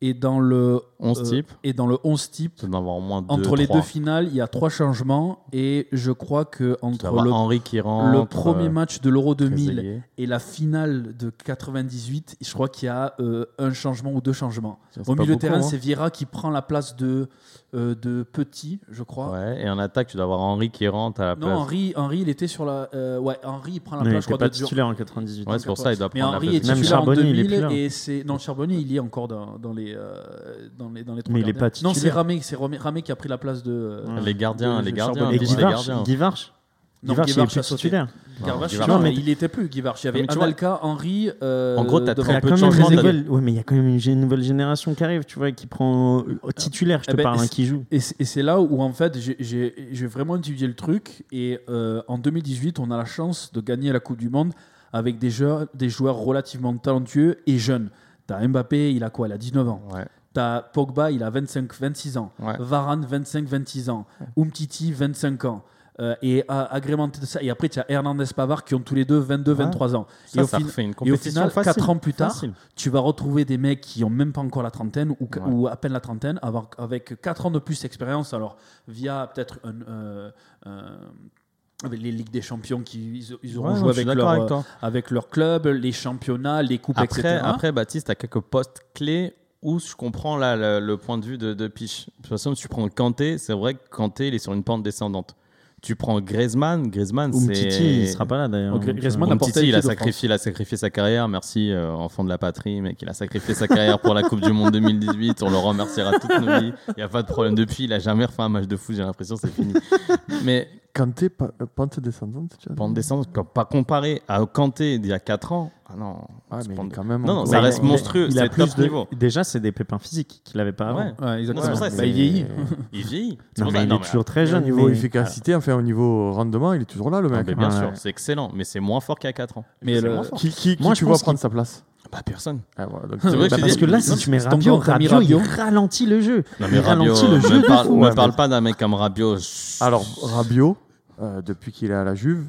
S5: Et dans le
S2: 11
S5: euh,
S2: types,
S5: et dans le 11 type,
S2: ça doit avoir au moins deux.
S5: entre les
S2: trois.
S5: deux finales, il y a 3 changements. Et je crois que
S2: Ça
S5: entre
S2: doit
S5: le,
S2: avoir Henri qui rentre.
S5: le premier
S2: euh,
S5: match de l'Euro 2000
S2: Trezeguet.
S5: et la finale de 98, je crois qu'il y a euh, un changement ou deux changements.
S2: Ça, c'est
S5: Au
S2: pas
S5: milieu de
S2: beaucoup,
S5: terrain,
S2: hein.
S5: c'est Vieira qui prend la place de, euh, de Petit, je crois.
S2: Ouais, et en attaque, tu dois avoir Henri qui rentre à la
S5: Non,
S2: place.
S5: Henri, Henri, il était sur la. euh, ouais, Henri, il prend la
S3: Il
S5: place, je
S3: était
S5: crois,
S3: pas
S5: de Dur-
S3: titulaire en 98.
S2: Ouais, c'est pour ça, il doit
S5: Mais
S2: prendre
S5: Henri
S2: la
S5: est
S2: place.
S3: Même
S5: titulaire en
S3: Charbonnier, il est
S5: 2000
S3: plus là.
S5: et c'est non Charbonnier il y est encore dans, dans les euh, dans les dans les trois
S3: Mais il est
S5: gardiens.
S3: pas
S5: non c'est
S3: titulaire.
S5: Ramé c'est Ramé, Ramé qui a pris la place de euh,
S3: Ouais.
S2: Les gardiens,
S5: de
S2: les gardiens,
S5: Charbonnier.
S3: Et
S2: Biche,
S5: Guy
S2: les
S3: Guivarch,
S2: gardiens.
S3: Guivarch,
S5: non,
S3: Guivarch, il est
S5: Guivarch a
S3: plus
S5: sauté.
S3: titulaire.
S5: Guivarch,
S2: Guivarch,
S5: non,
S3: mais-
S5: mais il était plus Guivarch il y
S2: Mais
S5: avait
S2: tu vois-
S5: Anelka Henri euh,
S2: En gros, t'as
S5: devant-
S3: Il y a
S2: peu
S3: quand
S2: de
S3: même
S2: changements,
S3: une
S2: t'as-
S3: nouvelle- ouais, mais il y a quand même une gé- nouvelle génération qui arrive, tu vois, qui prend euh, titulaire, je te
S5: Eh ben,
S3: parle, hein,
S5: c'est-
S3: qui joue.
S5: Et c'est et c'est là où, en fait, j'ai- j'ai j'ai vraiment étudié le truc. Et euh, en 2018, on a la chance de gagner la Coupe du Monde avec des joueurs, des joueurs relativement talentueux et jeunes. T'as Mbappé, il a quoi Il a 19 ans.
S2: Ouais.
S5: T'as Pogba, il a 25, 26 ans.
S2: Ouais.
S5: Varane, 25, 26 ans. Umtiti, 25 ans. Euh, et à- agrémenté de ça. Et après, tu as Hernandez Pavard qui ont tous les deux 22, 23 ans.
S2: Ça,
S5: et, au
S2: ça
S5: fin-
S2: refait une
S5: et au
S2: compétition
S5: final,
S2: facile.
S5: 4 ans plus tard,
S2: Facile.
S5: tu vas retrouver des mecs qui ont même pas encore la trentaine ou,
S2: Ouais.
S5: ou à peine la trentaine, avoir- avec 4 ans de plus d'expérience, alors via peut-être un, euh, euh, avec les Ligues des Champions qui ils, ils auront
S2: Ouais,
S5: joué
S2: non, je suis
S5: avec, leur,
S2: d'accord avec toi.
S5: euh, avec leur club, les championnats, les coupes,
S2: Après,
S5: etc.
S2: après Baptiste, t'as quelques postes clés où je comprends là, le, le point de vue de, de Piche. De toute façon, tu prends Kanté, c'est vrai que Kanté, il est sur une pente descendante. Tu prends Griezmann, Griezmann, c'est...
S3: Umtiti, il sera pas là d'ailleurs.
S5: Oh, Gri-
S3: Donc,
S5: Griezmann
S3: euh,
S5: a-
S2: Umtiti,
S5: porté l'équipe
S2: il a
S5: de
S2: sacrifié, il a sacrifié sa carrière. Merci, euh, enfant de la patrie, mec. Il a sacrifié sa carrière pour la Coupe du Monde 2018. On le remerciera toute nos vies. Il n'y a pas de problème. Depuis, il a jamais refait un match de foot. J'ai l'impression c'est fini. Mais
S1: Kanté, pa- euh, pente descendante, tu as dit
S2: pente descendante, tu peux pas comparer à Kanté d'il y a 4 ans. Ah non.
S1: Ah,
S2: c'est
S1: mais il
S2: pente-
S1: est quand même.
S2: Non, non,
S1: encore-
S2: ça
S3: ouais,
S2: reste
S3: il a-
S2: monstrueux,
S3: il a
S2: c'est
S3: plus
S2: top
S3: de-
S2: niveau.
S3: Déjà, c'est des pépins physiques qu'il avait pas avant.
S2: Ouais.
S5: Ouais, exactement.
S2: Non, c'est pour ça,
S5: Bah,
S2: c'est-
S5: il vieillit.
S2: Il vieillit. C'est
S3: Non,
S2: pour
S3: mais
S2: ça-
S3: il
S2: non,
S3: est
S2: mais-
S3: toujours très
S1: Au
S3: jeune.
S1: niveau
S3: mais-
S1: efficacité, enfin au niveau rendement, il est toujours là le
S2: Ah,
S1: mec.
S2: mais bien
S1: Ouais.
S2: sûr, c'est excellent, mais c'est moins fort qu'il y a 4 ans.
S5: Mais
S2: C'est
S5: euh, le-
S2: moins fort.
S1: Qui, qui, qui
S3: Moi, je
S1: tu vois
S3: pense
S1: prendre sa place
S2: Bah, personne.
S1: Ah, voilà, donc,
S2: C'est vrai
S3: Bah,
S2: que
S3: parce
S2: c'est-
S3: que là, si
S2: non,
S3: tu mets
S5: c'est ton
S3: Rabiot,
S5: grand ami
S3: Rabiot, il
S5: Rabiot.
S3: ralentit le jeu.
S2: Non,
S3: Il
S2: mais Rabiot, euh,
S3: ralentit le jeu
S2: me
S3: de
S2: parle,
S3: fou.
S2: me
S1: Ouais,
S2: parle
S1: mais-
S2: pas d'un mec comme Rabiot.
S1: Alors Rabiot, euh, depuis qu'il est à la Juve,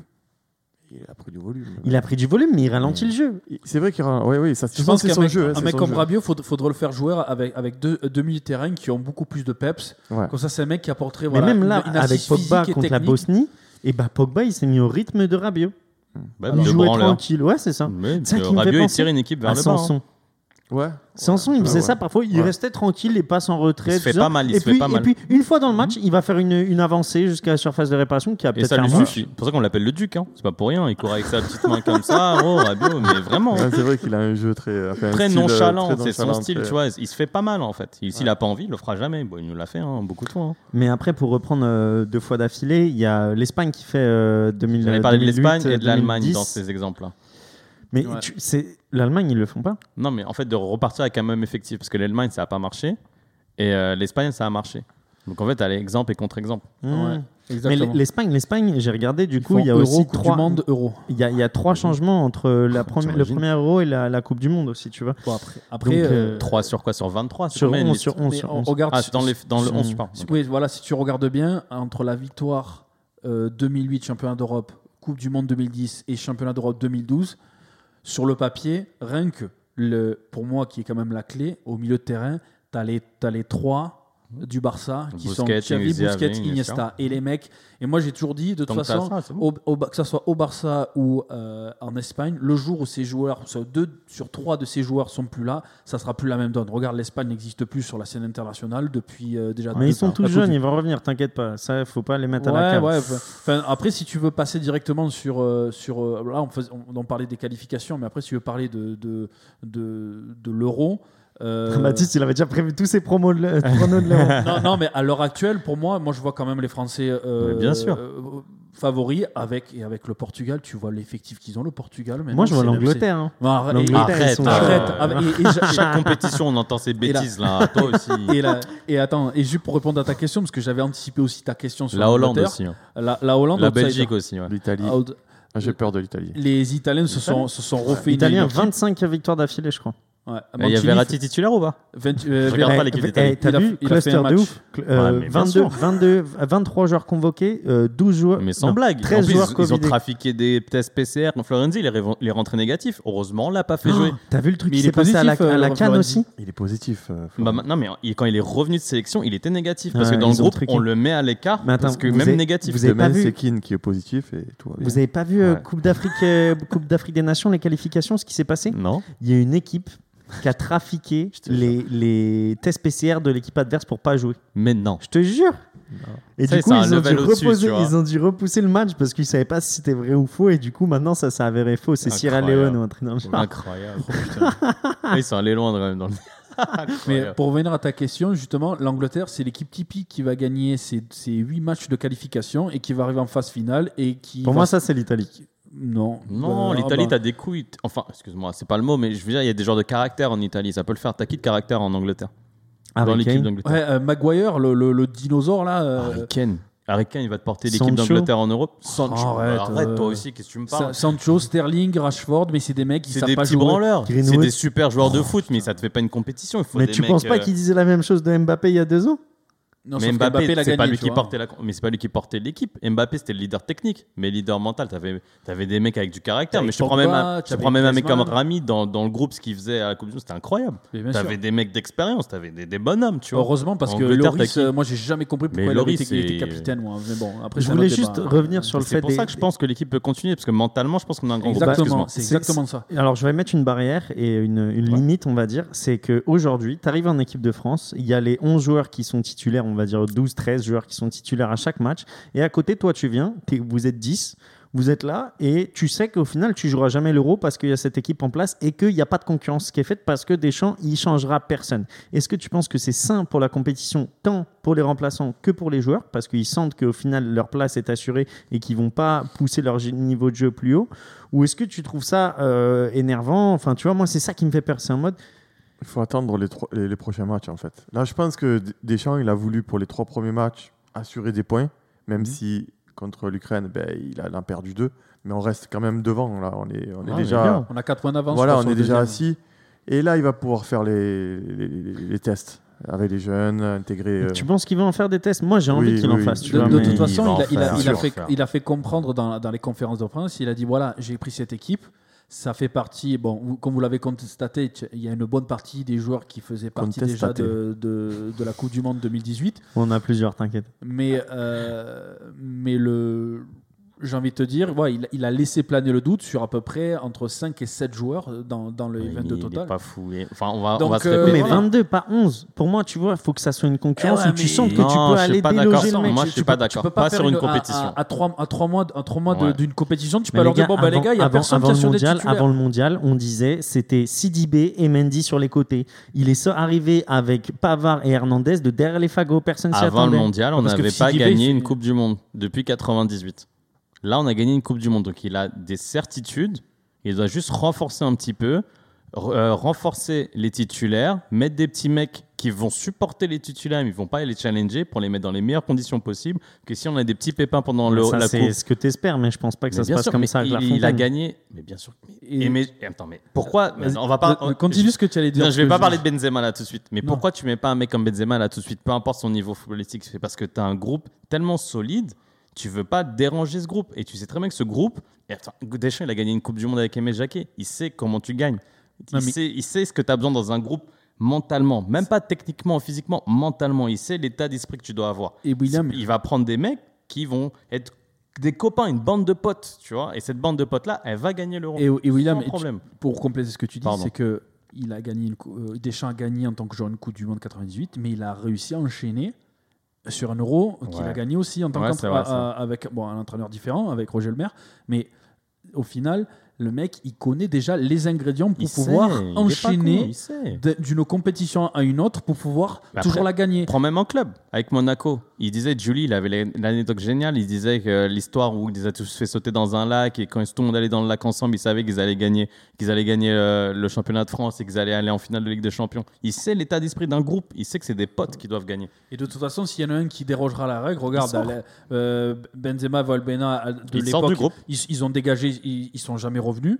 S1: il a pris du volume.
S3: Il a pris du volume, mais il ralentit
S1: Mais-
S3: le jeu.
S1: C'est vrai qu'il rend- ouais, ouais, ça,
S5: Je pense
S1: c'est
S5: qu'un
S1: son
S5: mec,
S1: jeu. hein,
S5: un
S1: c'est
S5: mec
S1: son
S5: comme
S1: jeu.
S5: Rabiot, faudra, faudra le faire jouer avec, avec deux, deux milieux de terrain qui ont beaucoup plus de peps.
S1: Ouais.
S5: Comme ça, c'est un mec qui apporterait
S3: Mais
S5: voilà,
S3: même là,
S5: une- une
S3: avec
S5: assise
S3: Pogba
S5: physique et
S3: contre la
S5: technique.
S3: Bosnie, et bah Pogba, il s'est mis au rythme de Rabiot.
S2: Bah,
S3: Il
S2: de
S3: jouait
S2: branleur.
S3: tranquille. Ouais, c'est ça.
S2: Mais
S3: Ça
S2: le
S3: qui me fait
S2: Rabiot, il
S3: penser
S2: tire une équipe vers
S3: À
S2: le bas. hein.
S3: Sanson.
S1: Ouais.
S3: Sanson, il
S1: Ouais,
S3: faisait
S1: ouais.
S3: ça parfois. Il
S1: Ouais.
S3: restait tranquille, les passes en retrait.
S2: Il se fait
S3: tout
S2: pas
S3: ça.
S2: mal, il
S3: et
S2: se
S3: puis,
S2: fait pas mal.
S3: Et puis, une fois dans le match, il va faire une, une avancée jusqu'à la surface de réparation qui a
S2: hein. Et
S3: peut-être
S2: ça
S3: un
S2: lui
S3: match.
S2: suffit. C'est pour ça qu'on l'appelle le Duc. Hein. C'est pas pour rien. Il court avec sa petite main comme ça. Oh, Rabiot, mais vraiment.
S1: Ouais, c'est vrai qu'il a un jeu très, enfin, un
S2: Très
S1: style, euh,
S2: nonchalant,
S1: très
S2: c'est son
S1: nonchalant,
S2: style,
S1: très-
S2: tu vois. Il se fait pas mal en fait. Il- S'il a pas envie, il le fera jamais. Bon, il nous l'a fait hein, beaucoup de fois. hein.
S3: Mais après, pour reprendre euh, deux fois d'affilée, il y a l'Espagne qui fait euh, 2000.
S2: J'allais parler de
S3: 2008,
S2: l'Espagne et de l'Allemagne
S3: 2010.
S2: dans ces exemples-là.
S3: Mais
S5: Ouais.
S3: tu- c'est- l'Allemagne, ils le font pas.
S2: Non, mais en fait, de repartir avec un même effectif, parce que l'Allemagne, ça n'a pas marché, et euh, l'Espagne, ça a marché. Donc en fait, t'as l'exemple et contre-exemple.
S5: Ouais,
S3: Mmh. Mais
S5: exactement.
S3: l'Espagne, l'Espagne, j'ai regardé, du coup,
S5: Ils
S3: il y a
S5: font
S3: aussi
S5: Euro, Coupe
S3: trois.
S5: du monde, euro.
S3: Il y, a, il y a trois changements entre la première, le
S2: t'imagines.
S3: premier euro et la, la Coupe du Monde aussi, tu vois.
S5: Bon, après, après,
S3: Donc,
S5: euh,
S3: euh,
S2: 3 sur quoi Sur 23 c'est
S3: Sur
S2: combien, une
S3: 11,
S2: liste
S3: sur 11,
S5: mais
S3: sur
S5: on
S3: 11.
S5: regarde.
S2: Ah, c'est dans, les- dans le 11, je parle.
S5: si- oui, voilà, si tu regardes bien, entre la victoire euh, 2008 championnat d'Europe, Coupe du monde 2010 et championnat d'Europe 2012, sur le papier, rien que le, pour moi qui est quand même la clé, au milieu de terrain, tu as les, t'as les trois du Barça qui
S2: Busquets,
S5: sont Xavi,
S2: Iniesta,
S5: Busquets,
S2: Iniesta.
S5: Iniesta et les mecs. Et moi j'ai toujours dit de toute
S2: Tant que t'as
S5: façon,
S2: ça, c'est bon.
S5: au- au- que ce soit au Barça ou euh, en Espagne, le jour où ces joueurs, soit deux sur trois de ces joueurs sont plus là, ça sera plus la même donne. Regarde, l'Espagne n'existe plus sur la scène internationale depuis euh, déjà.
S3: Mais ils sont
S5: la
S3: tous
S5: Coupe
S3: jeunes,
S5: du-
S3: ils vont revenir, t'inquiète pas. Ça, faut pas les mettre à la
S5: Ouais,
S3: cave.
S5: ouais, enfin, après, si tu veux passer directement sur. euh, sur euh, là, on, fais- on en parlait des qualifications, mais après, si tu veux parler de, de, de, de l'euro. euh,
S3: Baptiste, il avait déjà prévu tous ses promos de l'e-
S5: Ah,
S3: pronos de l'Euro.
S5: non, non, mais à l'heure actuelle, pour moi, moi je vois quand même les Français euh,
S2: Mais bien sûr.
S5: euh, favoris avec, et avec le Portugal. Tu vois l'effectif qu'ils ont, le Portugal.
S3: Moi, je vois
S5: maintenant, c'est-
S3: l'Angleterre. hein.
S5: c'est- Bon, arrête,
S3: L'Angleterre, ils
S2: Arrête,
S3: sont-
S5: Bah, arrête.
S2: euh,
S5: Ah, et- et j'a-
S2: Chaque compétition, on entend ces
S5: là-
S2: bêtises là. Toi aussi.
S5: et, la- et attends, et juste pour répondre à ta question, parce que j'avais anticipé aussi ta question sur
S2: La Hollande
S5: l'Angleterre.
S2: aussi. hein.
S5: La, la Hollande,
S2: La
S5: outsider.
S2: Belgique aussi. ouais.
S1: L'Italie.
S5: Out-
S1: Ah, J'ai peur de l'Italie.
S5: les Italiens se sont, se sont refait une-
S3: Italien,
S5: une-
S3: 25 victoires d'affilée, je crois.
S5: Ouais,
S2: Et Il y a
S5: Mancini
S2: Verratti
S5: fait-
S2: titulaire ou pas
S5: vingt- euh,
S2: Je regarde
S5: Verratti-
S2: pas l'équipe d'Italie.
S3: eh, T'as
S5: Il a-
S3: vu,
S5: il a fait
S3: cluster
S5: un
S3: de
S5: match.
S3: ouf. Cl- euh,
S2: Ouais, mais bien
S3: 22, 22, 23 joueurs convoqués, euh, 12 joueurs.
S2: Mais sans
S3: non,
S2: blague. En
S3: 13
S2: plus,
S3: joueurs
S2: ils, ils ont
S3: covidés.
S2: trafiqué des tests PCR. Florenzi, il est, rev- il est rentré négatif. Heureusement, on l'a pas fait
S3: Oh,
S2: jouer.
S3: T'as vu le truc
S5: Mais
S3: qui
S5: il
S3: s'est
S5: est
S3: passé à la,
S5: positif,
S3: à la
S5: euh,
S3: Cannes
S5: Florenzi.
S3: aussi
S1: Il est positif. euh, Florent.
S2: Bah maintenant, mais il- quand il est revenu de sélection, il était négatif parce
S3: Ouais,
S2: que dans le
S3: ils ont
S2: groupe,
S3: truqué.
S2: on le met à l'écart
S3: Mais attends,
S2: parce que
S3: vous
S2: même
S3: avez-
S2: négatif.
S3: vous avez
S1: Demain,
S3: pas vu-
S1: c'est Keane qui est positif et tout va bien.
S3: Vous avez pas vu euh,
S1: Ouais.
S3: Coupe d'Afrique euh, Coupe d'Afrique des Nations, les qualifications, ce qui s'est passé
S2: Non.
S3: Il y a une équipe qui a trafiqué les, les tests PCR de l'équipe adverse pour pas jouer.
S2: Mais non.
S3: Je te jure. Et
S2: Ça,
S3: du coup,
S2: c'est un
S3: ils ont, dû
S2: level au-dessus,
S3: reposer-
S2: tu vois.
S3: ils ont dû repousser le match parce qu'ils savaient pas si c'était vrai ou faux. Et du coup, maintenant, ça s'est avéré faux. C'est Sierra
S2: Incroyable.
S3: Leone ou un truc dans le genre.
S2: Incroyable. Ah, Ils sont allés loin quand même dans le.
S5: Mais
S2: Incroyable.
S5: pour revenir à ta question, justement, l'Angleterre, c'est l'équipe typique qui va gagner ses, ses 8 matchs de qualification et qui va arriver en phase finale et qui.
S3: Pour
S5: va-
S3: moi, ça, c'est l'Italie.
S5: Non.
S2: Non,
S5: Euh,
S2: l'Italie,
S5: ah bah,
S2: t'as des couilles. T- Enfin, excuse-moi, c'est pas le mot, mais je veux dire, il y a des genres de caractère en Italie. Ça peut le faire. T'as qui de caractère en Angleterre Dans
S3: Harry
S2: l'équipe
S3: Kane.
S2: d'Angleterre.
S5: Ouais, euh, Maguire, le, le- le dinosaure là. euh,
S2: Harry Kane. Harry Kane, il va te porter l'équipe
S3: Sancho. Oh,
S2: d'Angleterre en Europe. Sancho. Bah,
S5: arrête,
S2: Arrête, toi
S5: euh,
S2: aussi, qu'est-ce que tu me
S5: Sa-
S2: parles
S5: Sancho, Sterling, Rashford, mais c'est des mecs qui
S2: C'est
S5: savent
S2: des
S5: pas
S2: petits
S5: jouer.
S2: branleurs. C'est
S3: Greenwood. Oh,
S2: des super joueurs de foot, mais ça te fait pas une compétition. Il faut
S3: Mais
S2: des
S3: tu
S2: mecs,
S3: penses pas
S2: euh,
S3: qu'ils disaient la même chose de Mbappé il y a deux ans
S5: Non,
S2: mais
S5: sauf que
S2: Mbappé,
S5: l'a
S2: c'est pas
S5: gagné,
S2: lui
S5: tu
S2: qui
S5: vois.
S2: portait la, mais c'est pas lui qui portait l'équipe. Mbappé, c'était le leader technique, mais leader mental. T'avais, avais des mecs avec du caractère.
S5: T'avais
S2: mais je te prends
S5: Pogba,
S2: même, un, je te
S5: t'avais
S2: prends même un mec comme
S5: Griezmann.
S2: Rami dans, dans le groupe, ce qu'il faisait à la Coupe du Monde, c'était incroyable.
S5: Mais bien sûr.
S2: T'avais des mecs d'expérience, t'avais des, des bonhommes, tu vois.
S5: Heureusement, parce
S2: En
S5: que
S2: Angleterre,
S5: Loris,
S2: t'as qui
S5: euh, moi j'ai jamais compris
S2: Mais
S5: pourquoi
S2: Loris,
S5: il était- il était
S2: c'est-
S5: capitaine. Moi. Mais bon, après,
S3: Je
S5: c'est un
S3: voulais
S5: autre
S3: juste
S5: débat.
S3: revenir sur
S2: Et
S3: le
S2: bah, C'est
S3: fait
S2: pour
S3: des-
S2: ça que je pense que l'équipe peut continuer, parce que mentalement, je pense qu'on a un grand groupe.
S5: Exactement,
S2: bah, Excuse-moi.
S5: c'est
S3: C'est-
S5: exactement ça.
S3: Alors, je vais mettre une barrière et une, une
S2: Ouais.
S3: limite, on va dire. C'est qu'aujourd'hui, tu arrives en équipe de France, il y a les 11 joueurs qui sont titulaires, on va dire 12, 13 joueurs qui sont titulaires à chaque match. Et à côté, toi, tu viens, t'es- vous êtes 10, vous êtes là, et tu sais qu'au final, tu joueras jamais l'euro parce qu'il y a cette équipe en place et qu'il n'y a pas de concurrence qui est faite parce que Deschamps, il changera personne. Est-ce que tu penses que c'est sain pour la compétition, tant pour les remplaçants que pour les joueurs, parce qu'ils sentent qu'au final, leur place est assurée et qu'ils vont pas pousser leur g- niveau de jeu plus haut ou est-ce que tu trouves ça euh, énervant Enfin, tu vois, moi, c'est ça qui me fait peur. C'est en mode.
S1: Il faut attendre les, trois- les, les prochains matchs en fait. Là, je pense que D- Deschamps, il a voulu pour les trois premiers matchs assurer des points,
S3: Mhm.
S1: même si contre l'Ukraine, ben, il a- il en a perdu deux. Mais on reste quand même devant. Là, on est, on est
S3: Ah, mais
S1: déjà,
S3: bien.
S5: On a 4 points d'avance.
S1: voilà,
S5: quoi,
S1: on
S5: sur
S1: est
S5: le
S1: déjà
S5: deuxième.
S1: assis. Et là, il va pouvoir faire les, les, les- les tests. avec les jeunes, intégrer. euh,
S3: Tu penses qu'il va en faire des tests Moi, j'ai
S1: oui,
S3: envie qu'il
S1: oui,
S3: en
S1: oui.
S3: fasse. Tu
S5: de,
S3: vois,
S5: de
S3: mais-
S5: toute
S2: il va
S5: façon,
S2: en
S5: il, a- il a-
S2: faire,
S5: il a
S2: bien
S5: fait,
S2: sûr.
S5: il a fait comprendre dans, dans les conférences de presse, il a dit voilà, j'ai pris cette équipe, ça fait partie, bon, vous- comme vous l'avez constaté, tu- il y a une bonne partie des joueurs qui faisaient partie déjà
S1: Contestaté.
S5: de, de- de la Coupe du Monde 2018,
S3: On a plusieurs, t'inquiète.
S5: mais, euh, mais le. J'ai envie de te dire, ouais, il, il a laissé planer le doute sur à peu près entre 5 et 7 joueurs dans, dans le
S2: Oui, mais
S5: 22
S2: il est
S5: total.
S2: pas fou. il est- Enfin, on va, on
S5: Donc,
S2: va se
S5: euh,
S2: répéter.
S3: Mais
S5: voilà.
S3: 22, pas 11. Pour moi, tu vois, il faut que ça soit une concurrence
S5: Eh ouais,
S3: où tu
S5: mais-
S3: sens que
S2: Non,
S3: tu
S2: je
S3: peux
S2: suis
S3: aller
S2: pas
S3: déloger le
S2: d'accord.
S3: mec.
S2: Moi, je
S5: Tu
S2: suis
S5: peux-
S2: pas
S5: tu
S2: d'accord.
S5: peux
S2: Pas
S5: faire
S2: sur une
S5: à- à-
S2: compétition.
S5: À, trois, à trois mois, à trois mois de-
S2: Ouais.
S5: d'une compétition, tu
S3: Mais
S5: peux
S3: les
S5: leur dire
S3: gars,
S5: bon, bah, les
S3: avant-
S5: gars, il n'y a
S3: avant-
S5: personne
S3: avant
S5: qui
S3: le
S5: a sur des
S3: mondial,
S5: titulaires.
S3: Avant le mondial, on disait c'était Sidibé et Mendy sur les côtés. Il est so- arrivé avec Pavard et Hernandez de derrière les fagots. Personne s'y
S2: Avant le
S3: attendait.
S2: mondial, on
S5: Parce que
S2: n'avait pas
S5: Sidibé,
S2: gagné
S5: c'est-
S2: une Coupe du Monde depuis 98. Là, on a gagné une Coupe du Monde. Donc, il a des certitudes. Il doit juste renforcer un petit peu, re- euh, renforcer les titulaires, mettre des petits mecs qui vont supporter les titulaires, mais ils vont pas les challenger pour les mettre dans les meilleures conditions possibles. Que si on a des petits pépins pendant le-
S3: Ça,
S2: la Coupe.
S3: c'est ce que t'espères, mais je pense pas que ça
S2: Mais
S3: se
S2: bien
S3: passe
S2: sûr,
S3: comme
S2: mais
S3: ça. avec
S2: il,
S3: Lafontaine.
S2: il a gagné. Mais bien sûr. Mais,
S5: Et-
S2: et mais- et attends, mais pourquoi mais On va pas.
S5: Euh, Continue ce que tu allais dire.
S2: Non, je vais
S5: parce
S2: pas
S5: que
S2: parler de Benzema là tout de suite. Mais
S5: Non.
S2: pourquoi tu mets pas un mec comme Benzema là tout de suite Peu importe son niveau footballistique, c'est parce que tu as un groupe tellement solide, tu veux pas déranger ce groupe. Et tu sais très bien que ce groupe, et attends, Deschamps, il a gagné une Coupe du Monde avec Aimé Jacquet. Il sait comment tu gagnes. Il,
S5: Non, mais-
S2: sait, il sait ce que tu as besoin dans un groupe mentalement. Même pas techniquement, physiquement, mentalement. Il sait l'état d'esprit que tu dois avoir.
S5: Et William,
S2: Il va prendre des mecs qui vont être des copains, une bande de potes, tu vois. Et cette bande de potes-là, elle va gagner l'euro.
S5: Et, et William,
S2: Sans
S5: et tu-
S2: problème.
S5: pour compléter ce que tu dis,
S2: Pardon.
S5: c'est que il a gagné une, cou- euh, Deschamps a gagné en tant que joueur une Coupe du Monde 98, mais il a réussi à enchaîner sur un Euro qu'il
S2: Ouais.
S5: a gagné aussi en tant
S2: Ouais, c'est vrai,
S5: qu'entraîneur
S2: ça.
S5: avec bon, un entraîneur différent, avec Roger Le Maire. Mais au final, le mec, il connaît déjà les ingrédients pour
S2: Il sait,
S5: pouvoir
S2: il est pas con,
S5: enchaîner
S2: il sait.
S5: d- d'une compétition à une autre pour pouvoir
S2: Bah après-
S5: toujours la gagner.
S2: prend même en club avec Monaco. Il disait, Julie, il avait l'anecdote géniale. Il disait que l'histoire où ils les a tous fait sauter dans un lac et quand ils- tout le monde allait dans le lac ensemble, il savait qu'ils allaient gagner, qu'ils allaient gagner euh, le championnat de France et qu'ils allaient aller en finale de Ligue des Champions. Il sait l'état d'esprit d'un groupe. Il sait que c'est des potes qui doivent gagner.
S5: Et de toute façon, s'il y en a un qui dérogera la règle, regarde,
S2: Il sort.
S5: la- euh, Benzema, Valbena, à- de
S2: Il sort du
S5: l'époque,
S2: groupe.
S5: ils, ils ont dégagé, ils, ils sont jamais revenus.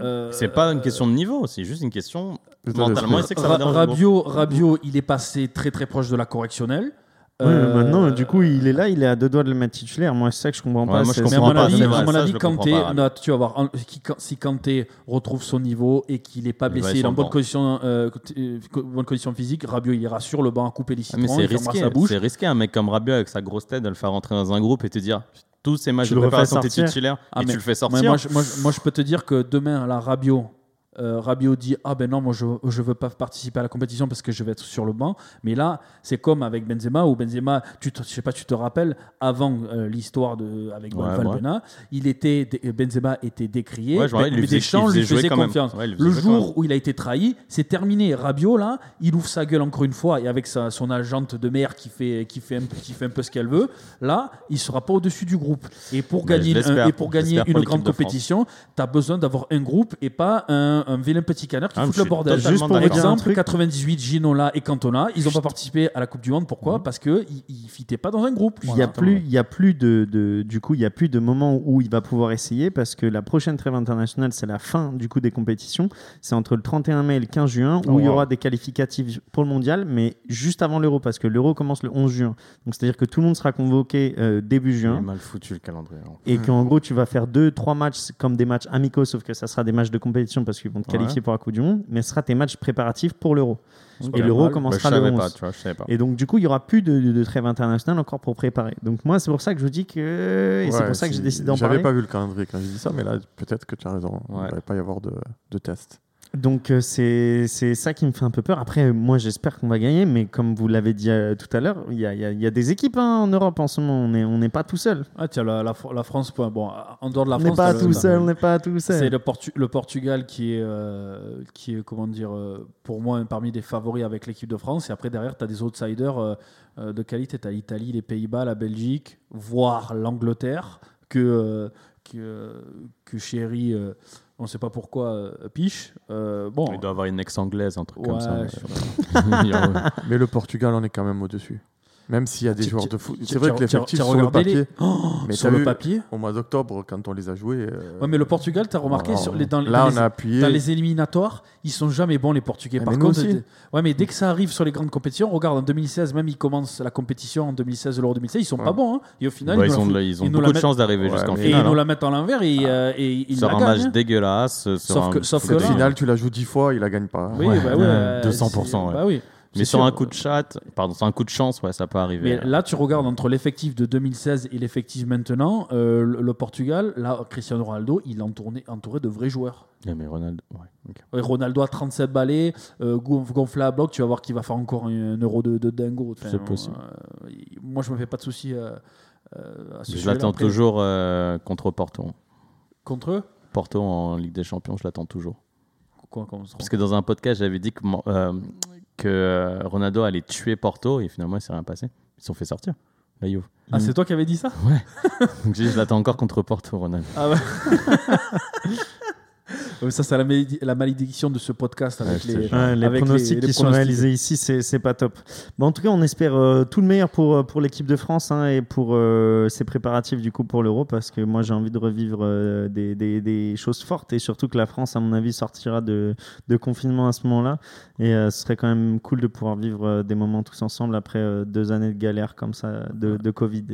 S5: Euh,
S2: C'est pas une question de niveau, c'est juste une question
S1: L'état
S2: mentalement. Il
S1: d'esprit.
S2: sait que ça va
S5: Ra-
S2: dans le groupe.
S5: Rabiot, Rabiot, Euh, il est passé très très proche de la correctionnelle.
S3: Ouais,
S5: Euh,
S3: Maintenant, du coup, il est là, il est à deux doigts de le mettre titulaire. Moi, c'est ça que je comprends
S2: Ouais,
S3: pas.
S2: moi, je
S3: c'est-
S5: Mais à mon
S2: comprends pas,
S5: avis,
S2: c'est
S5: à
S2: vrai,
S5: mon
S2: ça, je
S5: avis,
S2: le
S5: Kanté,
S2: comprends pas, Rabiot.
S5: non, tu vas voir, en- qui- quand- si Kanté retrouve son niveau et qu'il n'est pas
S2: Il va
S5: blessé,
S2: être
S5: il est en
S2: sur le
S5: bonne
S2: banc.
S5: condition, euh, euh, bonne condition physique, Rabiot il ira sur le banc à couper les
S2: Ah,
S5: citrons,
S2: mais c'est
S5: il fermera
S2: risqué.
S5: sa bouche.
S2: C'est risqué un mec comme Rabiot avec sa grosse tête de le faire rentrer dans un groupe et te dire tous ces matchs de
S3: Tu le refais
S2: préparation t'es
S3: sortir.
S2: titulaire
S5: Ah,
S2: et
S5: mais-
S2: tu le fais
S5: Ouais,
S2: sortir.
S5: moi, je, moi, je- moi, je peux te dire que demain, la Rabiot, euh, Rabiot dit Ah ben non, moi je ne veux pas participer à la compétition parce que je vais être sur le banc. Mais là, c'est comme avec Benzema, où Benzema, tu te- je sais pas, tu te rappelles, avant euh, l'histoire de avec
S2: Ouais,
S5: Valbuena, il était, dé- Benzema était décrié,
S2: Ouais, je me rappelle, il
S5: bah, mais
S2: lui faisait- il
S5: Deschamps
S2: faisait
S5: lui
S2: jouer
S5: faisait
S2: quand même.
S5: confiance.
S2: Ouais, il lui faisait
S5: le
S2: jouer quand
S5: jour où il a été trahi, c'est terminé. Rabiot, là, il ouvre sa gueule encore une fois et avec sa, son agente de mer qui fait, qui fait, un, qui fait un peu ce qu'elle veut, là, il sera pas au-dessus du groupe. Et pour
S2: Mais je
S5: gagner, un-
S2: l'espère.
S5: et pour
S2: Je
S5: gagner
S2: l'espère pour
S5: une
S2: l'équipe
S5: grande
S2: de France.
S5: compétition, tu as besoin d'avoir un groupe et pas un, un vilain petit canard qui
S2: Ah,
S5: fout
S2: je
S5: le
S2: suis
S5: bordel.
S2: totalement
S3: Juste pour
S5: Par
S3: vous dire un
S2: d'accord.
S5: exemple,
S3: truc.
S5: 98, Ginola et Cantona, ils n'ont pas participé à la Coupe du Monde.
S2: Mmh.
S5: Pourquoi Parce qu'ils ne fitaient pas dans un groupe.
S3: Il y
S5: Voilà.
S3: a plus, il y a plus de, de- du coup, il y a plus de moment où il va pouvoir essayer parce que la prochaine trêve internationale, c'est la fin du coup des compétitions. C'est entre le 31 mai et le 15 juin où
S1: Oh,
S3: il y
S1: wow.
S3: aura des qualificatifs pour le mondial, mais juste avant l'euro parce que l'euro commence le 11 juin. Donc c'est à dire que tout le monde sera convoqué euh, début
S2: Il est
S3: juin.
S2: mal foutu le calendrier. hein.
S3: Et qu'en gros, tu vas faire deux, trois matchs comme des matchs amicaux, sauf que ça sera des matchs de compétition parce qu'ils vont te
S2: Ouais.
S3: qualifier pour la Coupe du Monde, mais ce sera tes matchs préparatifs pour l'Euro.
S2: Ok.
S3: Et l'Euro
S5: Bah,
S3: commencera
S2: Bah, je
S3: le
S2: savais
S3: 11.
S2: pas, tu vois, je savais pas.
S3: Et donc, du coup, il n'y aura plus de, de, de trêve internationale encore pour préparer. Donc, moi, c'est pour ça que je dis que. Et c'est
S1: Ouais,
S3: pour ça que j'ai
S1: si-
S3: décidé d'en
S1: J'avais
S3: parler.
S1: pas vu le calendrier quand j'ai dit ça, mais là, peut-être que tu as raison. Il
S2: Ouais.
S1: ne va pas y avoir de, de test.
S3: Donc, euh, c'est c'est ça qui me fait un peu peur. Après, euh, moi, j'espère qu'on va gagner, mais comme vous l'avez dit euh, tout à l'heure, il y a, il y a- il y a des équipes hein, en Europe en ce moment. On n'est on n'est pas tout seul.
S5: Ah, tiens, la, la Fr- la France, point. bon, en dehors de la
S3: on
S5: France,
S3: n'est pas hein,
S5: t'as-
S3: tout
S5: t'as-
S3: seul, on n'est pas tout
S5: euh, C'est
S3: seul.
S5: le, Portu- le Portugal qui est, euh, qui est, comment dire, euh, pour moi, un parmi des favoris avec l'équipe de France. Et après, derrière, tu as des outsiders euh, euh, de qualité. Tu as l'Italie, les Pays-Bas, la Belgique, voire l'Angleterre, que, euh, que, euh, que Chéri, euh, on ne sait pas pourquoi, euh, piche. Euh, bon,
S2: Il doit avoir une ex-anglaise, un truc comme
S5: Ouais,
S2: ça.
S5: je-
S2: Il y a-
S1: Mais le Portugal, on est quand même au-dessus. Même s'il y a des
S5: Tu-
S1: joueurs
S5: tu-
S1: de foot.
S5: tu-
S1: C'est vrai
S5: tu-
S1: que
S5: tu-
S1: l'effectif
S5: tu as
S1: sur le
S5: regardé les-
S1: papier,
S5: Oh,
S1: Mais
S5: sur
S1: t'as
S5: le
S1: vu-
S5: papier.
S1: au mois d'octobre, quand on les a joués. euh,
S5: Ouais, mais le Portugal, t'as remarqué,
S1: on-
S5: sur les, dans, les-
S1: Oh, là,
S5: dans
S1: on
S5: les,
S1: a
S5: dans
S1: appuyé.
S5: les éliminatoires, ils sont jamais bons, les Portugais.
S1: Ah, Mais
S5: Par
S1: nous
S5: contre,
S1: aussi.
S5: d- ouais, mais dès que ça arrive sur les grandes compétitions, regarde, en 2016, même ils commencent la compétition en 2016, l'Euro 2016, ils sont pas
S1: Ouais.
S5: bons. hein. Et au final,
S2: Bah,
S5: ils,
S2: ils,
S5: nous
S2: ont,
S5: la
S2: de
S5: foutent.
S2: la- ils ont
S5: ils nous
S2: beaucoup
S5: la
S2: de
S5: mettent-
S2: chance d'arriver
S1: Ouais,
S2: jusqu'en
S1: mais- Ah.
S5: Et ils
S2: finale.
S5: nous
S2: hein.
S5: la mettent en l'envers et, euh, et ils
S2: Sur
S5: la
S2: un
S5: gagnent,
S2: match
S5: hein.
S2: dégueulasse. euh, sur
S5: Sauf
S2: un-
S5: que- sauf
S2: c'est
S5: que
S1: Cette
S5: là-
S2: des
S1: finale, tu la joues 10 fois, il la gagne pas.
S5: Oui,
S2: Ouais,
S5: bah ouais,
S2: ouais,
S5: euh,
S2: 200%, ouais.
S5: c'est- bah oui.
S2: Mais
S5: C'est
S2: sur
S5: sûr.
S2: un coup de chat, pardon, sur un coup de chance, ouais, ça peut arriver. hein.
S5: Mais là, tu regardes entre l'effectif de 2016 et l'effectif maintenant, euh, le, le Portugal, là, Cristiano Ronaldo, il est entourné- entouré de vrais joueurs.
S2: Ouais, mais Ronaldo, ouais, ok.
S5: Ouais, Ronaldo à 37 balais, euh, gon- gonflé à bloc, tu vas voir qu'il va faire encore un, un euro de, de dingo. Enfin,
S2: C'est possible.
S5: euh, il- moi, je me fais pas de soucis euh, euh, à ce
S2: Je
S5: sujet-là.
S2: l'attends
S5: Après,
S2: toujours euh, contre Porto.
S5: Contre eux
S2: Porto en Ligue des Champions, je l'attends toujours.
S5: Quoi, comment ça se
S2: Parce que dans un podcast, j'avais dit que, mon- euh, que euh, Ronaldo allait tuer Porto et finalement, il s'est rien passé. Ils se sont fait sortir, la Juve.
S5: Ah, c'est toi qui avais dit ça
S2: Donc j'ai dit, je l'attends encore contre Porto, Ronaldo.
S5: Ah ouais. Ça, c'est la, malédi- la malédiction de ce podcast avec
S2: Ouais, je te
S5: les.
S2: jure.
S3: Ouais, les
S5: Avec les-
S3: pronostics
S5: les
S3: qui sont
S5: pronostics.
S3: réalisés ici, c'est c'est pas top. Bon, en tout cas, on espère euh, tout le meilleur pour, euh, pour l'équipe de France hein, et pour euh, ses préparatifs du coup pour l'Euro, parce que moi j'ai envie de revivre euh, des, des- des choses fortes et surtout que la France, à mon avis, sortira de, de confinement à ce moment-là. Et euh, ce serait quand même cool de pouvoir vivre euh, des moments tous ensemble après euh, deux années de galère comme ça, de, de Covid.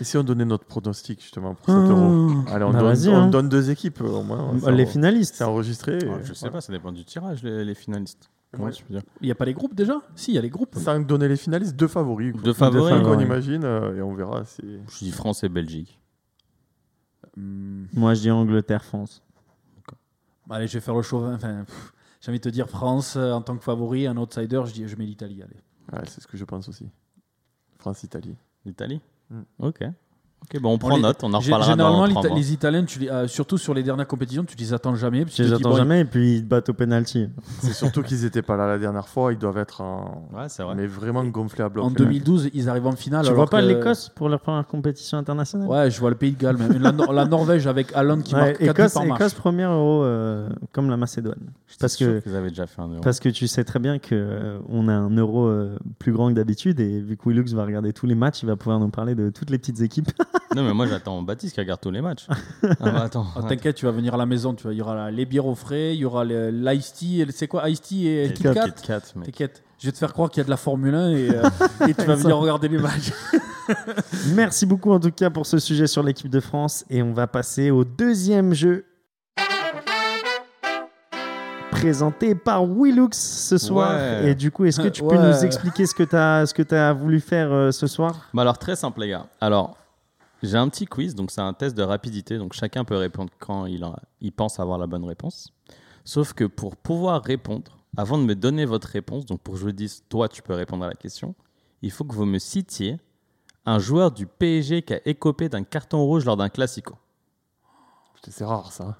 S1: Et si on donnait notre pronostic, justement,
S5: Ah.
S1: pour cet euro Allez, on,
S3: Bah,
S1: donne,
S3: vas-y,
S1: on
S3: hein.
S1: donne deux équipes, au moins.
S5: Bah,
S1: on-
S3: les
S1: on-
S3: finalistes.
S1: C'est enregistré.
S5: Ah,
S1: et-
S2: je sais pas, ça dépend du tirage, les, finalistes.
S1: Comment Ouais.
S5: Il n'y a pas les groupes déjà Si, il y a les groupes.
S1: Cinq donner les finalistes, deux favoris. quoi.
S2: Deux favoris,
S1: Cinq, on
S3: ouais.
S1: imagine, euh, et on verra. si-
S2: Je dis France et Belgique.
S5: Hum,
S3: Moi je dis Angleterre-France.
S5: allez, je vais faire le chauvin. Enfin, pff, J'ai envie de te dire France euh, en tant que favori, un outsider, je, dis, je mets l'Italie. Allez.
S1: Ouais, c'est ce que je pense aussi. France-Italie.
S2: L'Italie
S1: Mm.
S2: Ok. Ok, bon, on prend
S5: les-
S2: note, on en
S5: Gé-
S2: reparlera
S5: Généralement,
S2: dans
S5: l'Ita-
S2: trois mois.
S5: les Italiens, tu les- euh, surtout sur les dernières compétitions, tu les attends jamais. parce que
S3: Je les
S5: tu te dis,
S3: attends
S5: bon,
S3: jamais et puis ils te battent au penalty.
S1: C'est surtout qu'ils n'étaient pas là la dernière fois. Ils doivent être en...
S2: Ouais, c'est vrai.
S1: mais vraiment gonflés à bloc. hein.
S5: En
S1: les
S5: 2012, ils arrivent en finale.
S3: Tu
S5: Ah, alors
S3: vois pas
S5: que-
S3: l'Écosse pour leur première compétition internationale
S5: Ouais, je vois le pays de Galles. Même. La, Nor- la Norvège avec Allen qui
S3: Ouais,
S5: marque 4 buts
S3: Écosse,
S5: par match.
S3: Écosse, premier euro euh, comme la Macédoine. Parce
S2: Sûr
S3: que,
S2: qu'ils avaient déjà fait un euro.
S3: parce que tu sais très bien que euh, on a un euro euh, plus grand que d'habitude et vu que Willux va regarder tous les matchs, il va pouvoir nous parler de toutes les petites équipes.
S2: Non, mais moi, j'attends Baptiste qui regarde tous les matchs. ah, bah, attends.
S5: Ah, T'inquiète, tu vas venir à la maison. Tu vois, il y aura la- les bières au frais, il y aura le- l'ice tea. et le- C'est quoi, ice tea et Kit Kat
S2: Kit Kat, mec.
S5: T'inquiète, je vais te faire croire qu'il y a de la Formule 1 et, euh, et tu vas venir regarder les matchs.
S3: Merci beaucoup en tout cas pour ce sujet sur l'équipe de France et on va passer au deuxième jeu présenté par Willux ce soir.
S2: Ouais.
S3: Et du coup, est-ce que tu peux
S5: Ouais.
S3: nous expliquer ce que tu as, as voulu faire euh, ce soir
S2: Bah alors très simple les gars. Alors j'ai un petit quiz, donc c'est un test de rapidité, donc chacun peut répondre quand il, en- il pense avoir la bonne réponse. Sauf que pour pouvoir répondre, avant de me donner votre réponse, donc pour que je vous dise toi tu peux répondre à la question, il faut que vous me citiez un joueur du PSG qui a écopé d'un carton rouge lors d'un classico.
S1: mecs. Putain, C'est rare ça. hein.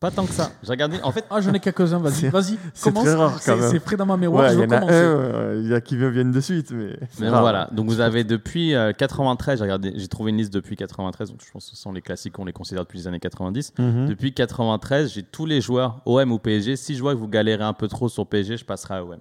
S2: Pas tant que ça. J'ai regardé. En fait,
S5: Ah, j'en ai quelques-uns, vas-y,
S1: C'est-
S5: vas-y,
S1: c'est
S5: commence.
S1: très rare, quand
S5: C'est-
S1: même.
S5: C'est frais dans ma mémoire,
S1: Ouais, il
S5: je
S1: y
S5: veux
S1: en a un,
S5: commencer.
S1: euh, il y a qui viennent de suite. Mais, c'est
S2: mais
S1: rare.
S2: voilà. Donc vous avez depuis euh, 93. J'ai regardé. J'ai trouvé une liste depuis 93. Donc je pense que ce sont les classiques on les considère depuis les années 90.
S3: Hum.
S2: Depuis 93, j'ai tous les joueurs OM ou PSG. Si je vois que vous galérez un peu trop sur PSG, je passerai à OM.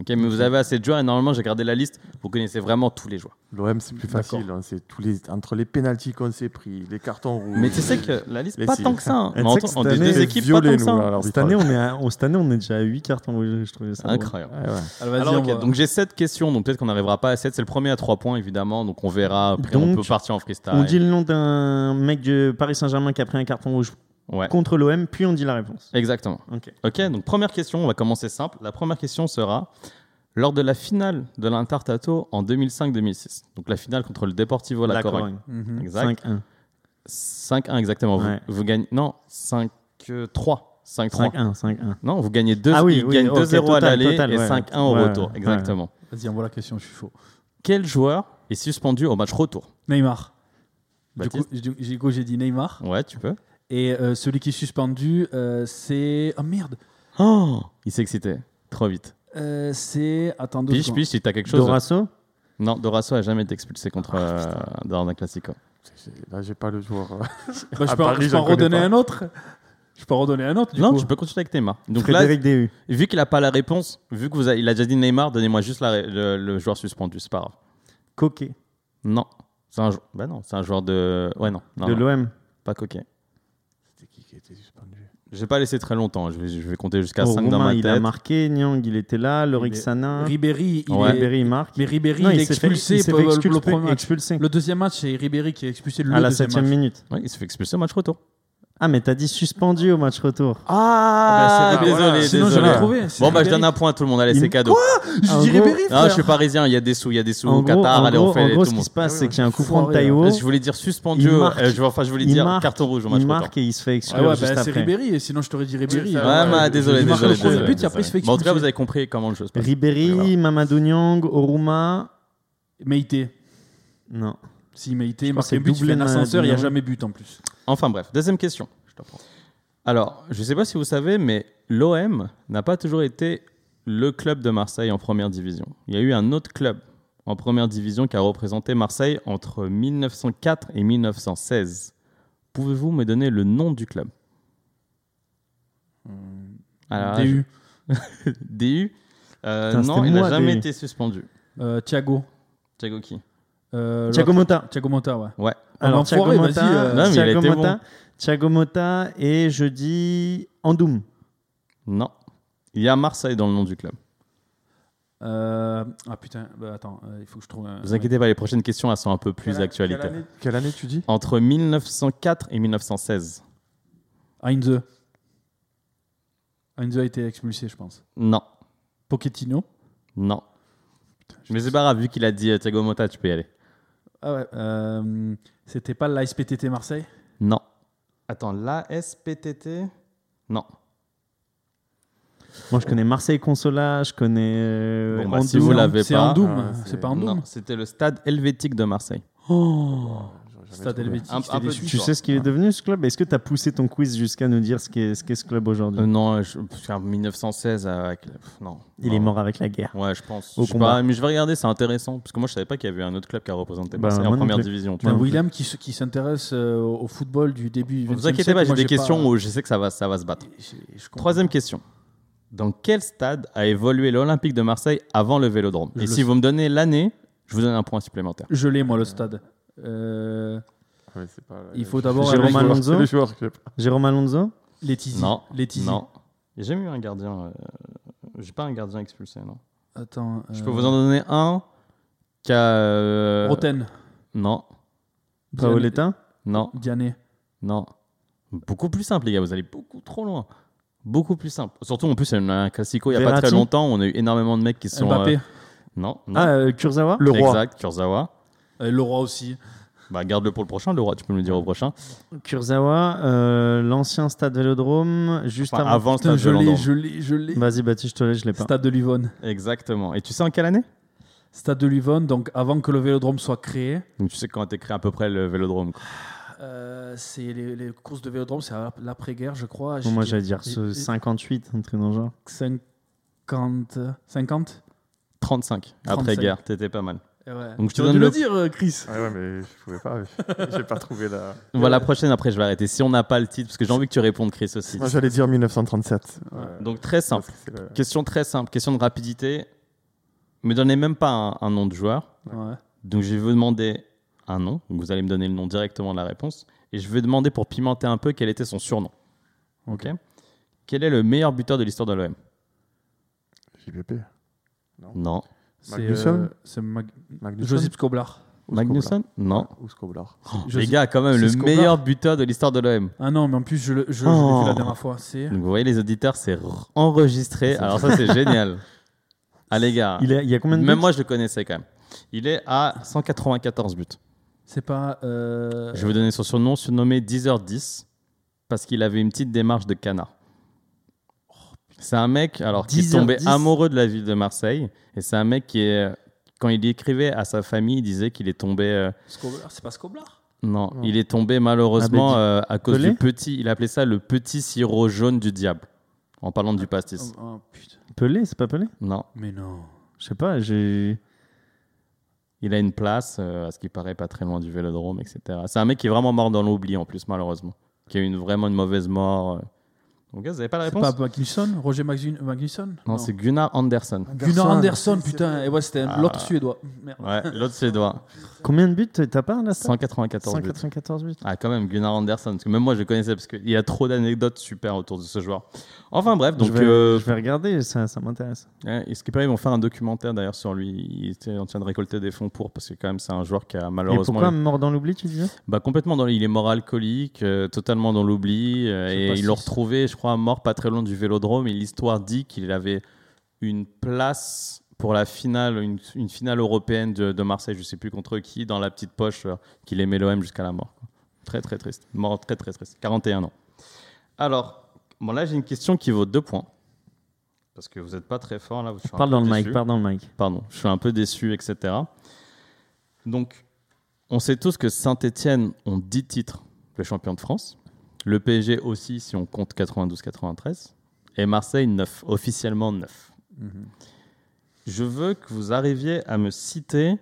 S2: Ok, mais vous avez assez de joueurs et normalement, j'ai gardé la liste. Vous connaissez vraiment tous les joueurs.
S1: L'OM, c'est plus
S5: D'accord.
S1: facile. hein, C'est tous les... entre les pénalties qu'on s'est pris, les cartons rouges.
S2: Mais tu sais que la liste,
S1: Mais
S2: pas
S1: si.
S2: tant que ça. hein.
S3: Et
S2: Mais
S3: tu sais
S2: en
S3: que cette
S2: en des
S3: année,
S2: deux
S1: c'est
S2: équipes, pas
S1: violé,
S2: tant que ça.
S1: nous, à
S2: hein.
S1: l'arbitrage.
S3: Cette année, on est à, on- cette année, on est déjà à 8 cartons rouges, je trouvais ça. drôle.
S2: Incroyable.
S1: Ouais, ouais.
S5: Alors, vas-y,
S2: Alors,
S5: on
S2: ok,
S5: va-
S2: donc j'ai sept questions, donc peut-être qu'on n'arrivera pas à 7. C'est le premier à 3 points, évidemment, donc on verra. Après, on
S3: Donc,
S2: peut partir en freestyle.
S3: On dit le nom d'un mec de Paris Saint-Germain qui a pris un carton rouge
S2: Ouais,
S3: contre l'OM, puis on dit la réponse.
S2: exactement.
S3: Ok.
S2: Ok, donc première question, on va commencer simple. La première question sera lors de la finale de l'Intartato en 2005-2006, donc la finale contre le Deportivo La, Corogne.
S5: Mhm.
S2: Exact.
S3: 5-1.
S2: 5-1 exactement. Vous-
S3: Ouais.
S2: Vous, gagnez non euh, 5-3. 5-3.
S3: 5-1, 5-1.
S2: Non, vous gagnez 2
S3: Ah oui,
S2: ils
S3: oui,
S2: gagnent
S3: ok,
S2: 2-0 à
S3: total,
S2: l'aller
S3: total,
S2: et
S3: ouais.
S2: 5-1 au
S3: Ouais,
S2: retour.
S3: ouais.
S2: Exactement.
S5: Vas-y, envoie la question, je suis chaud.
S2: Quel joueur est suspendu au match retour
S5: Neymar. Du coup,
S2: Baptiste
S5: du- du coup, j'ai dit Neymar.
S2: Ouais, tu peux.
S5: Et euh, celui qui est suspendu, euh, c'est. Oh merde
S2: Oh, il s'est excité. Trop vite.
S5: Euh, C'est. Attends deux
S2: Piche,
S5: secondes.
S2: piche, si t'as quelque chose.
S3: Dorasso
S2: Non, Dorasso a jamais été expulsé
S3: Ah,
S2: contre euh, dans un classico.
S1: C'est- Là, j'ai pas le joueur. euh,
S5: Bah, je
S2: Ah,
S1: À
S5: peux,
S1: Paris,
S5: je
S1: je
S5: peux en
S1: le connais
S5: redonner
S1: pas.
S5: un autre Je peux en redonner un autre du
S2: Non,
S5: coup.
S2: tu peux continuer avec Neymar. Donc là,
S3: Frédéric Déhu.
S2: vu qu'il a pas la réponse, vu qu'il a, il a déjà dit Neymar, donnez-moi juste la ré- le, le joueur suspendu, c'est pas grave.
S3: Coquet.
S2: Non. C'est un, jou- bah non, c'est un joueur de. Ouais, non. non,
S3: de
S2: non,
S3: l'OM.
S2: Pas coquet.
S1: C'était qui qui a été suspendu
S2: J'ai pas laissé très longtemps. hein. Je vais, je vais compter jusqu'à 5 dans
S3: Romain,
S2: ma
S3: il a
S2: tête.
S3: marqué. Nyang, il était là. Loric Sana.
S5: Ribéry, il
S2: Ouais.
S5: est...
S3: Ribéry, il marque.
S5: mais Ribéry,
S3: Non,
S5: il, est
S3: s'est fait-
S5: expulsé
S3: il s'est
S5: pour
S3: fait
S5: le-
S3: expulsé-
S5: le premier match.
S3: expulsé
S5: Le deuxième match, c'est Ribéry qui est expulsé le
S2: Ah,
S3: à la
S5: deuxième
S3: septième
S5: match.
S3: minute.
S2: Ouais, il s'est fait expulser au match retour.
S3: Ah, mais t'as dit suspendu au match retour.
S5: Ah,
S2: Ah, bah, c'est- désolé,
S5: Sinon,
S2: désolé.
S5: j'aurais trouvé. c'est
S2: Bon, bah, je
S5: Ribéry.
S2: donne un point à tout le monde. Allez,
S3: Il-
S2: c'est cadeau.
S5: Je
S3: En
S5: dis
S3: gros-
S5: Ribéry,
S2: Ah,
S5: frère.
S2: je suis parisien. Il y a des sous. Il y a des sous.
S3: en
S2: Au
S3: gros,
S2: Qatar,
S3: en
S2: allez,
S3: gros-
S2: on fait
S3: en
S2: les- tout
S3: gros, ce
S2: le
S3: qui
S2: monde.
S3: se passe,
S1: Ah oui,
S3: c'est
S1: ouais,
S3: qu'il y a un coup
S5: c'est
S3: franc de
S5: foiré, là.
S3: Taïwo.
S2: Euh, je voulais dire suspendu.
S3: Il marque.
S2: euh, je, vois- enfin, je voulais
S3: Il
S2: dire
S3: marque.
S2: carton rouge au match
S3: Il
S2: retour.
S3: marque et il se fait exclure
S5: Ah ouais,
S3: juste
S5: bah, c'est
S3: après.
S5: Ribéry, et sinon je t'aurais dit
S1: Ouais,
S5: Ribéry.
S2: Ouais,
S1: Ah,
S2: bah, désolé,
S5: Il marque
S2: désolé.
S5: le premier
S2: désolé,
S5: but, et après, il se fait
S2: désolé. Bon, en tout cas,
S5: expulser.
S2: vous avez compris comment le jeu se passe.
S3: Ribéry,
S1: Voilà.
S3: Mamadou Niang, Oruma.
S5: Meïté.
S3: Non.
S5: Si Meïté
S3: crois que
S5: marque
S3: c'est
S5: un but, il
S3: doublé
S5: fait un ascenseur, il n'y a
S3: Maradona.
S5: jamais but en plus.
S2: Enfin bref, deuxième question. Alors, je ne sais pas si vous savez, mais l'OM n'a pas toujours été le club de Marseille en première division. Il y a eu un autre club en première division qui a représenté Marseille entre 1904 et 1916. Pouvez-vous me donner le nom du club Ah, Alors,
S5: DU.
S2: je- DU Euh,
S3: Putain,
S2: Non,
S3: c'était
S2: il n'a
S3: moi,
S2: jamais
S3: DU.
S2: été suspendu.
S5: Euh, Thiago.
S2: Thiago qui
S5: Euh, l'autre-
S3: Thiago Motta.
S5: Thiago Motta, ouais.
S2: Ouais.
S3: Alors,
S5: l'enfoiré,
S3: Thiago
S5: vas-y, euh,
S3: Motta.
S2: Non, mais il a
S3: Thiago
S2: été
S3: Motta. Thiago Motta et je dis Andoum.
S2: Non. Il y a Marseille dans le nom du club.
S5: Euh, ah putain, bah, attends, euh, il faut que je trouve un.
S2: Ne vous inquiétez pas, les prochaines questions elles sont un peu plus
S1: Quelle-
S2: d'actualité.
S1: quelle année- Quelle année tu dis
S2: Entre 1904 et 1916.
S5: Heinze. Heinze a été expulsé, je pense.
S2: Non,
S5: Pochettino.
S2: non. Mais c'est pas grave, vu qu'il a dit euh, Thiago Motta, tu peux y aller.
S5: Ah ouais. euh, C'était pas l'ASPTT Marseille
S2: Non. Attends, l'ASPTT Non.
S3: Moi, je connais Marseille Consola, je connais euh,
S2: Bon, bah, si
S3: Andoum.
S2: vous l'avez
S5: C'est
S2: pas.
S5: Andoum.
S1: Ah,
S5: c'est
S1: c'est-
S5: pas
S2: Non,
S5: Andoum.
S2: c'était le stade helvétique de Marseille.
S5: Oh
S1: J'aurais jamais
S5: Stade
S1: trouvé.
S5: helvétique.
S2: Un-
S5: j'étais
S2: un peu
S5: déçu.
S2: du-
S3: Tu sais ce
S2: hein.
S3: qu'il est devenu ce club Est-ce que tu as poussé ton quiz jusqu'à nous dire ce qu'est ce, qu'est ce club aujourd'hui
S2: Euh, non, je- parce qu'en 1916, euh, avec- pff, non.
S3: Il
S2: Non.
S3: est mort avec la guerre.
S2: Ouais, je pense.
S3: Au
S2: Je sais
S3: combat.
S2: pas, mais je vais regarder, c'est intéressant. Parce que moi, je savais pas qu'il y avait un autre club qui a représenté
S3: Bah,
S2: Marseille
S3: moi
S2: en
S3: non
S2: première
S3: plus.
S2: division. tu
S5: Putain,
S2: vois.
S5: William qui, se- qui s'intéresse euh, au football du début du
S2: Ne vous
S5: 20e
S2: inquiétez pas,
S5: siècle,
S2: j'ai
S5: moi,
S2: des questions
S5: pas-
S2: où je sais que ça va, ça va se battre.
S5: j'ai- je comprends.
S2: Troisième question. Dans quel stade a évolué l'Olympique de Marseille avant le Vélodrome Et
S5: Je le
S2: si
S5: sais.
S2: vous me donnez l'année, je vous donne un point supplémentaire.
S5: Je l'ai, moi, le stade. Euh,
S1: Ouais, c'est pas-
S5: Il faut d'abord
S1: C'est le
S5: Jérôme
S1: joueur-
S3: Alonso.
S1: c'est le joueur que-
S3: Jérôme Alonso
S5: les Tizi.
S2: Non.
S5: Les Tizi.
S2: Non. J'ai jamais eu un gardien. euh, J'ai pas un gardien expulsé, non.
S5: Attends.
S2: Je
S5: euh,
S2: peux vous en donner un qui a, euh,
S5: Roten.
S2: Non,
S3: Paoletta
S2: non,
S5: Diané.
S2: non. Beaucoup plus simple, les gars. Vous allez beaucoup trop loin. Beaucoup plus simple. Surtout, en plus, il y en a un classico il y a pas
S3: Verratti
S2: très longtemps. On a eu énormément de mecs qui sont.
S5: Mbappé.
S2: euh, Non, non.
S3: Ah, euh, Kurzawa
S1: Le roi.
S2: Exact, Kurzawa.
S5: Euh, le roi aussi.
S2: Bah, garde-le pour le prochain, le roi. Tu peux me le dire au prochain.
S3: Kurzawa, euh, l'ancien stade Vélodrome, juste
S2: Enfin,
S3: avant.
S2: avant le
S5: Putain,
S2: stade
S5: je
S2: de
S5: l'ai,
S2: Londres.
S5: je l'ai, je l'ai.
S3: Vas-y, Baptiste, je te laisse, je l'ai pas.
S5: Stade de Livonne.
S2: Exactement. Et tu sais en quelle année
S5: Stade de Livonne, donc avant que le vélodrome soit créé,
S2: Donc tu sais quand a été créé à peu près le vélodrome. quoi.
S5: euh, c'est les, les courses de vélodrome, c'est à l'après-guerre, je crois.
S3: Bon, moi, j'allais dire ce
S5: ce
S3: 58, un truc dans le genre.
S5: 50. 50
S2: 35, après-guerre, t'étais pas mal.
S5: Eh ouais.
S2: Donc, je te
S5: T'aurais
S2: donne
S5: dû le
S2: le-
S5: dire, euh, Chris.
S1: Ah ouais, mais je pouvais pas. J'ai pas trouvé la.
S2: Voilà, la prochaine, après je vais arrêter. Si on n'a pas le titre, parce que j'ai envie que tu répondes, Chris, aussi.
S1: Moi, j'allais dire 1937. Ouais.
S2: Donc très simple.
S1: Parce que c'est le-
S2: Question très simple, question de rapidité. Me donnez même pas un, un nom de joueur.
S5: Ouais.
S2: Donc je vais vous demander un nom. Donc, vous allez me donner le nom directement de la réponse. Et je vais demander pour pimenter un peu quel était son surnom. Ok. Quel est le meilleur buteur de l'histoire de l'OM
S1: JPP.
S2: Non.
S5: C'est,
S1: Magnusson
S5: euh, c'est Mag-
S1: Magnusson.
S5: Josip Skoblar.
S1: Ou
S2: Magnusson Non.
S1: Skoblar. Ou Skoblar.
S2: Les
S5: Josip-
S2: gars, quand même,
S5: c'est
S2: le
S5: Skoblar.
S2: meilleur buteur de l'histoire de l'OM.
S5: Ah non, mais en plus, je, le- je, je l'ai
S2: Oh.
S5: vu la dernière fois. C'est.
S2: Donc vous voyez les auditeurs, c'est r- enregistré. Alors ça c'est génial. Ah les gars,
S3: Il, est- il y a combien de
S2: même
S3: buts
S2: moi je le connaissais quand même. Il est à 194 buts.
S5: C'est pas. euh,
S2: Je vais vous donner son surnom, surnommé 10h10, parce qu'il avait une petite démarche de canard. C'est un mec alors, qui est
S3: 10h10.
S2: tombé amoureux de la ville de Marseille. Et c'est un mec qui est... Quand il écrivait à sa famille, il disait qu'il est tombé... euh,
S5: Skoblar, c'est pas Skoblar
S2: non,
S1: Non.
S2: il est tombé malheureusement
S3: Oh. Ah,
S2: euh, à cause
S3: Pelé
S2: du petit... Il appelait ça le petit sirop jaune du diable. En parlant du pastis.
S3: Ah,
S5: oh, oh, putain.
S3: Pelé, c'est pas Pelé
S2: Non.
S5: Mais non.
S3: Je sais pas, j'ai.
S2: Il a une place, euh, à ce qui paraît, pas très loin du vélodrome, etc. C'est un mec qui est vraiment mort dans l'oubli, en plus, malheureusement. Qui a eu une, vraiment une mauvaise mort. euh. Donc, gars, vous n'avez pas la
S5: C'est
S2: réponse
S5: pas Magnusson Roger Magnu- Magnusson
S2: Non, c'est Gunnar Andersson.
S5: Gunnar Andersson,
S1: c'est-
S5: putain.
S1: c'est-
S5: Et ouais, c'était
S2: Ah.
S5: l'autre suédois. Merde.
S2: Ouais, l'autre suédois.
S3: Combien de buts t'as pas là
S2: 194 buts.
S3: 194 buts.
S2: Ah, quand même, Gunnar Andersson. Parce que même moi, je le connaissais parce qu'il y a trop d'anecdotes super autour de ce joueur. Enfin, bref, donc.
S3: je, vais,
S2: euh,
S3: je vais regarder, ça, ça m'intéresse.
S2: Ouais, et ce qui paraît, ils vont faire un documentaire d'ailleurs sur lui. Il était en train de récolter des fonds pour parce que quand même c'est un joueur qui a
S3: Et
S2: malheureusement
S3: pourquoi mort dans l'oubli, tu disais
S2: bah, complètement dans il est mort alcoolique, euh, totalement dans l'oubli euh,
S5: Je sais
S2: et
S5: pas
S2: ils
S5: si
S2: l'ont
S5: c'est-
S2: retrouvé, je crois, mort pas très loin du Vélodrome. Et l'histoire dit qu'il avait une place pour la finale, une, une finale européenne de, de Marseille, je sais plus contre qui, dans la petite poche euh, qu'il aimait l'OM jusqu'à la mort. quoi. Très très triste, mort très très triste, 41 ans. Alors, bon là j'ai une question qui vaut deux points. Parce que vous n'êtes pas très fort là. je suis un
S3: Parle
S2: peu
S3: dans le
S2: déçu.
S3: mic, parle dans le mic.
S2: Pardon, je suis un peu déçu, etc. Donc, on sait tous que Saint-Etienne ont 10 titres de champion de France. Le PSG aussi, si on compte 92-93. Et Marseille, 9, officiellement 9.
S5: Mhm.
S2: Je veux que vous arriviez à me citer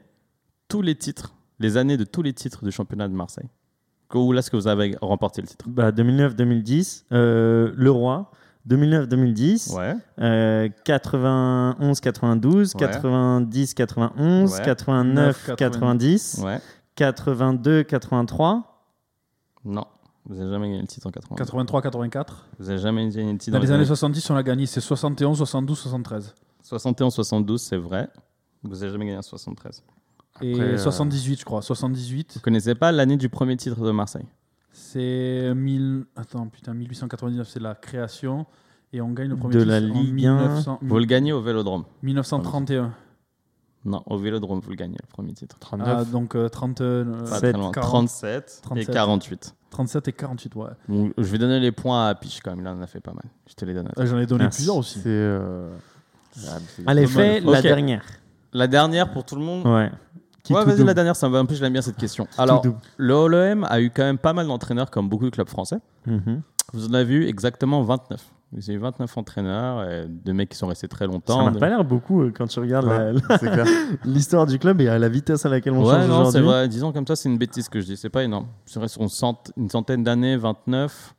S2: tous les titres, les années de tous les titres du championnat de Marseille. Que- Où est-ce que vous avez remporté le titre
S3: Bah, 2009-2010, euh, le roi. 2009-2010,
S2: Ouais.
S3: euh, 91-92,
S2: Ouais.
S3: 90-91,
S2: Ouais.
S3: 89-90,
S2: Ouais.
S3: 82-83.
S2: Non. Vous n'avez jamais gagné le titre en 80.
S5: 83, 84.
S2: Vous n'avez jamais gagné le titre
S5: Dans les années
S2: années
S5: 70, on a gagné. C'est 71, 72, 73.
S2: 71-72, c'est vrai. Vous n'avez jamais gagné en 73.
S5: Et
S1: Après, euh,
S5: 78, je crois.
S2: Vous
S5: 78.
S2: connaissez pas l'année du premier titre de Marseille
S5: C'est 1000. Attends, putain, 1899, c'est la création. Et on gagne le premier
S3: De
S5: titre
S3: la
S5: en
S3: Ligue un.
S5: 1900
S2: Vous le gagnez au Vélodrome.
S5: 1931.
S2: Non, au Vélodrome, vous le gagnez, le premier titre.
S5: Ah, donc euh, 30, euh,
S2: Pas très
S3: Sept,
S2: loin.
S5: 40,
S2: 37, et
S5: 37.
S2: 48.
S5: 37 et 48, ouais.
S2: Bon, je vais donner les points à Piche quand même. Là, on en a fait pas mal. Je te les donne. à toi.
S5: Euh, J'en ai donné
S3: Merci.
S5: plusieurs aussi.
S1: C'est. euh, ah, mais c'est-
S3: Allez,
S5: Pas mal.
S3: fais la
S2: Ok.
S3: dernière.
S2: La dernière pour tout le monde.
S3: Ouais. Qui
S2: ouais,
S3: tout
S2: vas-y,
S3: double.
S2: la dernière, ça me va un peu. Je l'aime bien cette question. Alors,
S3: double.
S2: le OLM a eu quand même pas mal d'entraîneurs, comme beaucoup de clubs français.
S3: Mhm.
S2: Vous en avez eu exactement 29. Vous avez eu 29 entraîneurs, et des mecs qui sont restés très longtemps.
S3: Ça
S2: des-
S3: m'a pas l'air beaucoup euh, quand tu regardes la-
S1: Ouais, c'est clair.
S3: l'histoire du club et à la vitesse à laquelle on
S2: ouais,
S3: change
S2: non, c'est
S3: aujourd'hui.
S2: vrai. Disons comme ça, c'est une bêtise que je dis. C'est pas énorme. C'est vrai, sur une cent- une centaine d'années, 29,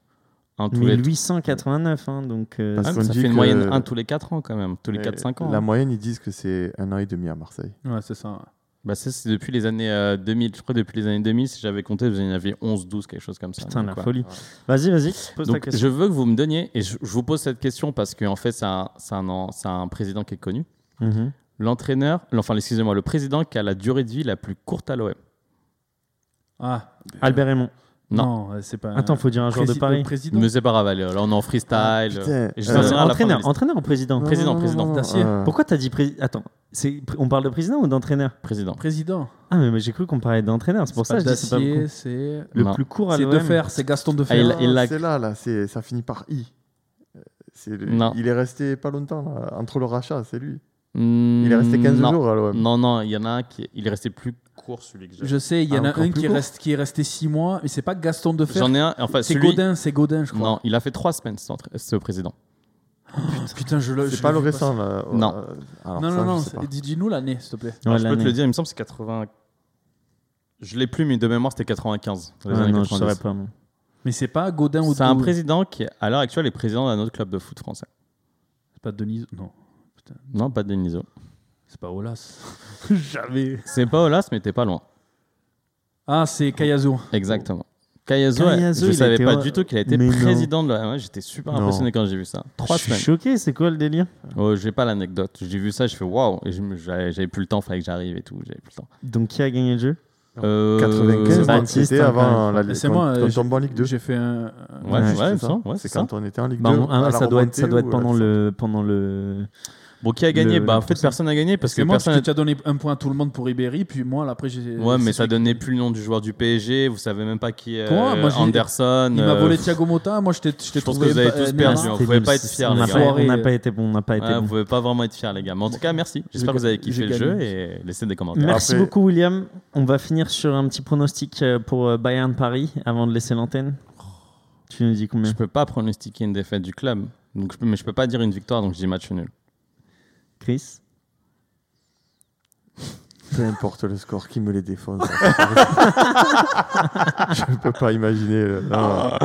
S2: un tous les.
S3: 1889, hein, donc euh,
S2: Ah, mais
S1: Parce qu'on
S2: ça
S1: dit
S2: fait une
S1: que-
S2: moyenne un tous les 4 ans quand même, tous les
S1: Mais
S2: 4-5 ans.
S1: La
S2: hein.
S1: moyenne, ils disent que c'est un an et demi à Marseille.
S5: Ouais, c'est ça.
S2: Bah, ça, c'est depuis les années euh, 2000. Je crois depuis les années 2000, si j'avais compté, vous en aviez 11, 12, quelque chose comme ça.
S3: putain,
S2: Donc,
S3: la
S2: ouais.
S3: folie. Vas-y, vas-y, pose ta
S2: Donc,
S3: question.
S2: je veux que vous me donniez, et je, je vous pose cette question parce qu'en fait, c'est un, c'est un, an- c'est un président qui est connu.
S3: Mhm.
S2: L'entraîneur, enfin, excusez-moi, le président qui a la durée de vie la plus courte à l'OM.
S5: Ah,
S3: Albert Raymond.
S5: non, euh, c'est pas.
S3: Attends, faut dire un joueur de
S5: Prési-
S3: Paris.
S5: euh, président.
S2: Mais c'est pas grave, allez, là, on est en freestyle.
S1: Putain,
S2: Et je
S1: euh,
S3: Non,
S2: donnerai
S3: c'est
S2: à la fin de
S3: Ah, entraîneur,
S2: la liste.
S3: entraîneur ou président
S1: non,
S2: président,
S1: non, non,
S2: président.
S1: non, non,
S5: Dacier.
S1: euh,
S3: Pourquoi t'as dit président Attends, c'est- on parle de président ou d'entraîneur
S2: président.
S5: Président.
S3: Ah, mais, mais j'ai cru qu'on parlait d'entraîneur, c'est pour ça
S5: pas
S3: que je dis c'est pas
S5: Dacier,
S3: beaucoup.
S5: c'est.
S3: Le
S2: Non.
S3: plus court à
S5: C'est
S3: l'OM.
S5: Defer, c'est Gaston
S2: Ah,
S5: Defer.
S2: il- il l'a-
S1: C'est là, là, c'est- ça finit par I. Euh, c'est le-
S2: Non.
S1: Il est resté pas longtemps là, entre le rachat, c'est lui.
S2: Il
S1: Il est resté 15 jours à l'OM.
S2: Hmm, Non, non, il y en a un qui il est resté plus court celui que j'ai.
S5: Je sais, il y en
S1: Ah,
S5: a
S1: encore
S5: un
S1: plus
S5: qui,
S1: court.
S5: reste, qui est resté 6 mois, mais c'est pas Gaston Defer.
S2: J'en ai un, enfin
S5: C'est
S2: celui-
S5: Godin, c'est Godin, je crois.
S2: Non, il a fait trois semaines cet entra- ce président.
S5: Putain, je le.
S1: C'est
S5: je
S1: pas
S5: l'ai
S1: le
S5: vu
S1: récent là.
S2: Non.
S1: Euh,
S5: passer.
S1: alors
S5: Non,
S1: ça,
S5: non,
S1: je
S5: non.
S1: sais pas.
S5: c'est- Dis-nous l'année, s'il te plaît.
S3: Ouais,
S2: Alors, je peux te
S3: l'année.
S2: le dire, il me semble que c'est 80. Je l'ai plus, mais de mémoire c'était 95. dans les
S3: Ah
S2: années
S3: non, je
S2: 90.
S3: saurais pas. moi.
S5: Mais c'est pas Godin ou
S2: C'est un président qui, à l'heure actuelle, est président d'un autre club de foot français.
S5: C'est pas Denis. Non,
S2: Non, pas Deniso.
S5: c'est pas Olas. Jamais.
S2: C'est pas Olas, mais t'es pas loin.
S5: Ah, c'est Kayazo.
S2: Exactement. Kayazo,
S3: Kayazo,
S2: je
S3: il
S2: savais
S3: était
S2: pas
S3: au-
S2: du tout qu'il a été
S3: Mais non.
S2: président de la. ouais, J'étais super
S1: Non.
S2: impressionné quand j'ai vu ça. Trois
S3: Je suis
S2: semaines.
S3: choqué, c'est quoi le délire
S2: Oh, j'ai pas l'anecdote. J'ai vu ça, je fais waouh. Et je me- j'avais j'avais plus le temps, fallait que j'arrive et tout. J'avais plus le temps.
S3: Donc qui a gagné le jeu
S2: Euh,
S1: 95,
S2: ouais,
S1: donc
S3: Baptiste,
S1: c'était
S3: hein,
S1: avant
S3: quand
S1: la
S5: Et
S1: Ligue
S5: c'est moi, euh, j'ai-
S1: Quand on tombe en Ligue 2.
S5: J'ai fait
S2: Ouais,
S5: un.
S1: Ouais,
S2: ouais,
S1: c'est
S2: il me
S1: ça.
S2: semble, ouais, c'est
S1: c'est
S2: ça.
S1: quand on était en Ligue
S3: Bah,
S1: 2.
S3: on- ah,
S1: à la
S3: ça, doit être, ça
S1: remontée
S3: doit être
S1: ou à la
S2: euh,
S3: pendant
S1: descente.
S3: le, pendant le.
S2: Bon, qui a gagné
S3: Le-
S2: Bah, en
S3: le
S2: fait,
S3: procès.
S2: personne n'a gagné parce que
S5: C'est moi
S2: personne.
S5: qui t'ai donné un point à tout le monde pour Ribéry, puis moi, là, après, j'ai.
S2: Ouais, mais
S5: c'est
S2: ça
S5: celui-
S2: donnait plus le nom du joueur du PSG. Vous savez même pas qui est euh,
S5: Quoi Moi, je l'ai-
S2: Anderson.
S5: Il m'a
S2: euh,
S5: volé
S2: pff,
S5: Thiago Motta, moi, je t'ai je t'ai
S2: Je pense
S5: trouvé
S2: que vous avez
S5: pas-
S2: tous
S5: euh,
S2: perdu,
S5: Nera.
S2: hein.
S3: C'était
S2: pouvez
S3: nul,
S2: pas être
S3: c'est-
S2: fiers,
S3: on
S2: les
S3: n'a
S2: gars.
S3: pas- On n'a
S5: Soirée.
S3: pas été bon, on n'a pas été
S2: ouais,
S3: bon.
S2: Vous pouvez pas vraiment être fiers, les gars. Mais en tout cas, merci. J'espère que vous avez kiffé
S5: j'ai
S2: le jeu
S5: gagné.
S2: et laissez des commentaires.
S3: Merci
S1: Après-
S3: beaucoup William. On va finir sur un petit pronostic euh, pour euh, Bayern Paris avant de laisser l'antenne. Tu nous dis combien
S2: Je peux pas pronostiquer une défaite du club, donc je peux- mais je peux pas dire une victoire, donc je dis match nul.
S3: Chris
S1: Peu importe le score, qui me les défonce. je ne peux pas imaginer. le- non.
S3: Moi,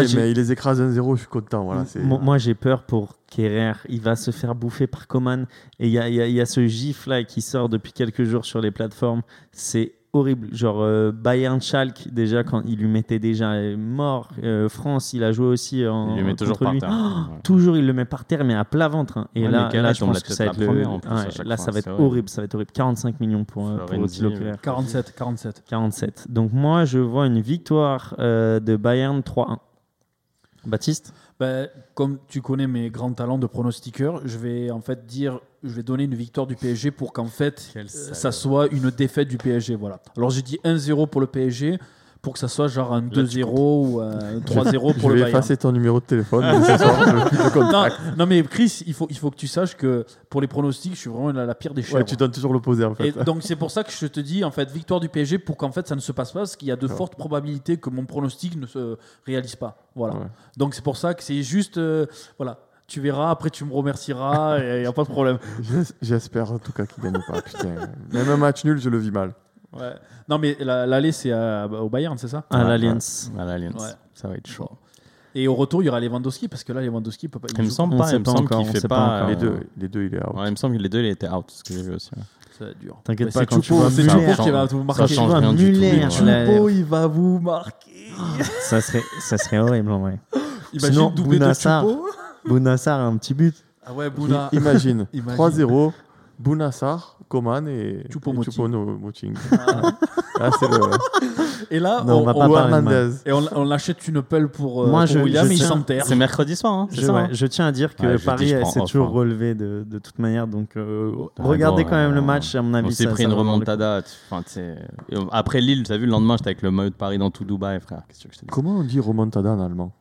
S1: Allez,
S3: j'ai-
S1: mais il les écrase 1-0, je suis content. Voilà, c'est-
S3: Moi, moi, j'ai peur pour Kerrer. Il va se faire bouffer par Coman. Et il y a, il y a- il y a ce gif-là qui sort depuis quelques jours sur les plateformes. C'est horrible. Genre euh, Bayern Schalke, déjà, quand il lui mettait déjà euh, mort. Euh, France, il a joué aussi en.
S2: Il lui met toujours
S3: contre
S2: par
S3: lui. Oh,
S2: terre. Ouais.
S3: Toujours, il le met par terre, mais à plat ventre. hein. Et
S2: Ouais,
S3: là,
S2: mais Kerrer
S3: là, je
S2: tombe
S3: pense
S2: la
S3: que
S2: tête
S3: ça va
S2: la
S3: être le.
S2: première, en plus, à
S3: Ouais,
S2: chaque
S3: là,
S2: fois,
S3: ça va
S2: c'est
S3: être
S2: horrible.
S3: horrible. Ça va être horrible. 45 millions pour, euh, pour
S2: Florenzi,
S3: Odile
S2: ouais.
S3: Auclair.
S5: 47, 47.
S3: 47. Donc, moi, je vois une victoire euh, de Bayern 3-1. Baptiste
S5: Ben, comme tu connais mes grands talents de pronostiqueur, je vais en fait dire, je vais donner une victoire du PSG pour qu'en fait
S2: Quel
S5: euh,
S2: salaud.
S5: ça soit une défaite du PSG. Voilà. Alors j'ai dit 1-0 pour le PSG pour que ça soit genre un 2-0 ou un 3-0
S1: Je
S5: pour le
S1: vais
S5: Bayern. Ah.
S1: effacer ton numéro de téléphone mais ce soir. je- je compte.
S5: Non, non, mais Chris, il faut, il faut que tu saches que pour les pronostics, je suis vraiment la, la pire des chèvres.
S1: Ouais, tu donnes toujours l'opposé en fait.
S5: Et donc c'est pour ça que je te dis en fait victoire du PSG pour qu'en fait ça ne se passe pas parce qu'il y a de fortes probabilités que mon pronostic ne se réalise pas. Voilà.
S1: Ouais.
S5: Donc c'est pour ça que c'est juste euh, voilà. Tu verras, après tu me remercieras, il n'y a pas de problème.
S1: J'es- J'espère en tout cas qu'il gagne pas. Putain. Même un match nul, je le vis mal.
S5: Ouais. Non mais la- l'aller c'est à- au Bayern, c'est ça
S3: à
S2: Ouais,
S3: l'Alliance.
S2: À l'Alliance.
S5: Ouais.
S2: Ça va être chaud.
S5: Et au retour il y aura Lewandowski parce que là Lewandowski peut pas.
S2: Il me
S5: joue.
S2: semble
S3: on
S2: pas,
S3: sait
S2: il me
S3: pas
S2: semble
S3: encore,
S2: qu'il
S3: on
S2: fait
S3: sait
S2: pas.
S3: pas
S5: Ah,
S3: encore.
S1: Les
S2: euh,
S1: deux, les deux il est out.
S2: ouais, il me semble que les deux, il était out, ce que j'ai vu aussi. ouais.
S5: Ça va être dur.
S3: T'inquiète
S5: Mais
S3: pas,
S5: c'est
S3: quand tu vois
S5: Choupo, c'est
S2: Müller-
S5: Choupo qui va vous
S2: Ça
S5: marquer.
S3: change.
S2: change
S3: vois
S2: rien du tout.
S3: Muller,
S2: ouais.
S3: là.
S5: Choupo, il va vous marquer.
S3: Ça serait, ça serait horrible en vrai.
S5: Imagine
S3: Sinon,
S5: doublé de
S3: Bounassar.
S5: Choupo.
S3: Bounassar a un petit but.
S5: Ah ouais, Bouna.
S1: I- Imagine,
S5: Imagine.
S1: 3-0, Bounassar, Coman et
S5: Choupo-Moting. Ah.
S1: Moting. Là, c'est le.
S5: Et là
S3: Non, on va
S5: on-
S3: pas
S1: Ou
S3: parler de
S1: Hernandez.
S5: Et on, on l'achète une pelle pour, euh,
S3: Moi,
S5: pour
S3: je-
S5: William,
S3: je
S5: et il
S3: tiens-
S5: s'enterre.
S2: C'est mercredi soir, hein, c'est
S3: Je,
S2: ça
S3: ouais,
S2: hein
S3: je tiens à dire que
S2: Ouais, je dis,
S3: Paris
S2: je prends
S3: s'est
S2: off,
S3: toujours
S2: hein.
S3: relevé de, de toute manière. Donc euh,
S2: Ah,
S3: regardez
S2: bon,
S3: quand même
S2: euh,
S3: le match, à mon avis.
S2: On s'est
S3: ça-
S2: pris
S3: ça
S2: une
S3: va valoir le
S2: remontada. tu- enfin, tu sais, et on- Après Lille, t'as vu, le lendemain, j'étais avec le maillot de Paris dans tout Dubaï, frère. Qu'est-ce que je te dis
S1: Comment on dit remontada en allemand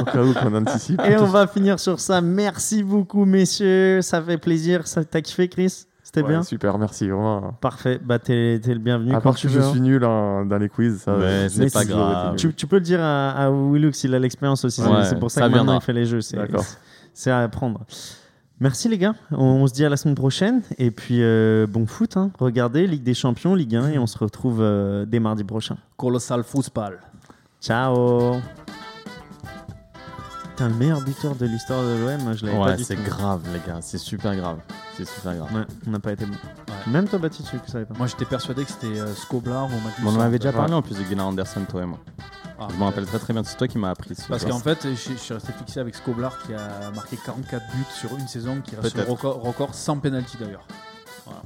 S1: Au cas où qu'on anticipe.
S3: coup. Et on va finir sur ça. Merci beaucoup, messieurs. Ça fait plaisir. Ça T'as kiffé, Chris C'était
S1: Ouais,
S3: bien
S1: Super, merci vraiment.
S3: Parfait. Bah, t'es t'es le bienvenu
S1: À
S3: quand
S1: part que
S3: tu
S1: je
S3: veux. hein.
S1: suis nul en- dans les quiz, ça.
S2: Mais
S1: je-
S2: c'est pas
S1: je-
S2: grave.
S3: Tu, tu peux le dire à, à Willux, il a l'expérience aussi. c'est-
S2: Ah Ouais,
S3: c'est pour
S2: ça
S3: ça, que maintenant
S2: viendra.
S3: il fait les jeux. c'est-
S1: D'accord.
S3: C'est à apprendre. Merci les gars. On, on se dit à la semaine prochaine. Et puis euh, bon foot. hein. Regardez Ligue des Champions, Ligue 1. Et on se retrouve euh, dès mardi prochain.
S5: Colossal football.
S3: Ciao. Putain, le meilleur buteur de l'histoire de l'OM. Je l'avais pas
S2: Ouais,
S3: du
S2: c'est
S3: tout.
S2: grave, les gars. C'est super grave. C'est super grave.
S3: Ouais, on n'a pas été bon.
S5: Ouais.
S3: Même toi, Baptiste, tu savais pas.
S5: Moi, j'étais persuadé que c'était euh, Scoblar ou Magnus. Ah.
S2: On en avait déjà parlé en plus de Gunnar Anderson, toi et moi. Je m'en rappelle très très bien. C'est toi qui m'as appris. ce
S5: Parce
S2: joueur.
S5: qu'en fait, je je suis resté fixé avec Scoblar qui a marqué 44 buts sur une saison, qui reste le
S2: Peut-être.
S5: record, record sans pénalty d'ailleurs. Voilà.